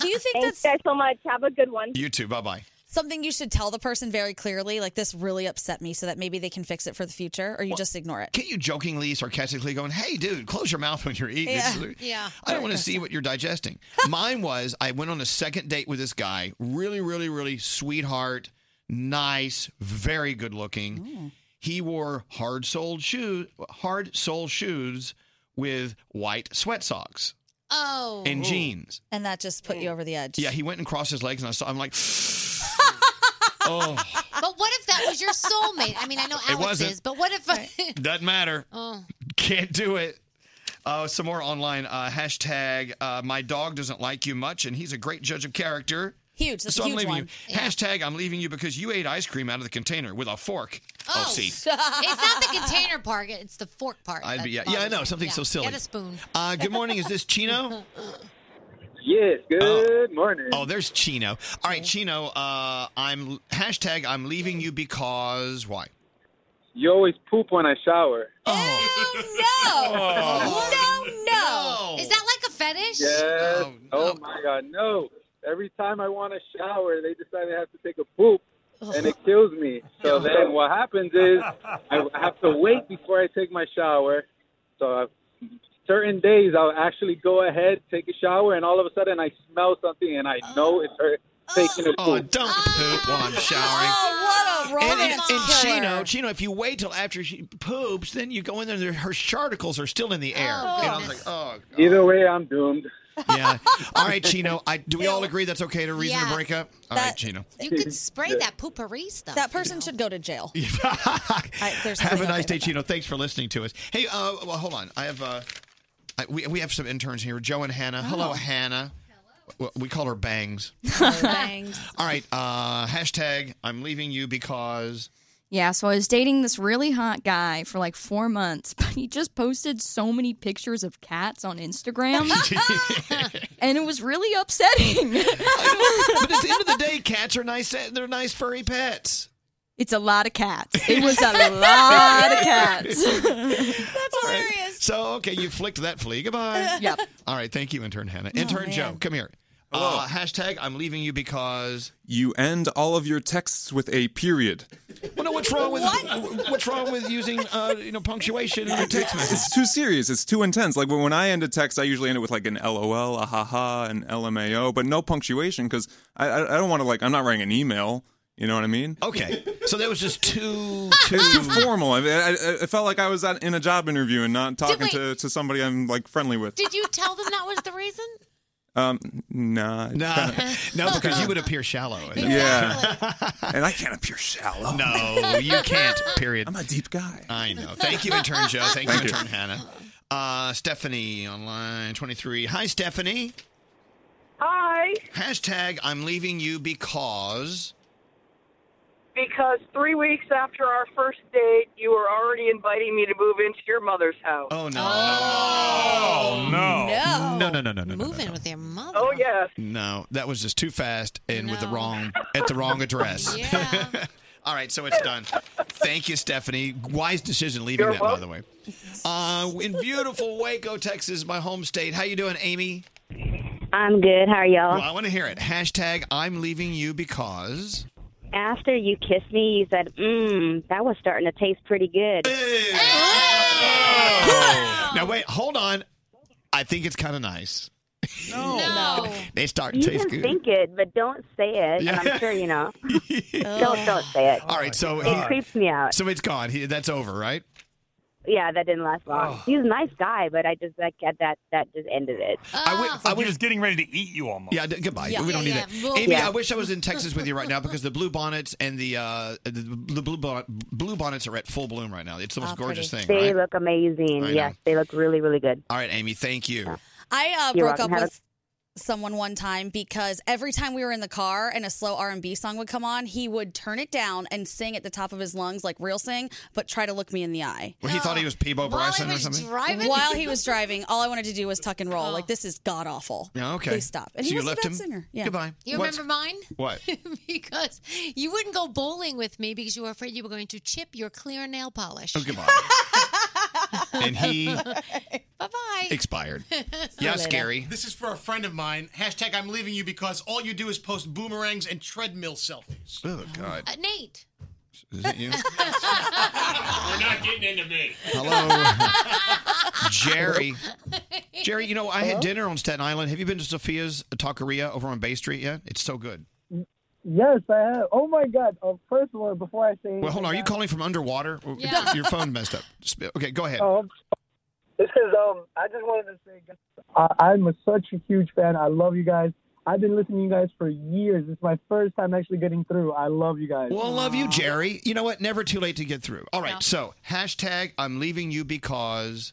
Speaker 5: Do you think
Speaker 19: Thanks, guys, so much. Have a good one.
Speaker 1: You too. Bye bye.
Speaker 5: Something you should tell the person very clearly, like this really upset me, so that maybe they can fix it for the future, or you just ignore it.
Speaker 1: Can't you jokingly, sarcastically going, hey, dude, close your mouth when you're eating? It's-
Speaker 5: yeah.
Speaker 1: I don't want to see what you're digesting. Mine was I went on a second date with this guy, really, really, really sweetheart, nice, very good looking. He wore hard soled shoes, hard sole shoes with white sweat socks.
Speaker 5: Oh.
Speaker 1: And jeans.
Speaker 5: And that just put you over the edge.
Speaker 1: Yeah, he went and crossed his legs, and I saw. I'm like, oh,
Speaker 6: But what if that was your soulmate? I mean, I know
Speaker 1: It
Speaker 6: Alex
Speaker 1: wasn't.
Speaker 6: is, but what if?
Speaker 1: doesn't matter.
Speaker 6: oh,
Speaker 1: Can't do it. Uh, some more online. Uh, hashtag uh, my dog doesn't like you much, and he's a great judge of character.
Speaker 5: Huge. That's
Speaker 1: so
Speaker 5: a
Speaker 1: I'm
Speaker 5: huge
Speaker 1: leaving
Speaker 5: one.
Speaker 1: you. Hashtag I'm leaving you because you ate ice cream out of the container with a fork.
Speaker 6: Oh,
Speaker 1: see.
Speaker 6: it's not the container part; it's the fork part.
Speaker 1: I'd
Speaker 6: that
Speaker 1: be yeah, yeah,
Speaker 6: bothers
Speaker 1: I know
Speaker 6: me.
Speaker 1: something
Speaker 6: Yeah.
Speaker 1: so silly.
Speaker 6: Get a spoon.
Speaker 1: Uh, good morning. Is this Chino?
Speaker 12: Yes. Good morning.
Speaker 1: Oh, there's Chino. All right, Chino. Uh, I'm hashtag I'm leaving you because why?
Speaker 12: You always poop when I shower.
Speaker 6: Oh.
Speaker 5: No,
Speaker 6: no. Is that like a fetish?
Speaker 12: Yes. Oh, my God, no! Every time I want to shower, they decide I have to take a poop, and it kills me. So then, what happens is
Speaker 6: Oh,
Speaker 12: I have to wait before I take my shower. So uh, certain days, I'll actually go ahead, take a shower, and all of a sudden, I smell something, and I know it's her taking a poop.
Speaker 1: Oh, don't poop while I'm showering.
Speaker 5: Oh, what a
Speaker 1: And, and,
Speaker 5: romance
Speaker 1: and
Speaker 5: killer.
Speaker 1: Chino, Chino, if you wait till after she poops, then you go in there. there- Her charticles are still in the air.
Speaker 12: Oh,
Speaker 1: and I was like,
Speaker 12: goodness.
Speaker 1: oh.
Speaker 12: Either way, I'm doomed.
Speaker 1: Yeah. All right, Chino. I, do we all agree that's okay to reason
Speaker 6: Yeah.
Speaker 1: to break up? All right,
Speaker 6: That-
Speaker 1: Chino.
Speaker 6: You could spray that poopery stuff.
Speaker 5: That person should go to jail. I, there's
Speaker 1: Have a
Speaker 5: nothing
Speaker 1: nice
Speaker 5: okay
Speaker 1: day,
Speaker 5: with
Speaker 1: Chino. Thanks for listening to us. Hey, uh, well, hold on. I have uh, I, we we have some interns here. Joe and Hannah. Hello,
Speaker 5: Oh.
Speaker 1: Hannah. W- We call her Bangs.
Speaker 5: that. Bangs.
Speaker 1: All right. Uh, hashtag I'm leaving you because.
Speaker 9: Yeah, so I was dating this really hot guy for like four months, but he just posted so many pictures of cats on Instagram. and it was really upsetting.
Speaker 1: but at the end of the day, cats are nice. They're nice furry pets.
Speaker 9: It's a lot of cats. It was a lot of cats.
Speaker 1: That's hilarious. So okay, you flicked that flea. Goodbye.
Speaker 9: Yep.
Speaker 1: All right. Thank you, intern Hannah. Intern
Speaker 9: man.
Speaker 1: Joe, come here. Uh, hashtag I'm leaving you because.
Speaker 27: You end all of your texts with a period.
Speaker 1: Well, no, what's wrong with what's wrong with using uh, you know punctuation in your text message?
Speaker 27: It's too serious. It's too intense. Like when when I end a text, I usually end it with like an LOL, a haha, an LMAO, but no punctuation because I, I I don't want to like I'm not writing an email. You know what I mean?
Speaker 1: Okay, so that was just too too.
Speaker 27: It's too formal. I, I, I- it felt like I was at, in a job interview and not talking
Speaker 6: wait.
Speaker 27: to, to somebody I'm like friendly with.
Speaker 6: Did you tell them that was the reason?
Speaker 27: Um, nah,
Speaker 1: Nah. No, because you would appear shallow.
Speaker 27: Yeah, and I can't appear shallow.
Speaker 1: No, you can't. Period. I'm
Speaker 27: a deep guy.
Speaker 1: I know. Thank you, intern Joe. Thank,
Speaker 27: Thank
Speaker 1: you,
Speaker 27: you.
Speaker 1: intern Hannah. Uh, Stephanie on line 23. Hi, Stephanie.
Speaker 21: Hi.
Speaker 1: Hashtag I'm leaving you because.
Speaker 21: Because three weeks after our first date, you were already inviting me to move into your mother's house.
Speaker 1: Oh, no.
Speaker 21: Oh,
Speaker 1: No, no, no, no, no. no.
Speaker 6: Moving with their mother.
Speaker 21: Oh, yes.
Speaker 1: No, that was just too fast and with the wrong at the wrong address. All right, so it's done. Thank you, Stephanie. Wise decision leaving
Speaker 27: You're
Speaker 1: that, by the way. Uh, in beautiful Waco, Texas, my home state. How you doing, Amy?
Speaker 7: I'm good. How are y'all?
Speaker 1: Well, I want to hear it. Hashtag I'm leaving you because.
Speaker 7: After you kissed me, you said, mmm, that was starting to taste pretty good.
Speaker 1: Now wait, hold on. I think it's kind of nice.
Speaker 7: No.
Speaker 1: They start to
Speaker 7: You
Speaker 1: taste
Speaker 7: can
Speaker 1: good.
Speaker 7: think it, but don't say it. And
Speaker 1: Yeah.
Speaker 7: I'm sure you know. don't, don't say it.
Speaker 1: All right, so
Speaker 7: It creeps me out.
Speaker 1: So it's gone. He, that's over, right?
Speaker 7: Yeah, that didn't last long. He was a nice guy, but I just, like, at that, that just ended it.
Speaker 1: I would. I was
Speaker 28: just getting ready to eat you almost.
Speaker 1: Ah, Yeah, d- goodbye.
Speaker 7: Yeah.
Speaker 1: we don't
Speaker 7: Yeah,
Speaker 1: need
Speaker 7: yeah.
Speaker 1: that.
Speaker 7: Well-
Speaker 1: Amy,
Speaker 7: Yeah.
Speaker 1: I wish I was in Texas with you right now because the blue bonnets and the uh, the, the blue, bon- blue bonnets are at full bloom right now. It's
Speaker 7: Oh,
Speaker 1: the most gorgeous thing.
Speaker 7: They
Speaker 1: right?
Speaker 7: look amazing.
Speaker 1: I know.
Speaker 7: Yes, they look really, really good.
Speaker 1: All right, Amy, thank you.
Speaker 5: I uh,
Speaker 7: You're
Speaker 5: broke up
Speaker 7: welcome. Have a-
Speaker 5: with someone one time because every time we were in the car and a slow R&B song would come on, he would turn it down and sing at the top of his lungs like real sing, but try to look me in the eye.
Speaker 1: Well, he thought he was Peebo Bryson or something.
Speaker 5: While he was driving, all I wanted to do was tuck and roll.
Speaker 6: Oh.
Speaker 5: Like this is god awful.
Speaker 1: Yeah, okay.
Speaker 5: Please stop. And
Speaker 1: So
Speaker 5: he
Speaker 1: you
Speaker 5: was
Speaker 1: left
Speaker 5: a bad
Speaker 1: him?
Speaker 5: singer. Yeah.
Speaker 1: Goodbye.
Speaker 6: You
Speaker 1: What's-
Speaker 6: remember mine?
Speaker 1: What?
Speaker 6: because you wouldn't go bowling with me because you were afraid you were going to chip your clear nail polish.
Speaker 1: Oh, goodbye. and he
Speaker 6: bye bye.
Speaker 1: expired.
Speaker 9: See you
Speaker 1: Yeah,
Speaker 9: later.
Speaker 1: scary.
Speaker 9: This is for a friend of mine. Hashtag I'm leaving you because all you do is post boomerangs and treadmill selfies.
Speaker 1: Oh God,
Speaker 6: Uh, Nate.
Speaker 1: is that you?
Speaker 9: We're not getting into me.
Speaker 1: Hello, Jerry. Jerry, you know I had
Speaker 13: Hello?
Speaker 1: dinner on Staten Island. Have you been to Sophia's Taqueria over on Bay Street yet? It's so good.
Speaker 13: Yes, I have. Oh my God! Uh, first of all, before I say,
Speaker 1: Well, hold on. Are you
Speaker 13: anything,
Speaker 1: calling from underwater?
Speaker 13: Yeah.
Speaker 1: Your phone messed up. Sp- Okay, go ahead.
Speaker 7: Oh,
Speaker 13: Um, this is um. I just wanted to say, I, I'm a, such a huge fan. I love you guys. I've been listening to you guys for years. It's my first time actually getting through. I love you guys.
Speaker 1: Well, love you, Jerry. You know what? Never too late to get through. All right. So hashtag I'm leaving you because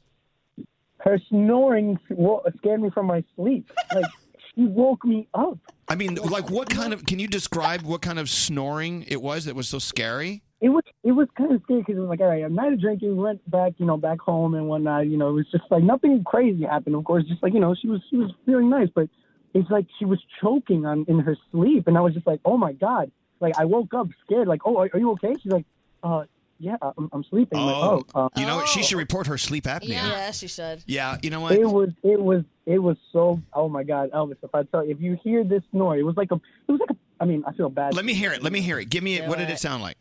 Speaker 13: Her snoring wo- scared me from my sleep. Like she woke me up.
Speaker 1: I mean, like, what kind of? Can you describe what kind of snoring it was that was so scary?
Speaker 13: It was it was kind of scary because it was like, all right, I'm not drinking. Went back, you know, back home and whatnot. You know, it was just like nothing crazy happened. Of course, just like you know, she was she was feeling nice, but it's like she was choking on in her sleep, and I was just like, oh my god! Like I woke up scared. Like, oh, are, are you okay? She's like, uh, yeah, I'm, I'm sleeping. I'm like, oh, uh,
Speaker 1: you know, she should report her sleep apnea.
Speaker 5: Yeah. yeah, she should.
Speaker 1: Yeah, you know what?
Speaker 13: It was it was it was so oh my god, Elvis! If I tell you, if you hear this noise, it was like a it was like a. I mean, I feel bad.
Speaker 1: Let me hear it. Let me hear it. Give me it.
Speaker 13: Do
Speaker 1: What did
Speaker 13: it.
Speaker 1: it sound like?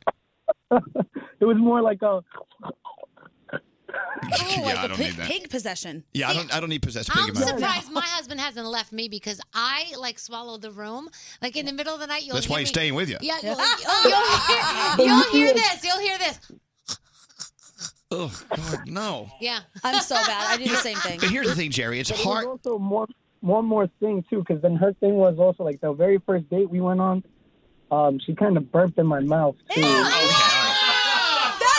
Speaker 13: It was more like a.
Speaker 5: Oh,
Speaker 1: Yeah, I
Speaker 5: like a
Speaker 1: don't
Speaker 5: pig,
Speaker 1: need that.
Speaker 5: pig possession.
Speaker 1: Yeah, I don't. I don't need possessed pig
Speaker 6: I'm
Speaker 1: in my
Speaker 6: surprised my husband hasn't left me because I like swallowed the room. Like in the middle of the night, you'll
Speaker 1: That's
Speaker 6: hear
Speaker 1: why he's
Speaker 6: me-
Speaker 1: staying with you.
Speaker 6: Yeah, you'll, oh, you'll, hear, you'll hear this. You'll hear this.
Speaker 1: Oh God, no.
Speaker 6: Yeah,
Speaker 5: I'm so bad. I do the same thing.
Speaker 1: But here's the thing, Jerry. It's
Speaker 13: But it
Speaker 1: hard.
Speaker 13: was also more one more thing too, because then her thing was also like the very first date we went on. Um, she kind of burped in my mouth too.
Speaker 5: That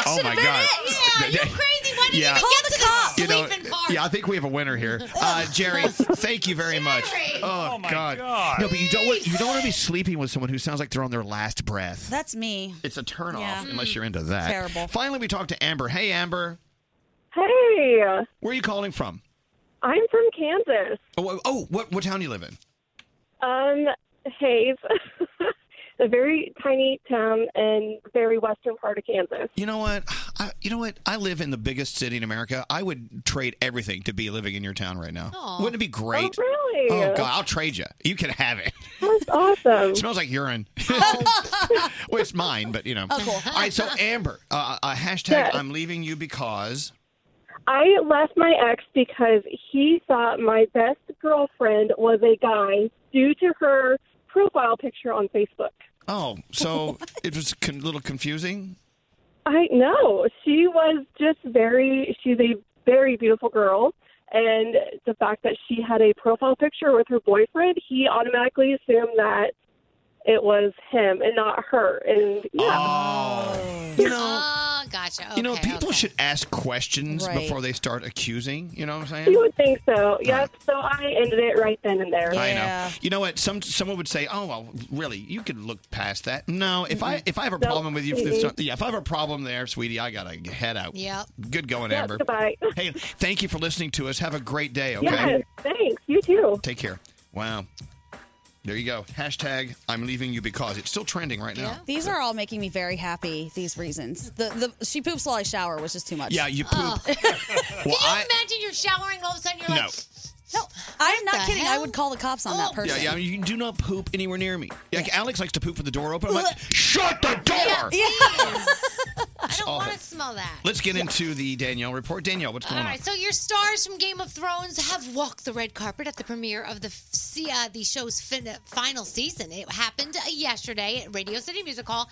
Speaker 1: Oh,
Speaker 5: should
Speaker 1: my
Speaker 5: have been
Speaker 1: God.
Speaker 5: it.
Speaker 1: Yeah,
Speaker 5: you're crazy. Why
Speaker 1: did you Yeah. even
Speaker 5: Call
Speaker 1: get
Speaker 5: the cops.
Speaker 1: You know, yeah, I think we have a winner here, uh, Jerry. Thank you very much.
Speaker 5: Jerry!
Speaker 1: Oh,
Speaker 5: Oh, my
Speaker 1: God.
Speaker 5: God.
Speaker 1: No, but you don't want you don't want to be sleeping with someone who sounds like they're on their last breath.
Speaker 5: That's me.
Speaker 1: It's a turnoff
Speaker 5: Yeah.
Speaker 1: unless you're into that.
Speaker 5: Terrible.
Speaker 1: Finally, we talked to Amber. Hey, Amber.
Speaker 15: Hey.
Speaker 1: Where are you calling from?
Speaker 15: I'm from Kansas.
Speaker 1: Oh, oh what what town do you live in?
Speaker 15: Um, Hayes, a very tiny town in very western part of Kansas.
Speaker 1: You know what? I, Uh, you know what? I live in the biggest city in America. I would trade everything to be living in your town right now.
Speaker 15: Aw.
Speaker 1: Wouldn't it be great?
Speaker 15: Oh, really?
Speaker 1: Oh, God, I'll trade you. You can have it.
Speaker 15: That's awesome.
Speaker 1: smells like urine. well, it's mine, but you know.
Speaker 15: Oh, cool.
Speaker 1: All right, so Amber, uh, uh, hashtag I'm leaving you because.
Speaker 15: I left my ex because he thought my best girlfriend was a guy due to her profile picture on Facebook.
Speaker 1: Oh, so it was con- a little confusing.
Speaker 15: I know. She was just very, she's a very beautiful girl. And the fact that she had a profile picture with her boyfriend, he automatically assumed that it was him and not her. And yeah.
Speaker 1: You know,
Speaker 6: Oh, gotcha. Okay.
Speaker 1: you know, people should ask questions
Speaker 15: Right.
Speaker 1: before they start accusing. You know what I'm saying?
Speaker 15: You would think so. Yep. So I ended it right then and there.
Speaker 1: I know. You know what? Some someone would say, "Oh, well, really? You could look past that." No, if I if I have a
Speaker 15: No,
Speaker 1: problem with you,
Speaker 15: mm-mm.
Speaker 1: if, yeah, if I have a problem there, sweetie, I gotta head out.
Speaker 15: Yep.
Speaker 1: Good going,
Speaker 15: Yep,
Speaker 1: Amber.
Speaker 15: goodbye.
Speaker 1: Hey, thank you for listening to us. Have a great day. Okay.
Speaker 15: Yes. Thanks. You too.
Speaker 1: Take care. Wow. There you go. Hashtag I'm leaving you because it's still trending right now.
Speaker 5: These are all making me very happy. These reasons. The the she poops while I shower was just too much.
Speaker 1: Yeah, you poop. Well,
Speaker 6: Can you
Speaker 1: I
Speaker 6: imagine you're showering and all of a sudden you're
Speaker 1: no.
Speaker 6: like,
Speaker 5: I'm not kidding. I would call the cops on
Speaker 6: Oh.
Speaker 5: that person.
Speaker 1: Yeah, yeah. I mean, you do not poop anywhere near me. Like Alex likes to poop with the door open. I'm like, shut the door.
Speaker 6: I don't
Speaker 1: awful.
Speaker 6: want to smell that.
Speaker 1: Let's get into the Danielle report. Danielle, what's going
Speaker 6: All
Speaker 1: on?
Speaker 6: right, so your stars from Game of Thrones have walked the red carpet at the premiere of the f- se- uh, the show's fin- final season. It happened uh, yesterday at Radio City Music Hall.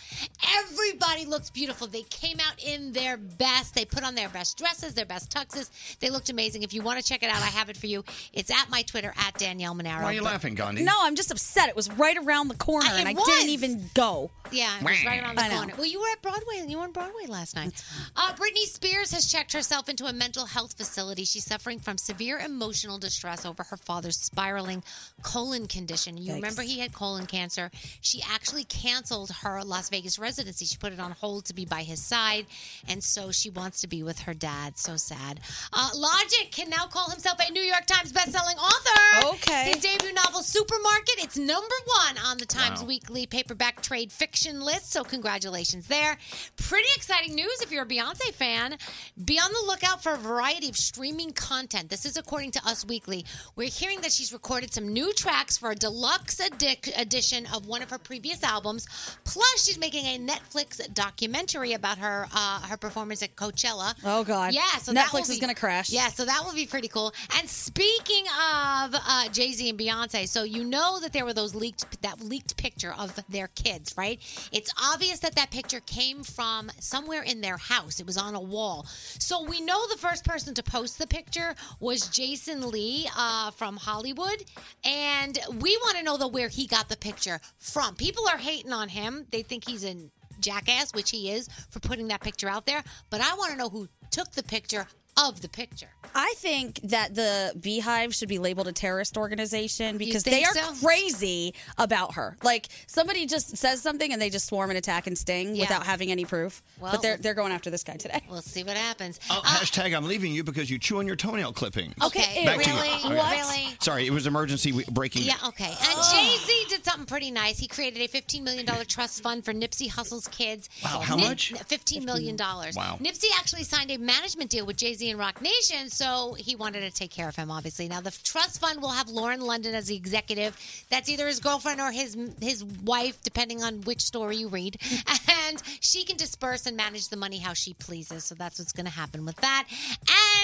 Speaker 6: Everybody looked beautiful. They came out in their best. They put on their best dresses, their best tuxes. They looked amazing. If you want to check it out, I have it for you. It's at my Twitter at Danielle Monaro.
Speaker 1: Why are you
Speaker 6: But-
Speaker 1: laughing, Gandhi?
Speaker 5: No, I'm just upset. It was right around the corner,
Speaker 6: I- it
Speaker 5: and I
Speaker 6: was.
Speaker 5: didn't even go.
Speaker 6: Yeah, it was right around the
Speaker 5: I know.
Speaker 6: corner. Well, you were at Broadway. You were on Broadway last night. Uh, Britney Spears has checked herself into a mental health facility. She's suffering from severe emotional distress over her father's spiraling colon condition. You
Speaker 2: Yikes.
Speaker 6: remember he had colon cancer. She actually canceled her Las Vegas residency. She put it on hold to be by his side, and so she wants to be with her dad. So sad. Uh, Logic can now call himself a New York Times bestselling author.
Speaker 5: Okay.
Speaker 6: His debut novel, Supermarket, it's number one on the Times
Speaker 16: Wow.
Speaker 6: Weekly paperback trade fiction list. So congratulations there. Pretty exciting news if you're a Beyonce fan. Be on the lookout for a variety of streaming content. This is according to Us Weekly. We're hearing that she's recorded some new tracks for a deluxe edic- edition of one of her previous albums. Plus, she's making a Netflix documentary about her uh, her performance at Coachella.
Speaker 5: Oh, God.
Speaker 6: Yeah, so that
Speaker 5: Netflix
Speaker 6: will
Speaker 5: is
Speaker 6: be-
Speaker 5: gonna crash.
Speaker 6: Yeah, so that will be pretty cool. And speaking of uh, Jay Z and Beyonce, so you know that there were those leaked that leaked picture of their kids, right? It's obvious that that picture came from somewhere in their house. It was on a wall. So we know the first person to post the picture was Jason Lee uh, from Hollywood, and we want to know though where he got the picture from. People are hating on him. They think he's an jackass, which he is, for putting that picture out there. But I want to know who took the picture of the picture.
Speaker 5: I think that the Beehive should be labeled a terrorist organization because they
Speaker 6: think
Speaker 5: are
Speaker 6: so?
Speaker 5: crazy about her. Like somebody just says something and they just swarm and attack and sting
Speaker 6: Yeah.
Speaker 5: without having any proof.
Speaker 6: Well-
Speaker 5: but they're they're going after this guy today.
Speaker 6: We'll see what happens.
Speaker 1: Oh, Hashtag I'm leaving you because you chew on your toenail clippings.
Speaker 6: Okay,
Speaker 1: Back to you.
Speaker 6: really?
Speaker 1: Okay.
Speaker 6: What? Really?
Speaker 1: Sorry, it was emergency we- breaking.
Speaker 6: Yeah, okay. And
Speaker 1: Oh.
Speaker 6: Jay Z did something pretty nice. He created a $15 million trust fund for Nipsey Hussle's kids.
Speaker 1: Wow, how much?
Speaker 6: $15 million.
Speaker 1: Wow.
Speaker 6: Nipsey actually signed a management deal with Jay Z and Rock Nation, so he wanted to take care of him, obviously. Now, the trust fund will have Lauren London as the executive. That's either his girlfriend or his, his wife, depending on which story you read. and she can disperse and manage the money how she pleases. So that's what's going to happen with that.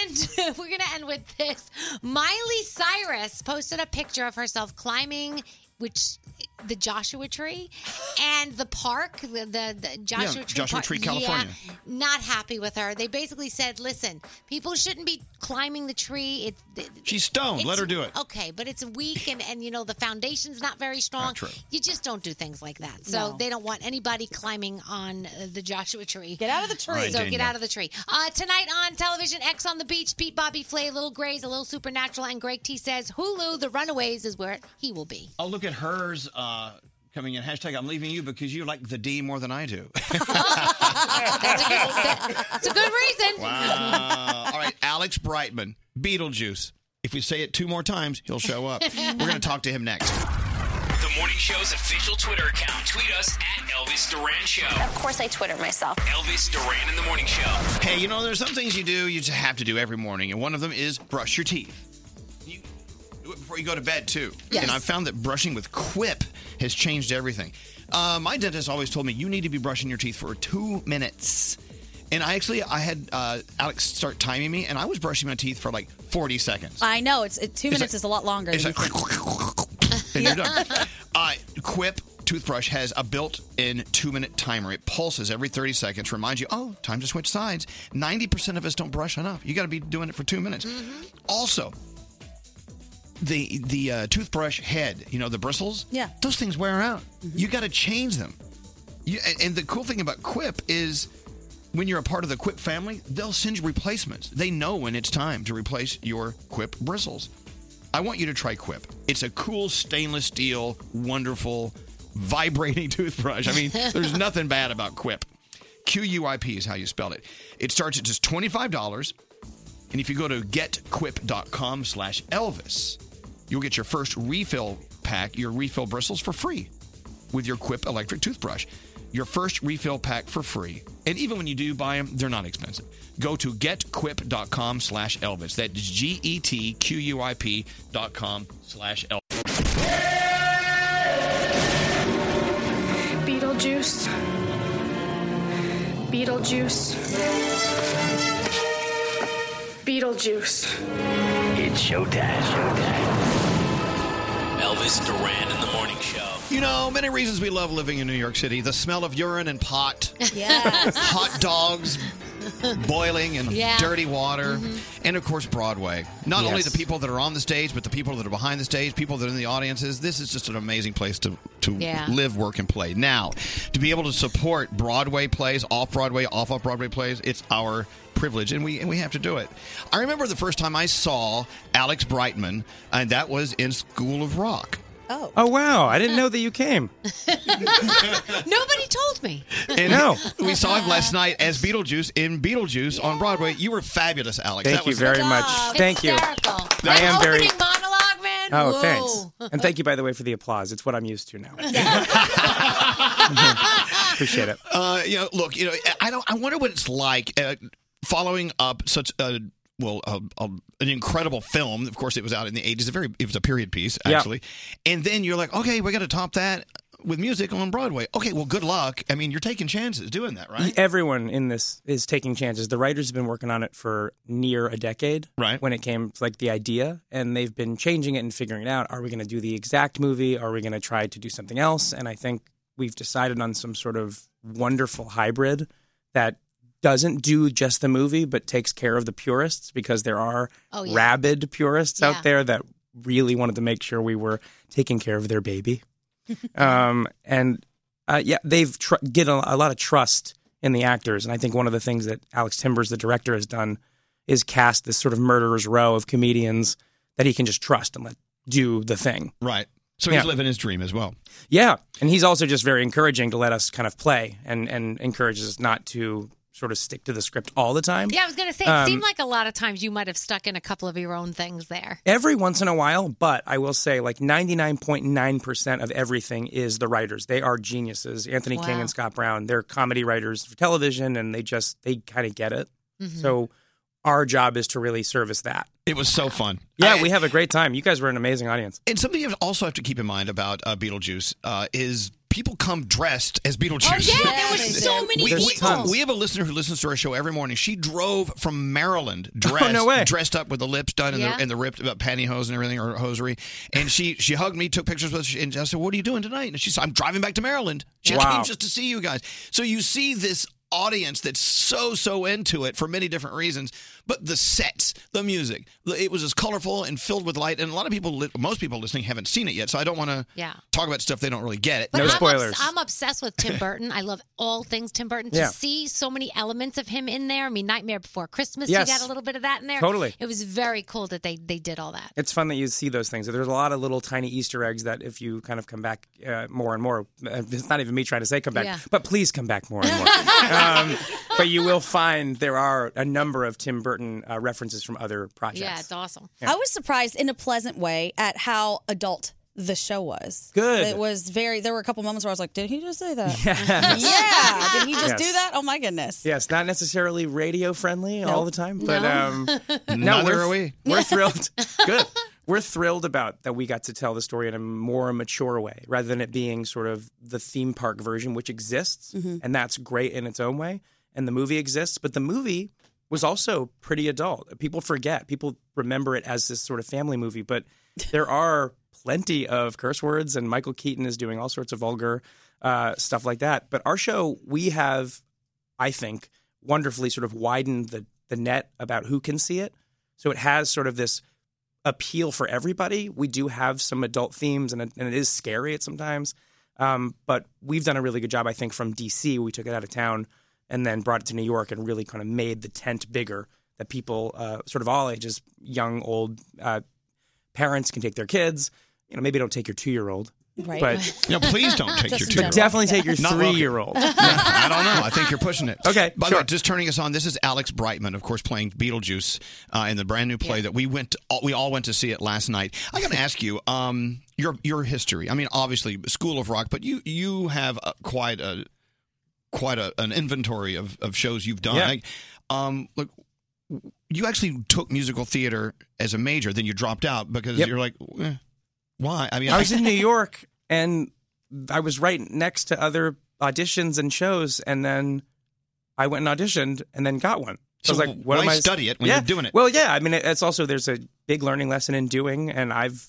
Speaker 6: And we're going to end with this. Miley Cyrus posted a picture of herself climbing which the Joshua tree and the park, the the, the Joshua
Speaker 1: Yeah,
Speaker 6: tree,
Speaker 1: Joshua
Speaker 6: park-
Speaker 1: Tree, California.
Speaker 6: Yeah, not happy with her. They basically said, "Listen, people shouldn't be climbing the tree. It,
Speaker 1: She's stoned. Let
Speaker 6: it's-
Speaker 1: her do it.
Speaker 6: Okay, but it's weak and, and you know the foundation's not very strong.
Speaker 1: Not true.
Speaker 6: You just don't do things like that. So
Speaker 1: No.
Speaker 6: they don't want anybody climbing on uh, the Joshua tree. Get
Speaker 5: out of the
Speaker 1: tree. All right,
Speaker 6: so get
Speaker 1: Danielle.
Speaker 6: out of the tree. Uh, tonight on television, X on the Beach, Pete, Bobby Flay, Little Grays, A Little Supernatural, and Greg T says Hulu, The Runaways is where he will be.
Speaker 1: Oh, look at hers uh, coming in. Hashtag I'm leaving you because you like the D more than I do.
Speaker 6: It's a good reason.
Speaker 1: Wow. All right, Alex Brightman, Beetlejuice. If we say it two more times, he'll show up. We're going to talk to him next.
Speaker 10: The morning show's official Twitter account. Tweet us at Elvis Duran Show. Of
Speaker 18: course, I Twitter myself.
Speaker 10: Elvis Duran in the morning show.
Speaker 1: Hey, you know, there's some things you do you just have to do every morning, and one of them is brush your teeth. You do it before you go to bed, too.
Speaker 17: Yes.
Speaker 1: And I've found that brushing with Quip has changed everything. Uh, my dentist always told me you need to be brushing your teeth for two minutes. And I actually, I had uh, Alex start timing me, and I was brushing my teeth for like 40 seconds.
Speaker 5: I know it's it, two
Speaker 1: It's
Speaker 5: minutes
Speaker 1: like-
Speaker 5: is a lot longer.
Speaker 1: It's
Speaker 5: than
Speaker 1: like, and you're done. Uh, Quip toothbrush has a built-in two-minute timer. It pulses every 30 seconds, reminds you, oh, time to switch sides. 90% of us don't brush enough. You got to be doing it for two minutes. Also, the the uh, toothbrush head, you know, the bristles. Yeah, those things wear out. You got to change them. You, and, and the cool thing about Quip is. When you're a part of the Quip family, they'll send you replacements. They know when it's time to replace your Quip bristles. I want you to try Quip. It's a cool stainless steel, wonderful, vibrating toothbrush. I mean, there's nothing bad about Quip. Q U I P is how you spell it. It starts at just $25. And if you go to getquip.com slash Elvis, you'll get your first refill pack, your refill bristles for free with your Quip electric toothbrush. Your first refill pack for free. And even when you do buy them, they're not expensive. Go to getquip.com slash Elvis. That's G E T Q U I P dot com slash Elvis.
Speaker 29: Beetlejuice. Beetlejuice. Beetlejuice.
Speaker 10: It's showtime. Showtime. Elvis Duran in the morning show.
Speaker 1: You know, many reasons we love living in New York City the smell of urine and pot,
Speaker 5: Yeah.
Speaker 1: hot dogs, boiling and
Speaker 6: Yeah. Mm-hmm.
Speaker 1: dirty water. And of course, Broadway. Not only
Speaker 6: Yes.
Speaker 1: the people that are on the stage, but the people that are behind the stage, people that are in the audiences. This is just an amazing place to, to
Speaker 6: Yeah.
Speaker 1: live, work, and play. Now, to be able to support Broadway plays, off Broadway, off off Broadway plays, it's our privilege and we and we have to do it. I remember the first time I saw Alex Brightman, and that was in School of Rock.
Speaker 5: Oh.
Speaker 2: Oh wow! I didn't know that you came.
Speaker 6: Nobody told me.
Speaker 1: And we saw him last night as Beetlejuice in Beetlejuice on Broadway. You were fabulous, Alex.
Speaker 2: Thank
Speaker 1: That
Speaker 2: you
Speaker 1: was-
Speaker 2: very much. Thank you. I am very.
Speaker 6: monologue, man.
Speaker 2: Oh,
Speaker 6: Whoa.
Speaker 2: thanks. And thank you, by the way, for the applause. It's what I'm used to now. Appreciate it.
Speaker 1: Uh, you know, look, you know, I don't. I wonder what it's like uh, following up such a well, a, a, an incredible film. Of course, it was out in the eighties. A very, it was a period piece
Speaker 17: Yeah.
Speaker 1: actually. And then you're like, okay, we got to top that with music on Broadway. Okay, well, good luck. I mean, you're taking chances doing that, right?
Speaker 2: Everyone in this is taking chances. The writers have been working on it for near a decade. Right. When it came to like the idea, and they've been changing it and figuring it out. Are we going to do the exact movie? Are we going to try to do something else? And I think we've decided on some sort of wonderful hybrid that doesn't do just the movie, but takes care of the purists because there are
Speaker 6: Oh, yeah.
Speaker 2: rabid purists
Speaker 6: Yeah.
Speaker 2: out there that really wanted to make sure we were taking care of their baby. um, and uh, yeah, they've tr- get a, a lot of trust in the actors, and I think one of the things that Alex Timbers, the director, has done is cast this sort of murderer's row of comedians that he can just trust and let do the thing.
Speaker 1: Right. So he's
Speaker 2: Yeah.
Speaker 1: living his dream as well.
Speaker 2: Yeah, and he's also just very encouraging to let us kind of play and and encourages us not to sort of stick to the script all the time.
Speaker 6: Yeah, I was going to say, it
Speaker 2: Um,
Speaker 6: seemed like a lot of times you might have stuck in a couple of your own things there.
Speaker 2: every once in a while, but I will say like 99.9% of everything is the writers. They are geniuses. Anthony King
Speaker 6: Wow.
Speaker 2: and Scott Brown, they're comedy writers for television and they just they kind of get it.
Speaker 6: Mhm.
Speaker 2: So our job is to really service that.
Speaker 1: It was so fun.
Speaker 2: Yeah, we have a great time. You guys were an amazing audience.
Speaker 1: And something you also have to keep in mind about uh, Beetlejuice uh, is people come dressed as Beetlejuice.
Speaker 6: Oh, yeah, there were Yes, so they many did.
Speaker 1: we,
Speaker 6: people.
Speaker 1: We, we have a listener who listens to our show every morning. She drove from Maryland
Speaker 6: Oh,
Speaker 1: dressed,
Speaker 2: no way.
Speaker 1: dressed up with the lips done and,
Speaker 2: Yeah.
Speaker 1: the, and the ripped uh, pantyhose and everything, or hosiery. And she she hugged me, took pictures with us, and I said, "What are you doing tonight?" And she said, "I'm driving back to Maryland." She
Speaker 2: Wow.
Speaker 1: came just to see you guys. So you see this. Audience that's so so into it for many different reasons, but the sets, the music, the- it was as colorful and filled with light. And a lot of people, li- most people listening, haven't seen it yet, so I don't want to
Speaker 6: Yeah.
Speaker 1: talk about stuff they don't really get. It.
Speaker 6: But I'm, obs- I'm obsessed with Tim Burton. I love all things Tim Burton. To
Speaker 1: Yeah.
Speaker 6: see so many elements of him in there. I mean, Nightmare Before Christmas,
Speaker 2: Yes.
Speaker 6: you got a little bit of that in there.
Speaker 2: Totally.
Speaker 6: It was very cool that they, they did all that.
Speaker 2: It's fun that you see those things. There's a lot of little tiny Easter eggs that if you kind of come back uh, more and more, uh, it's not even me trying to say come back,
Speaker 6: Yeah.
Speaker 2: but please come back more and more. um, but you will find there are a number of Tim Burton uh, references from other projects.
Speaker 5: Yeah, it's
Speaker 6: awesome.
Speaker 2: Yeah.
Speaker 5: I was surprised in a pleasant way at how adult the show was.
Speaker 2: Good.
Speaker 5: It was very. There were a couple moments where I was like, "Did he just say that?
Speaker 2: Yes.
Speaker 5: yeah. Did he just
Speaker 2: Yes.
Speaker 5: do that? Oh my goodness."
Speaker 2: Yes, not necessarily radio friendly all the time, but
Speaker 5: No.
Speaker 2: um,
Speaker 1: Neither
Speaker 2: we're,
Speaker 1: are we.
Speaker 2: We're thrilled. Good. We're thrilled about that we got to tell the story in a more mature way rather than it being sort of the theme park version, which exists,
Speaker 5: Mm-hmm.
Speaker 4: Mhm.
Speaker 2: and that's great in its own way. And the movie exists, but the movie was also pretty adult. People forget, people remember it as this sort of family movie, but there are plenty of curse words, and Michael Keaton is doing all sorts of vulgar uh, stuff like that. But our show, we have I think, wonderfully sort of widened the, the net about who can see it. So it has sort of this appeal for everybody. We do have some adult themes, and it, and it is scary at sometimes. Um, but we've done a really good job, I think, from DC. We took it out of town and then brought it to New York and really kind of made the tent bigger that people, uh, sort of all ages, young, old, uh, parents can take their kids. You know, maybe don't take your two year old.
Speaker 5: Right.
Speaker 2: But
Speaker 1: No, please don't take your
Speaker 2: Just in
Speaker 1: two.
Speaker 2: general. But definitely take your three-year-old.
Speaker 1: I don't know. I think you're pushing it. Okay. By the
Speaker 2: sure.
Speaker 1: way, just turning us on. This is Alex Brightman, of course, playing Beetlejuice uh, in the brand new play that we went. To, all- we all went to see it last night. I got to ask you um, your your history. I mean, obviously, School of Rock, but you you have uh quite a quite a, an inventory of, of shows you've done.
Speaker 17: Yeah.
Speaker 1: Like, um, look, you actually took musical theater as a major, then you dropped out because you're like, eh, why? I mean,
Speaker 2: I was in New York and I was right next to other auditions and shows, and then I went and auditioned and then got one.
Speaker 1: So
Speaker 2: So I was like, what
Speaker 1: why
Speaker 2: am I
Speaker 1: study it when
Speaker 2: yeah.
Speaker 1: you're doing it?
Speaker 2: Well, yeah. I mean, it- it's also there's a big learning lesson in doing, and I've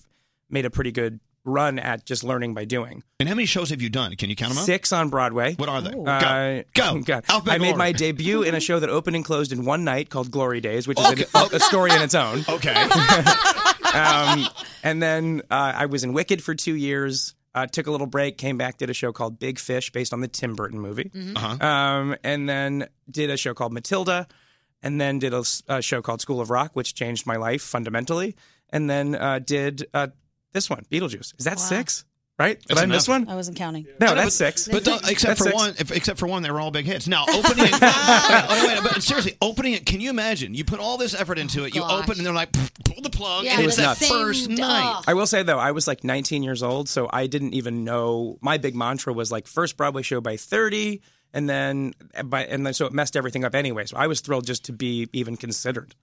Speaker 2: made a pretty good run at just learning by doing.
Speaker 1: And how many shows have you done? Can you count them up?
Speaker 2: Six on Broadway. What
Speaker 1: are they?
Speaker 2: Uh,
Speaker 1: Go.
Speaker 2: God.
Speaker 1: Alphabetical
Speaker 2: I made my
Speaker 1: order.
Speaker 2: debut in a show that opened and closed in one night called Glory Days, which
Speaker 1: Okay.
Speaker 2: is a, a story in its own.
Speaker 1: Okay.
Speaker 2: um, and then uh, I was in Wicked for two years. Uh, took a little break, came back, did a show called Big Fish based on the Tim Burton movie,
Speaker 1: Mhm. Uh-huh.
Speaker 2: um, and then did a show called Matilda, and then did a, s- a show called School of Rock, which changed my life fundamentally, and then uh, did uh, this one, Beetlejuice. Is that six? Right? Did
Speaker 1: That's
Speaker 2: I miss
Speaker 1: enough.
Speaker 2: one?
Speaker 5: I wasn't counting.
Speaker 2: No, that's six.
Speaker 1: But the- except
Speaker 2: That's
Speaker 1: for
Speaker 2: six.
Speaker 1: one, if, except for one, they were all big hits. Now opening it. oh, wait, but seriously, opening it. Can you imagine? You put all this effort into it. You
Speaker 17: gosh.
Speaker 1: open, and they're like, "Pff, pull the plug,
Speaker 17: Yeah,
Speaker 1: and
Speaker 17: it
Speaker 1: it's
Speaker 17: was
Speaker 1: that
Speaker 17: the same
Speaker 1: first
Speaker 17: d-
Speaker 1: night.
Speaker 2: I will say though, I was like 19 years old, so I didn't even know. My big mantra was like first Broadway show by 30, and then eh, by and then so it messed everything up anyway. So I was thrilled just to be even considered.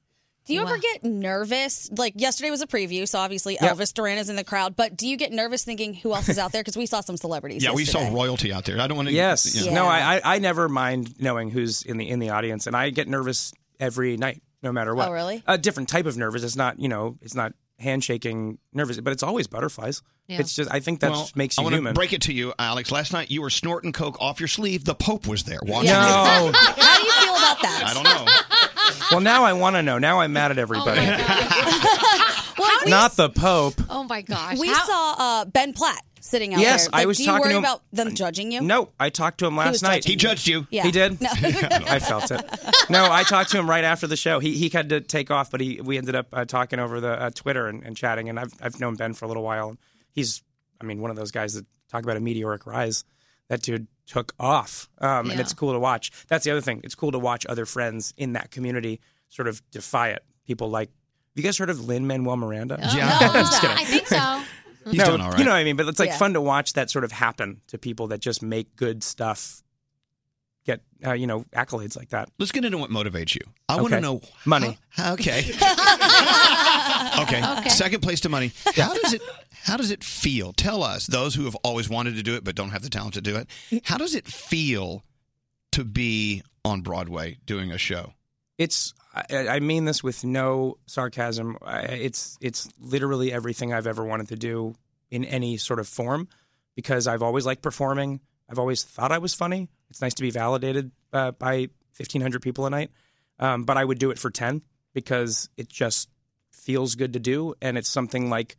Speaker 5: Do you ever get nervous? Like yesterday was a preview, so obviously
Speaker 2: Yeah.
Speaker 5: Elvis Duran is in the crowd. But do you get nervous thinking who else is out there? Because we saw some celebrities.
Speaker 1: Yeah, we saw
Speaker 5: yesterday.
Speaker 1: royalty out there. I don't want to.
Speaker 2: Yes,
Speaker 5: Yeah.
Speaker 2: no,
Speaker 5: Yeah.
Speaker 2: I, I I never mind knowing who's in the in the audience, and I get nervous every night, no matter what.
Speaker 5: Oh, really?
Speaker 2: A different type of nervous. It's not you know, it's not handshaking nervous, but it's always butterflies.
Speaker 1: Yeah.
Speaker 2: It's just I think that
Speaker 1: Well,
Speaker 2: makes
Speaker 1: I
Speaker 2: you
Speaker 1: wanna
Speaker 2: human.
Speaker 1: break it to you, Alex. Last night you were snorting coke off your sleeve. The Pope was there watching.
Speaker 2: No.
Speaker 5: How do you feel about that?
Speaker 1: I don't know.
Speaker 2: well, now I want to know. Now I'm mad at everybody.
Speaker 5: Oh Well, we
Speaker 2: not the Pope.
Speaker 5: Oh my gosh! We saw uh, Ben Platt sitting out
Speaker 2: Yes,
Speaker 5: there.
Speaker 2: I
Speaker 5: Like,
Speaker 2: was
Speaker 5: Do
Speaker 2: talking
Speaker 5: you worry
Speaker 2: to him-
Speaker 5: about them judging you?
Speaker 2: No, I talked to him
Speaker 5: was
Speaker 2: last night.
Speaker 5: judging He you. judged
Speaker 1: you.
Speaker 5: Yeah.
Speaker 2: He did.
Speaker 5: No.
Speaker 2: I felt it. No, I talked to him right after the show. He he had to take off, but he we ended up uh, talking over the uh, Twitter and, and chatting. And I've I've known Ben for a little while. He's I mean one of those guys that talk about a meteoric rise. That dude took off, um, and
Speaker 4: Yeah.
Speaker 2: it's cool to watch. That's the other thing. It's cool to watch other friends in that community sort of defy it. People like. Have you guys heard of Lin Manuel Miranda?
Speaker 6: Yeah. Oh, No,
Speaker 2: Just kidding.
Speaker 6: I think so.
Speaker 1: He's
Speaker 2: no,
Speaker 1: doing all right.
Speaker 2: You know what I mean? But it's like
Speaker 6: Yeah.
Speaker 2: fun to watch that sort of happen to people that just make good stuff get, uh, you know, accolades like that.
Speaker 1: Let's get into what motivates you. I want to
Speaker 2: Okay.
Speaker 1: know
Speaker 2: money.
Speaker 1: Okay. okay.
Speaker 6: Okay.
Speaker 1: Second place to money. How does it how does it feel? Tell us, those who have always wanted to do it but don't have the talent to do it. How does it feel to be on Broadway doing a show?
Speaker 2: It's I, I mean this with no sarcasm. I, it's it's literally everything I've ever wanted to do in any sort of form because I've always liked performing. I've always thought I was funny. It's nice to be validated uh, by 1500 people a night. Um, but I would do it for 10 because it just feels good to do and it's something like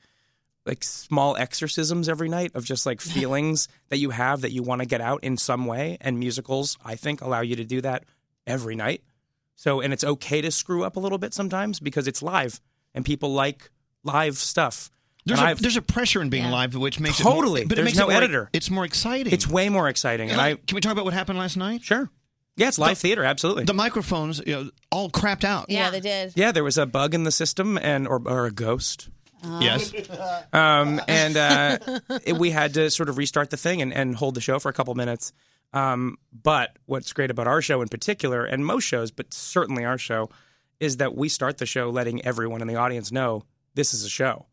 Speaker 2: like small exorcisms every night of just like feelings that you have that you want to get out in some way and musicals I think allow you to do that every night. So, and it's okay to screw up a little bit sometimes because it's live and people like live stuff.
Speaker 1: There's
Speaker 2: And
Speaker 1: a,
Speaker 2: I've-
Speaker 1: there's a pressure in being live which makes
Speaker 2: totally.
Speaker 1: it more, but
Speaker 2: There's
Speaker 1: it makes
Speaker 2: no
Speaker 1: it more,
Speaker 2: editor.
Speaker 1: It's more exciting.
Speaker 2: It's way more exciting. And I
Speaker 1: Like, can we talk about what happened last night?
Speaker 2: Sure. yeah, it's live theater. Absolutely.
Speaker 1: The microphones you know, all crapped out.
Speaker 5: Yeah, they did.
Speaker 2: yeah, there was a bug in the system and or, or a ghost.
Speaker 1: Yes.
Speaker 2: Um, and uh, it- we had to sort of restart the thing and, and hold the show for a couple minutes. Um, but what's great about our show in particular, and most shows, but certainly our show, is that we start the show letting everyone in the audience know this is a show.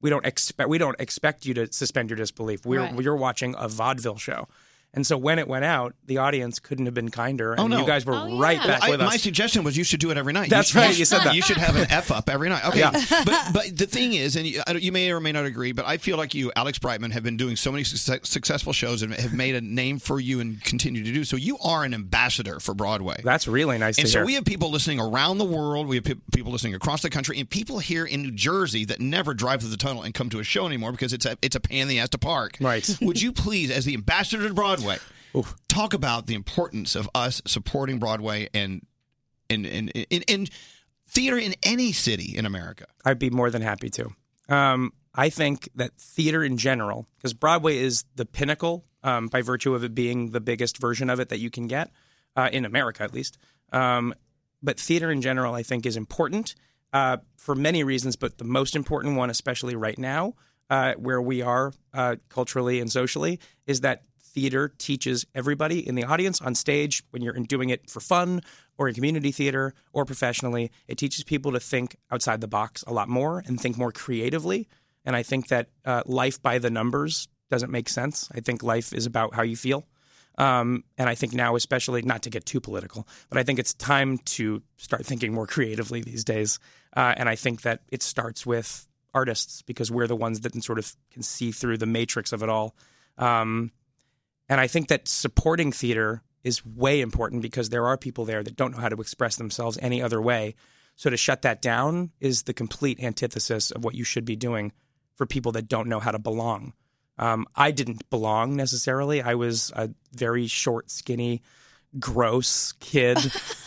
Speaker 2: We don't expect we don't expect you to suspend your disbelief. We're
Speaker 1: Right.
Speaker 2: you're watching a vaudeville show. And so when it went out, the audience couldn't have been kinder, and
Speaker 1: Oh, no.
Speaker 2: you guys were right back
Speaker 1: I-
Speaker 2: with
Speaker 1: My
Speaker 2: us.
Speaker 1: suggestion was you should do it every night.
Speaker 2: That's
Speaker 1: should-
Speaker 2: right, you said that.
Speaker 1: You should have an F up every night. Okay.
Speaker 2: Yeah.
Speaker 1: But, but the thing is, and you, I don't- you may or may not agree, but I feel like you, Alex Brightman, have been doing so many success, successful shows and have made a name for you and continue to do so. You are an ambassador for Broadway.
Speaker 2: That's really nice
Speaker 1: And
Speaker 2: to
Speaker 1: so
Speaker 2: hear.
Speaker 1: we have people listening around the world. We have pe- people listening across the country, and people here in New Jersey that never drive through the tunnel and come to a show anymore because it's a it's a pain in the ass to park.
Speaker 2: Right?
Speaker 1: Would you please, as the ambassador to Broadway, talk about the importance of us supporting Broadway and and and in and theater in any city in America?
Speaker 2: I'd be more than happy to. Um, I think that theater in general, because Broadway is the pinnacle um, by virtue of it being the biggest version of it that you can get uh, in America, at least. Um, but theater in general, I think, is important uh, for many reasons, but the most important one, especially right now, uh, where we are uh, culturally and socially, is that theater teaches everybody in the audience, on stage, when you're in doing it for fun or in community theater or professionally, it teaches people to think outside the box a lot more and think more creatively. And I think that uh, life by the numbers doesn't make sense. I think life is about how you feel. Um, and I think now, especially not to get too political, but I think it's time to start thinking more creatively these days. Uh, and I think that it starts with artists because we're the ones that can sort of can see through the matrix of it all. Um, and I think that supporting theater is way important because there are people there that don't know how to express themselves any other way. So to shut that down is the complete antithesis of what you should be doing for people that don't know how to belong. Um, I didn't belong necessarily. I was a very short, skinny, gross kid.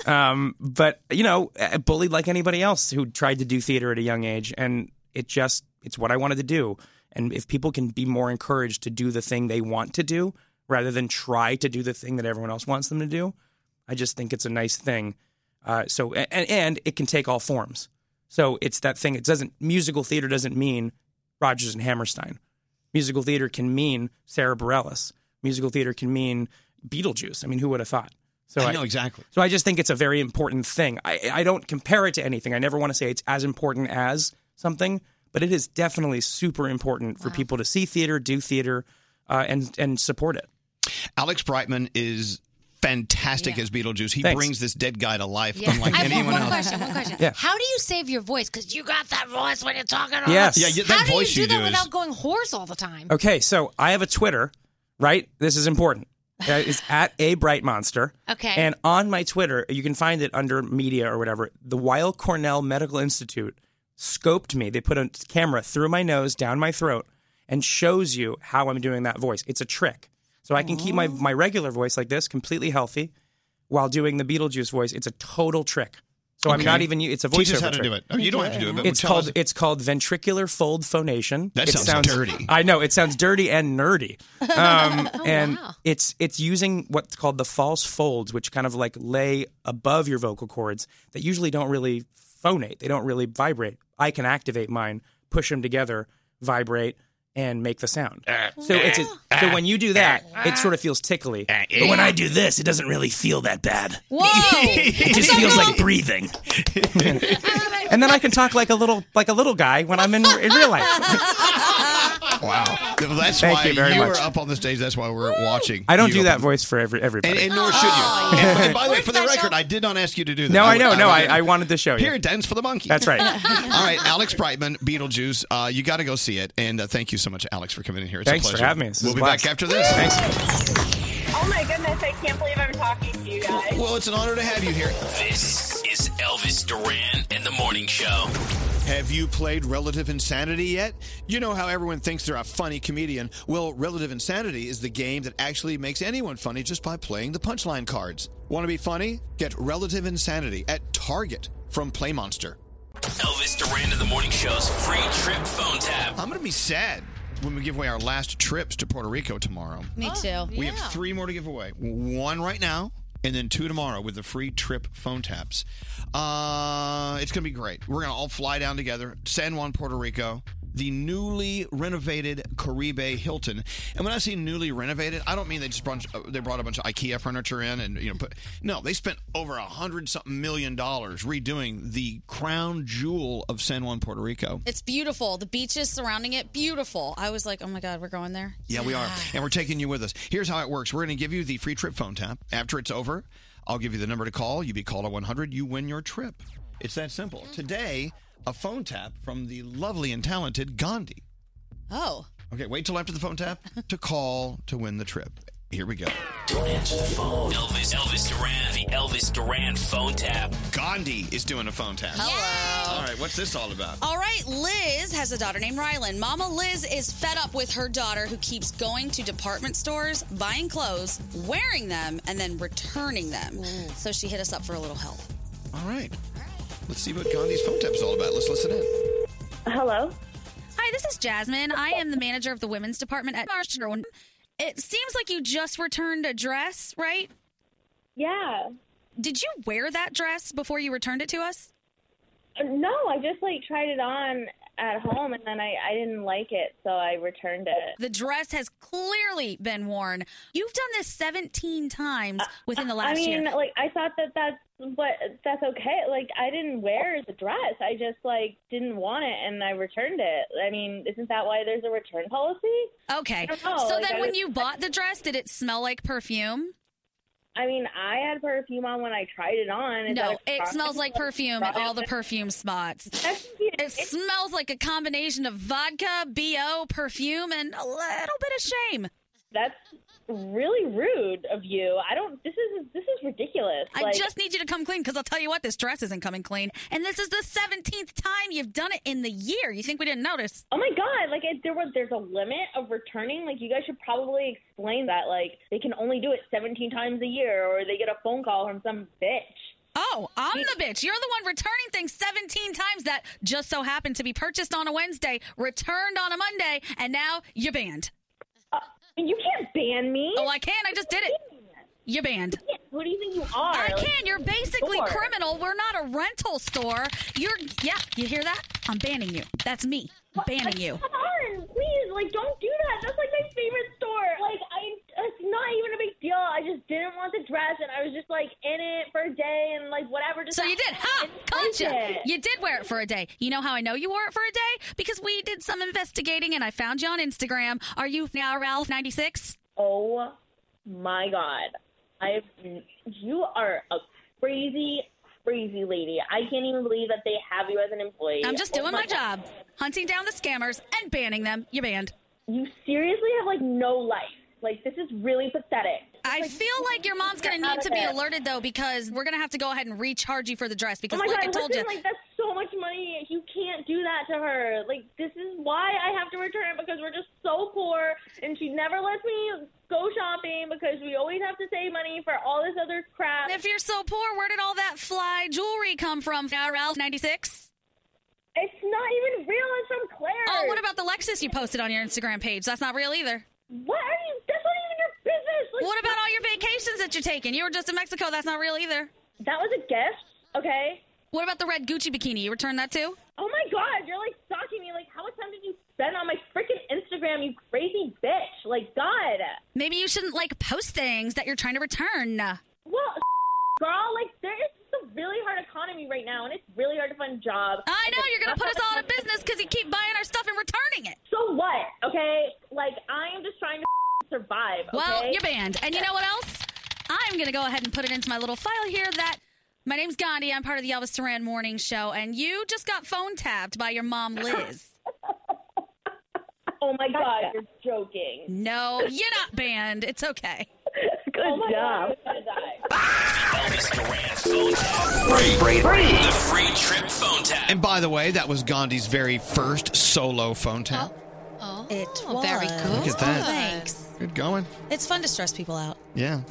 Speaker 2: um, but, you know, bullied like anybody else who tried to do theater at a young age. And it just, it's what I wanted to do. And if people can be more encouraged to do the thing they want to do rather than try to do the thing that everyone else wants them to do, I just think it's a nice thing. Uh, so, and, and it can take all forms. So it's that thing. It doesn't, musical theater doesn't mean Rogers and Hammerstein. Musical theater can mean Sarah Bareilles. Musical theater can mean Beetlejuice. I mean, who would have thought? So
Speaker 1: I know exactly.
Speaker 2: So I just think it's a very important thing. I, I don't compare it to anything. I never want to say it's as important as something, but it is definitely super important for people to see theater, do theater, uh, and and support it.
Speaker 1: Alex Brightman is fantastic as Beetlejuice. He
Speaker 2: Thanks.
Speaker 1: brings this dead guy to life
Speaker 6: Yeah.
Speaker 1: unlike
Speaker 6: I have
Speaker 1: anyone
Speaker 6: one
Speaker 1: else.
Speaker 6: question. One question.
Speaker 1: Yeah.
Speaker 6: How do you save your voice? Because you got that voice when you're talking. to
Speaker 2: Yes.
Speaker 6: us.
Speaker 2: Yeah, yeah, that
Speaker 6: How
Speaker 2: voice
Speaker 6: do
Speaker 2: you
Speaker 6: you do that
Speaker 2: do is-
Speaker 6: without going hoarse all the time?
Speaker 2: Okay, so I have a Twitter, right? This is important. Uh, It's at a bright monster.
Speaker 6: Okay.
Speaker 2: And on my Twitter, you can find it under media or whatever. The Weill Cornell Medical Institute scoped me. They put a camera through my nose, down my throat, and shows you how I'm doing that voice. It's a trick. So I can keep my, my regular voice like this, completely healthy, while doing the Beetlejuice voice. It's a total trick. So I'm
Speaker 1: Okay.
Speaker 2: not even. It's a voiceover
Speaker 1: Teach us how to
Speaker 2: trick.
Speaker 1: do it. Oh, you don't have to do it, but
Speaker 2: it's
Speaker 1: tell
Speaker 2: called
Speaker 1: us.
Speaker 2: it's called ventricular fold phonation.
Speaker 1: That
Speaker 2: It
Speaker 1: sounds dirty.
Speaker 2: I know it sounds dirty and nerdy, um, and it's it's using what's called the false folds, which kind of like lay above your vocal cords that usually don't really phonate. They don't really vibrate. I can activate mine, push them together, vibrate, and make the sound.
Speaker 1: Ah.
Speaker 2: So it's a, so when you do that, it sort of feels tickly.
Speaker 1: Ah,
Speaker 2: But when I do this, it doesn't really feel that bad.
Speaker 5: Whoa!
Speaker 2: It just feels like breathing. and then I can talk like a little like a little guy when I'm in, in real life.
Speaker 1: Wow. That's
Speaker 2: Thank
Speaker 1: why
Speaker 2: you very
Speaker 1: are
Speaker 2: much.
Speaker 1: up on the stage. That's why we're watching.
Speaker 2: I don't
Speaker 1: you
Speaker 2: do
Speaker 1: up
Speaker 2: that
Speaker 1: on-
Speaker 2: voice for every everybody.
Speaker 1: And, and nor should you.
Speaker 6: Oh,
Speaker 1: and, and by the way, for the record, I did not ask you to do that.
Speaker 2: no, I know,
Speaker 1: would-
Speaker 2: no,
Speaker 1: would
Speaker 2: I,
Speaker 1: do
Speaker 2: I
Speaker 1: that.
Speaker 2: wanted to show you.
Speaker 1: Here, dance for the monkey.
Speaker 2: That's right.
Speaker 1: All right, Alex Brightman, Beetlejuice. Uh, you got to go see it. And uh, thank you so much, Alex, for coming in here. It's
Speaker 2: Thanks
Speaker 1: a
Speaker 2: for
Speaker 1: pleasure.
Speaker 2: having me. This is
Speaker 1: we'll
Speaker 2: a
Speaker 1: be
Speaker 2: blast.
Speaker 1: back after this. Thanks.
Speaker 7: Oh my goodness, I can't believe I'm talking to you guys.
Speaker 1: Well, it's an honor to have you here.
Speaker 10: This is Elvis Duran and the Morning Show.
Speaker 17: Have you played Relative Insanity yet? You know how everyone thinks they're a funny comedian. Well, Relative Insanity is the game that actually makes anyone funny just by playing the punchline cards. Want to be funny? Get Relative Insanity at Target from Playmonster.
Speaker 10: Elvis Duran and the Morning Show's free trip phone tap.
Speaker 1: I'm going to be sad when we give away our last trips to Puerto Rico tomorrow.
Speaker 5: Me
Speaker 7: Oh.
Speaker 5: too.
Speaker 1: We have three more to give away. One right now, and then two tomorrow with the free trip phone taps. Uh, it's going to be great. We're going to all fly down together, San Juan, Puerto Rico, the newly renovated Caribe Hilton. And when I say newly renovated, I don't mean they just brought they brought a bunch of IKEA furniture in and you know, put, no, they spent over a hundred something million dollars redoing the crown jewel of San Juan, Puerto Rico.
Speaker 5: It's beautiful. The beaches surrounding it, beautiful. I was like, oh my God, we're going there.
Speaker 1: Yeah, we are. And we're taking you with us. Here's how it works we're going to give you the free trip phone tap. After it's over, I'll give you the number to call. You be called at 100, you win your trip. It's that simple. Today, a phone tap from the lovely and talented Gandhi.
Speaker 5: Oh.
Speaker 1: Okay, wait till after the phone tap to call to win the trip. Here we go.
Speaker 10: Don't answer the phone. Elvis, Elvis Duran, the Elvis Duran phone tap.
Speaker 1: Gandhi is doing a phone tap.
Speaker 5: Hello.
Speaker 1: All right, what's this all about?
Speaker 5: All right, Liz has a daughter named Rylan. Mama Liz is fed up with her daughter who keeps going to department stores, buying clothes, wearing them, and then returning them. So she hit us up for a little help.
Speaker 1: All right. Let's see what Gandhi's phone tap's all about. Let's listen in.
Speaker 5: Hello. Hi, this is Jasmine. I am the manager of the women's department at Marshall. It seems like you just returned a dress, right?
Speaker 4: Yeah.
Speaker 5: Did you wear that dress before you returned it to us?
Speaker 4: Uh, No, I just like tried it on at home and then I, I didn't like it, so I returned it.
Speaker 5: The dress has clearly been worn. You've done this 17 times within the last
Speaker 4: Uh, I mean,
Speaker 5: year.
Speaker 4: like I thought that that's what that's okay. Like I didn't wear the dress. I just like didn't want it and I returned it. I mean, isn't that why there's a return policy?
Speaker 5: Okay.
Speaker 4: I don't know.
Speaker 5: So
Speaker 4: Like,
Speaker 5: then
Speaker 4: I
Speaker 5: when
Speaker 4: was-
Speaker 5: you bought the dress, did it smell like perfume?
Speaker 19: I mean, I had perfume on when I tried it on. Is
Speaker 5: No,
Speaker 19: that a
Speaker 5: it
Speaker 19: problem?
Speaker 5: smells like perfume and all the perfume spots. It smells like a combination of vodka, BO, perfume, and a little bit of shame.
Speaker 19: That's really rude of you. I don't. This is this is ridiculous.
Speaker 5: I just need you to come clean because I'll tell you what, this dress isn't coming clean. And this is the 17th time you've done it in the year. You think we didn't notice?
Speaker 19: Oh my god! Like if there was, there's a limit of returning. Like you guys should probably explain that. Like they can only do it 17 times a year, or they get a phone call from some bitch.
Speaker 5: Oh, I'm the bitch. You're the one returning things 17 times that just so happened to be purchased on a Wednesday, returned on a Monday, and now you're banned.
Speaker 19: Uh, you can't ban me.
Speaker 5: Oh, I can. I just did it. You're banned.
Speaker 19: Who do you think you are?
Speaker 5: I
Speaker 19: Like,
Speaker 5: can. You're basically
Speaker 19: sure.
Speaker 5: criminal. We're not a rental store. You're, yeah, you hear that? I'm banning you. That's me. I'm banning you.
Speaker 19: Come on, please, like don't do that. That's like my favorite store. Like I, it's not even a big deal. I just didn't want the dress, and I was just like in it for a day and like whatever. Just
Speaker 5: So you did, ha! Caught you.
Speaker 19: it.
Speaker 5: You did wear it for a day. You know how I know you wore it for a day? Because we did some investigating and I found you on Instagram. Are you now Ralph ninety six?
Speaker 19: Oh my god, I you are a crazy, crazy lady. I can't even believe that they have you as an employee.
Speaker 5: I'm just
Speaker 19: Oh
Speaker 5: doing my
Speaker 19: God.
Speaker 5: job, hunting down the scammers and banning them. You're banned.
Speaker 19: You seriously have like no life. Like this is really pathetic.
Speaker 5: I feel like your mom's going to
Speaker 19: Get out
Speaker 5: need
Speaker 19: of
Speaker 5: to be
Speaker 19: there.
Speaker 5: alerted though because we're going to have to go ahead and recharge you for the dress because
Speaker 19: oh my
Speaker 5: like
Speaker 19: god,
Speaker 5: I told
Speaker 19: listen,
Speaker 5: you.
Speaker 19: like that's so much money. You can't do that to her. Like this is why I have to return it because we're just so poor, and she never lets me go shopping because we always have to save money for all this other crap.
Speaker 5: If you're so poor, where did all that fly jewelry come from? Now Ralph 96?
Speaker 19: It's not even real. It's from Claire.
Speaker 5: Oh, what about the Lexus you posted on your Instagram page? That's not real either.
Speaker 19: What are you? That's not even your business. Like,
Speaker 5: what about all your vacations that you're taking? You were just in Mexico. That's not real either.
Speaker 19: That was a gift. Okay.
Speaker 5: What about the red Gucci bikini? You returned that too?
Speaker 19: Oh my god, you're like stalking me. Like how much time did you spend on my freaking Instagram? You crazy bitch. Like God.
Speaker 5: Maybe you shouldn't like post things that you're trying to return.
Speaker 19: Well, girl, like there is just a really hard economy right now, and it's really hard to find a job.
Speaker 5: I know you're gonna put us all out of business because you keep buying our stuff and returning it.
Speaker 19: So what? Okay, like I am just trying to survive. Okay?
Speaker 5: Well, you're banned. And you know what else? I'm going to go ahead and put it into my little file here that my name's Gandhi. I'm part of the Elvis Duran Morning Show, and you just got phone tapped by your mom, Liz.
Speaker 19: Oh my god, you're joking.
Speaker 5: No, you're not banned. It's okay.
Speaker 19: Good oh my
Speaker 5: job.
Speaker 19: God, I'm gonna die.
Speaker 10: Free, free, free. The free trip phone tap.
Speaker 1: And by the way, that was Gandhi's very first solo phone tap.
Speaker 5: Oh, it
Speaker 3: Oh, very
Speaker 5: was.
Speaker 1: Look at that.
Speaker 5: Thanks.
Speaker 1: Good going.
Speaker 5: It's fun to stress people out.
Speaker 1: Yeah.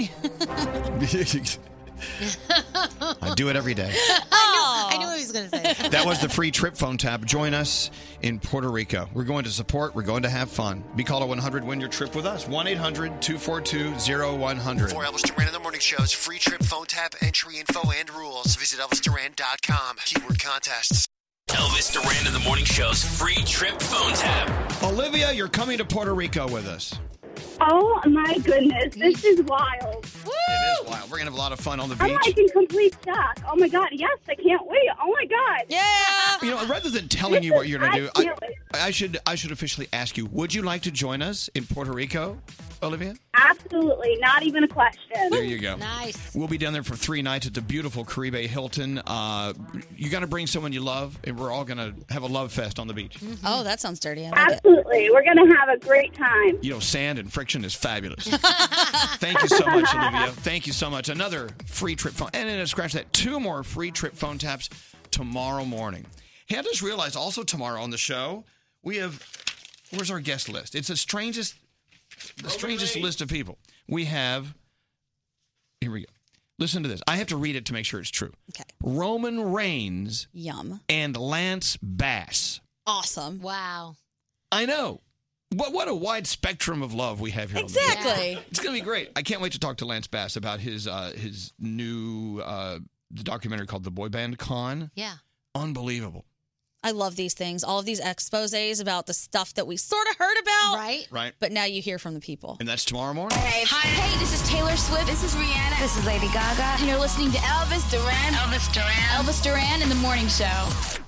Speaker 1: I do it every day.
Speaker 3: I, knew, I knew he was going to say that.
Speaker 1: That was the free trip phone tap. Join us in Puerto Rico. We're going to support, we're going to have fun. Be called a 100 win your trip with us. 1 800 242 0100.
Speaker 20: For Elvis Duran in the Morning Show's free trip phone tap entry info and rules, visit ElvisDuran.com. Keyword contests.
Speaker 10: Elvis Duran in the Morning Show's free trip phone tap.
Speaker 1: Olivia, you're coming to Puerto Rico with us.
Speaker 30: Oh my goodness, this is wild.
Speaker 1: It is wild. We're going to have a lot of fun on the
Speaker 30: I'm
Speaker 1: beach.
Speaker 30: like in complete shock. Oh my god, yes, I can't wait. Oh my god.
Speaker 5: Yeah.
Speaker 1: You know, rather than telling you what you're going to do,
Speaker 30: I
Speaker 1: I,
Speaker 30: feel it.
Speaker 1: I should I should officially ask you, would you like to join us in Puerto Rico, Olivia?
Speaker 30: Absolutely, not even a question.
Speaker 1: There you go.
Speaker 30: Nice.
Speaker 1: We'll be down there for three nights at the beautiful Caribe Hilton. Uh, you got to bring someone you love, and we're all going to have a love fest on the beach.
Speaker 5: Oh, that sounds dirty.
Speaker 30: Absolutely, we're gonna have a great time.
Speaker 1: You know, sand and friction is fabulous. Thank you so much, Olivia. Thank you so much. Another free trip phone, and then scratch that. Two more free trip phone taps tomorrow morning. Hey, I just realized also tomorrow on the show we have. Where's our guest list? It's the strangest, the strangest list of people we have. Here we go. Listen to this. I have to read it to make sure it's true. Okay. Roman Reigns.
Speaker 5: Yum.
Speaker 1: And Lance Bass.
Speaker 5: Awesome.
Speaker 3: Wow.
Speaker 1: I know. What what a wide spectrum of love we have here. on the show.
Speaker 5: Exactly.
Speaker 1: It's gonna be great. I can't wait to talk to Lance Bass about his uh, his new uh, the documentary called The Boy Band Con.
Speaker 3: Yeah.
Speaker 1: Unbelievable,
Speaker 5: I love these things. All of these exposes about the stuff that we sort of heard about. Right.
Speaker 1: right?
Speaker 5: But now you hear from the people.
Speaker 1: And that's tomorrow morning.
Speaker 31: Hey, hi. Hey, this is Taylor Swift. This is Rihanna. This is Lady Gaga. And you're listening to Elvis Duran. Elvis Duran. Elvis Duran in the Morning Show.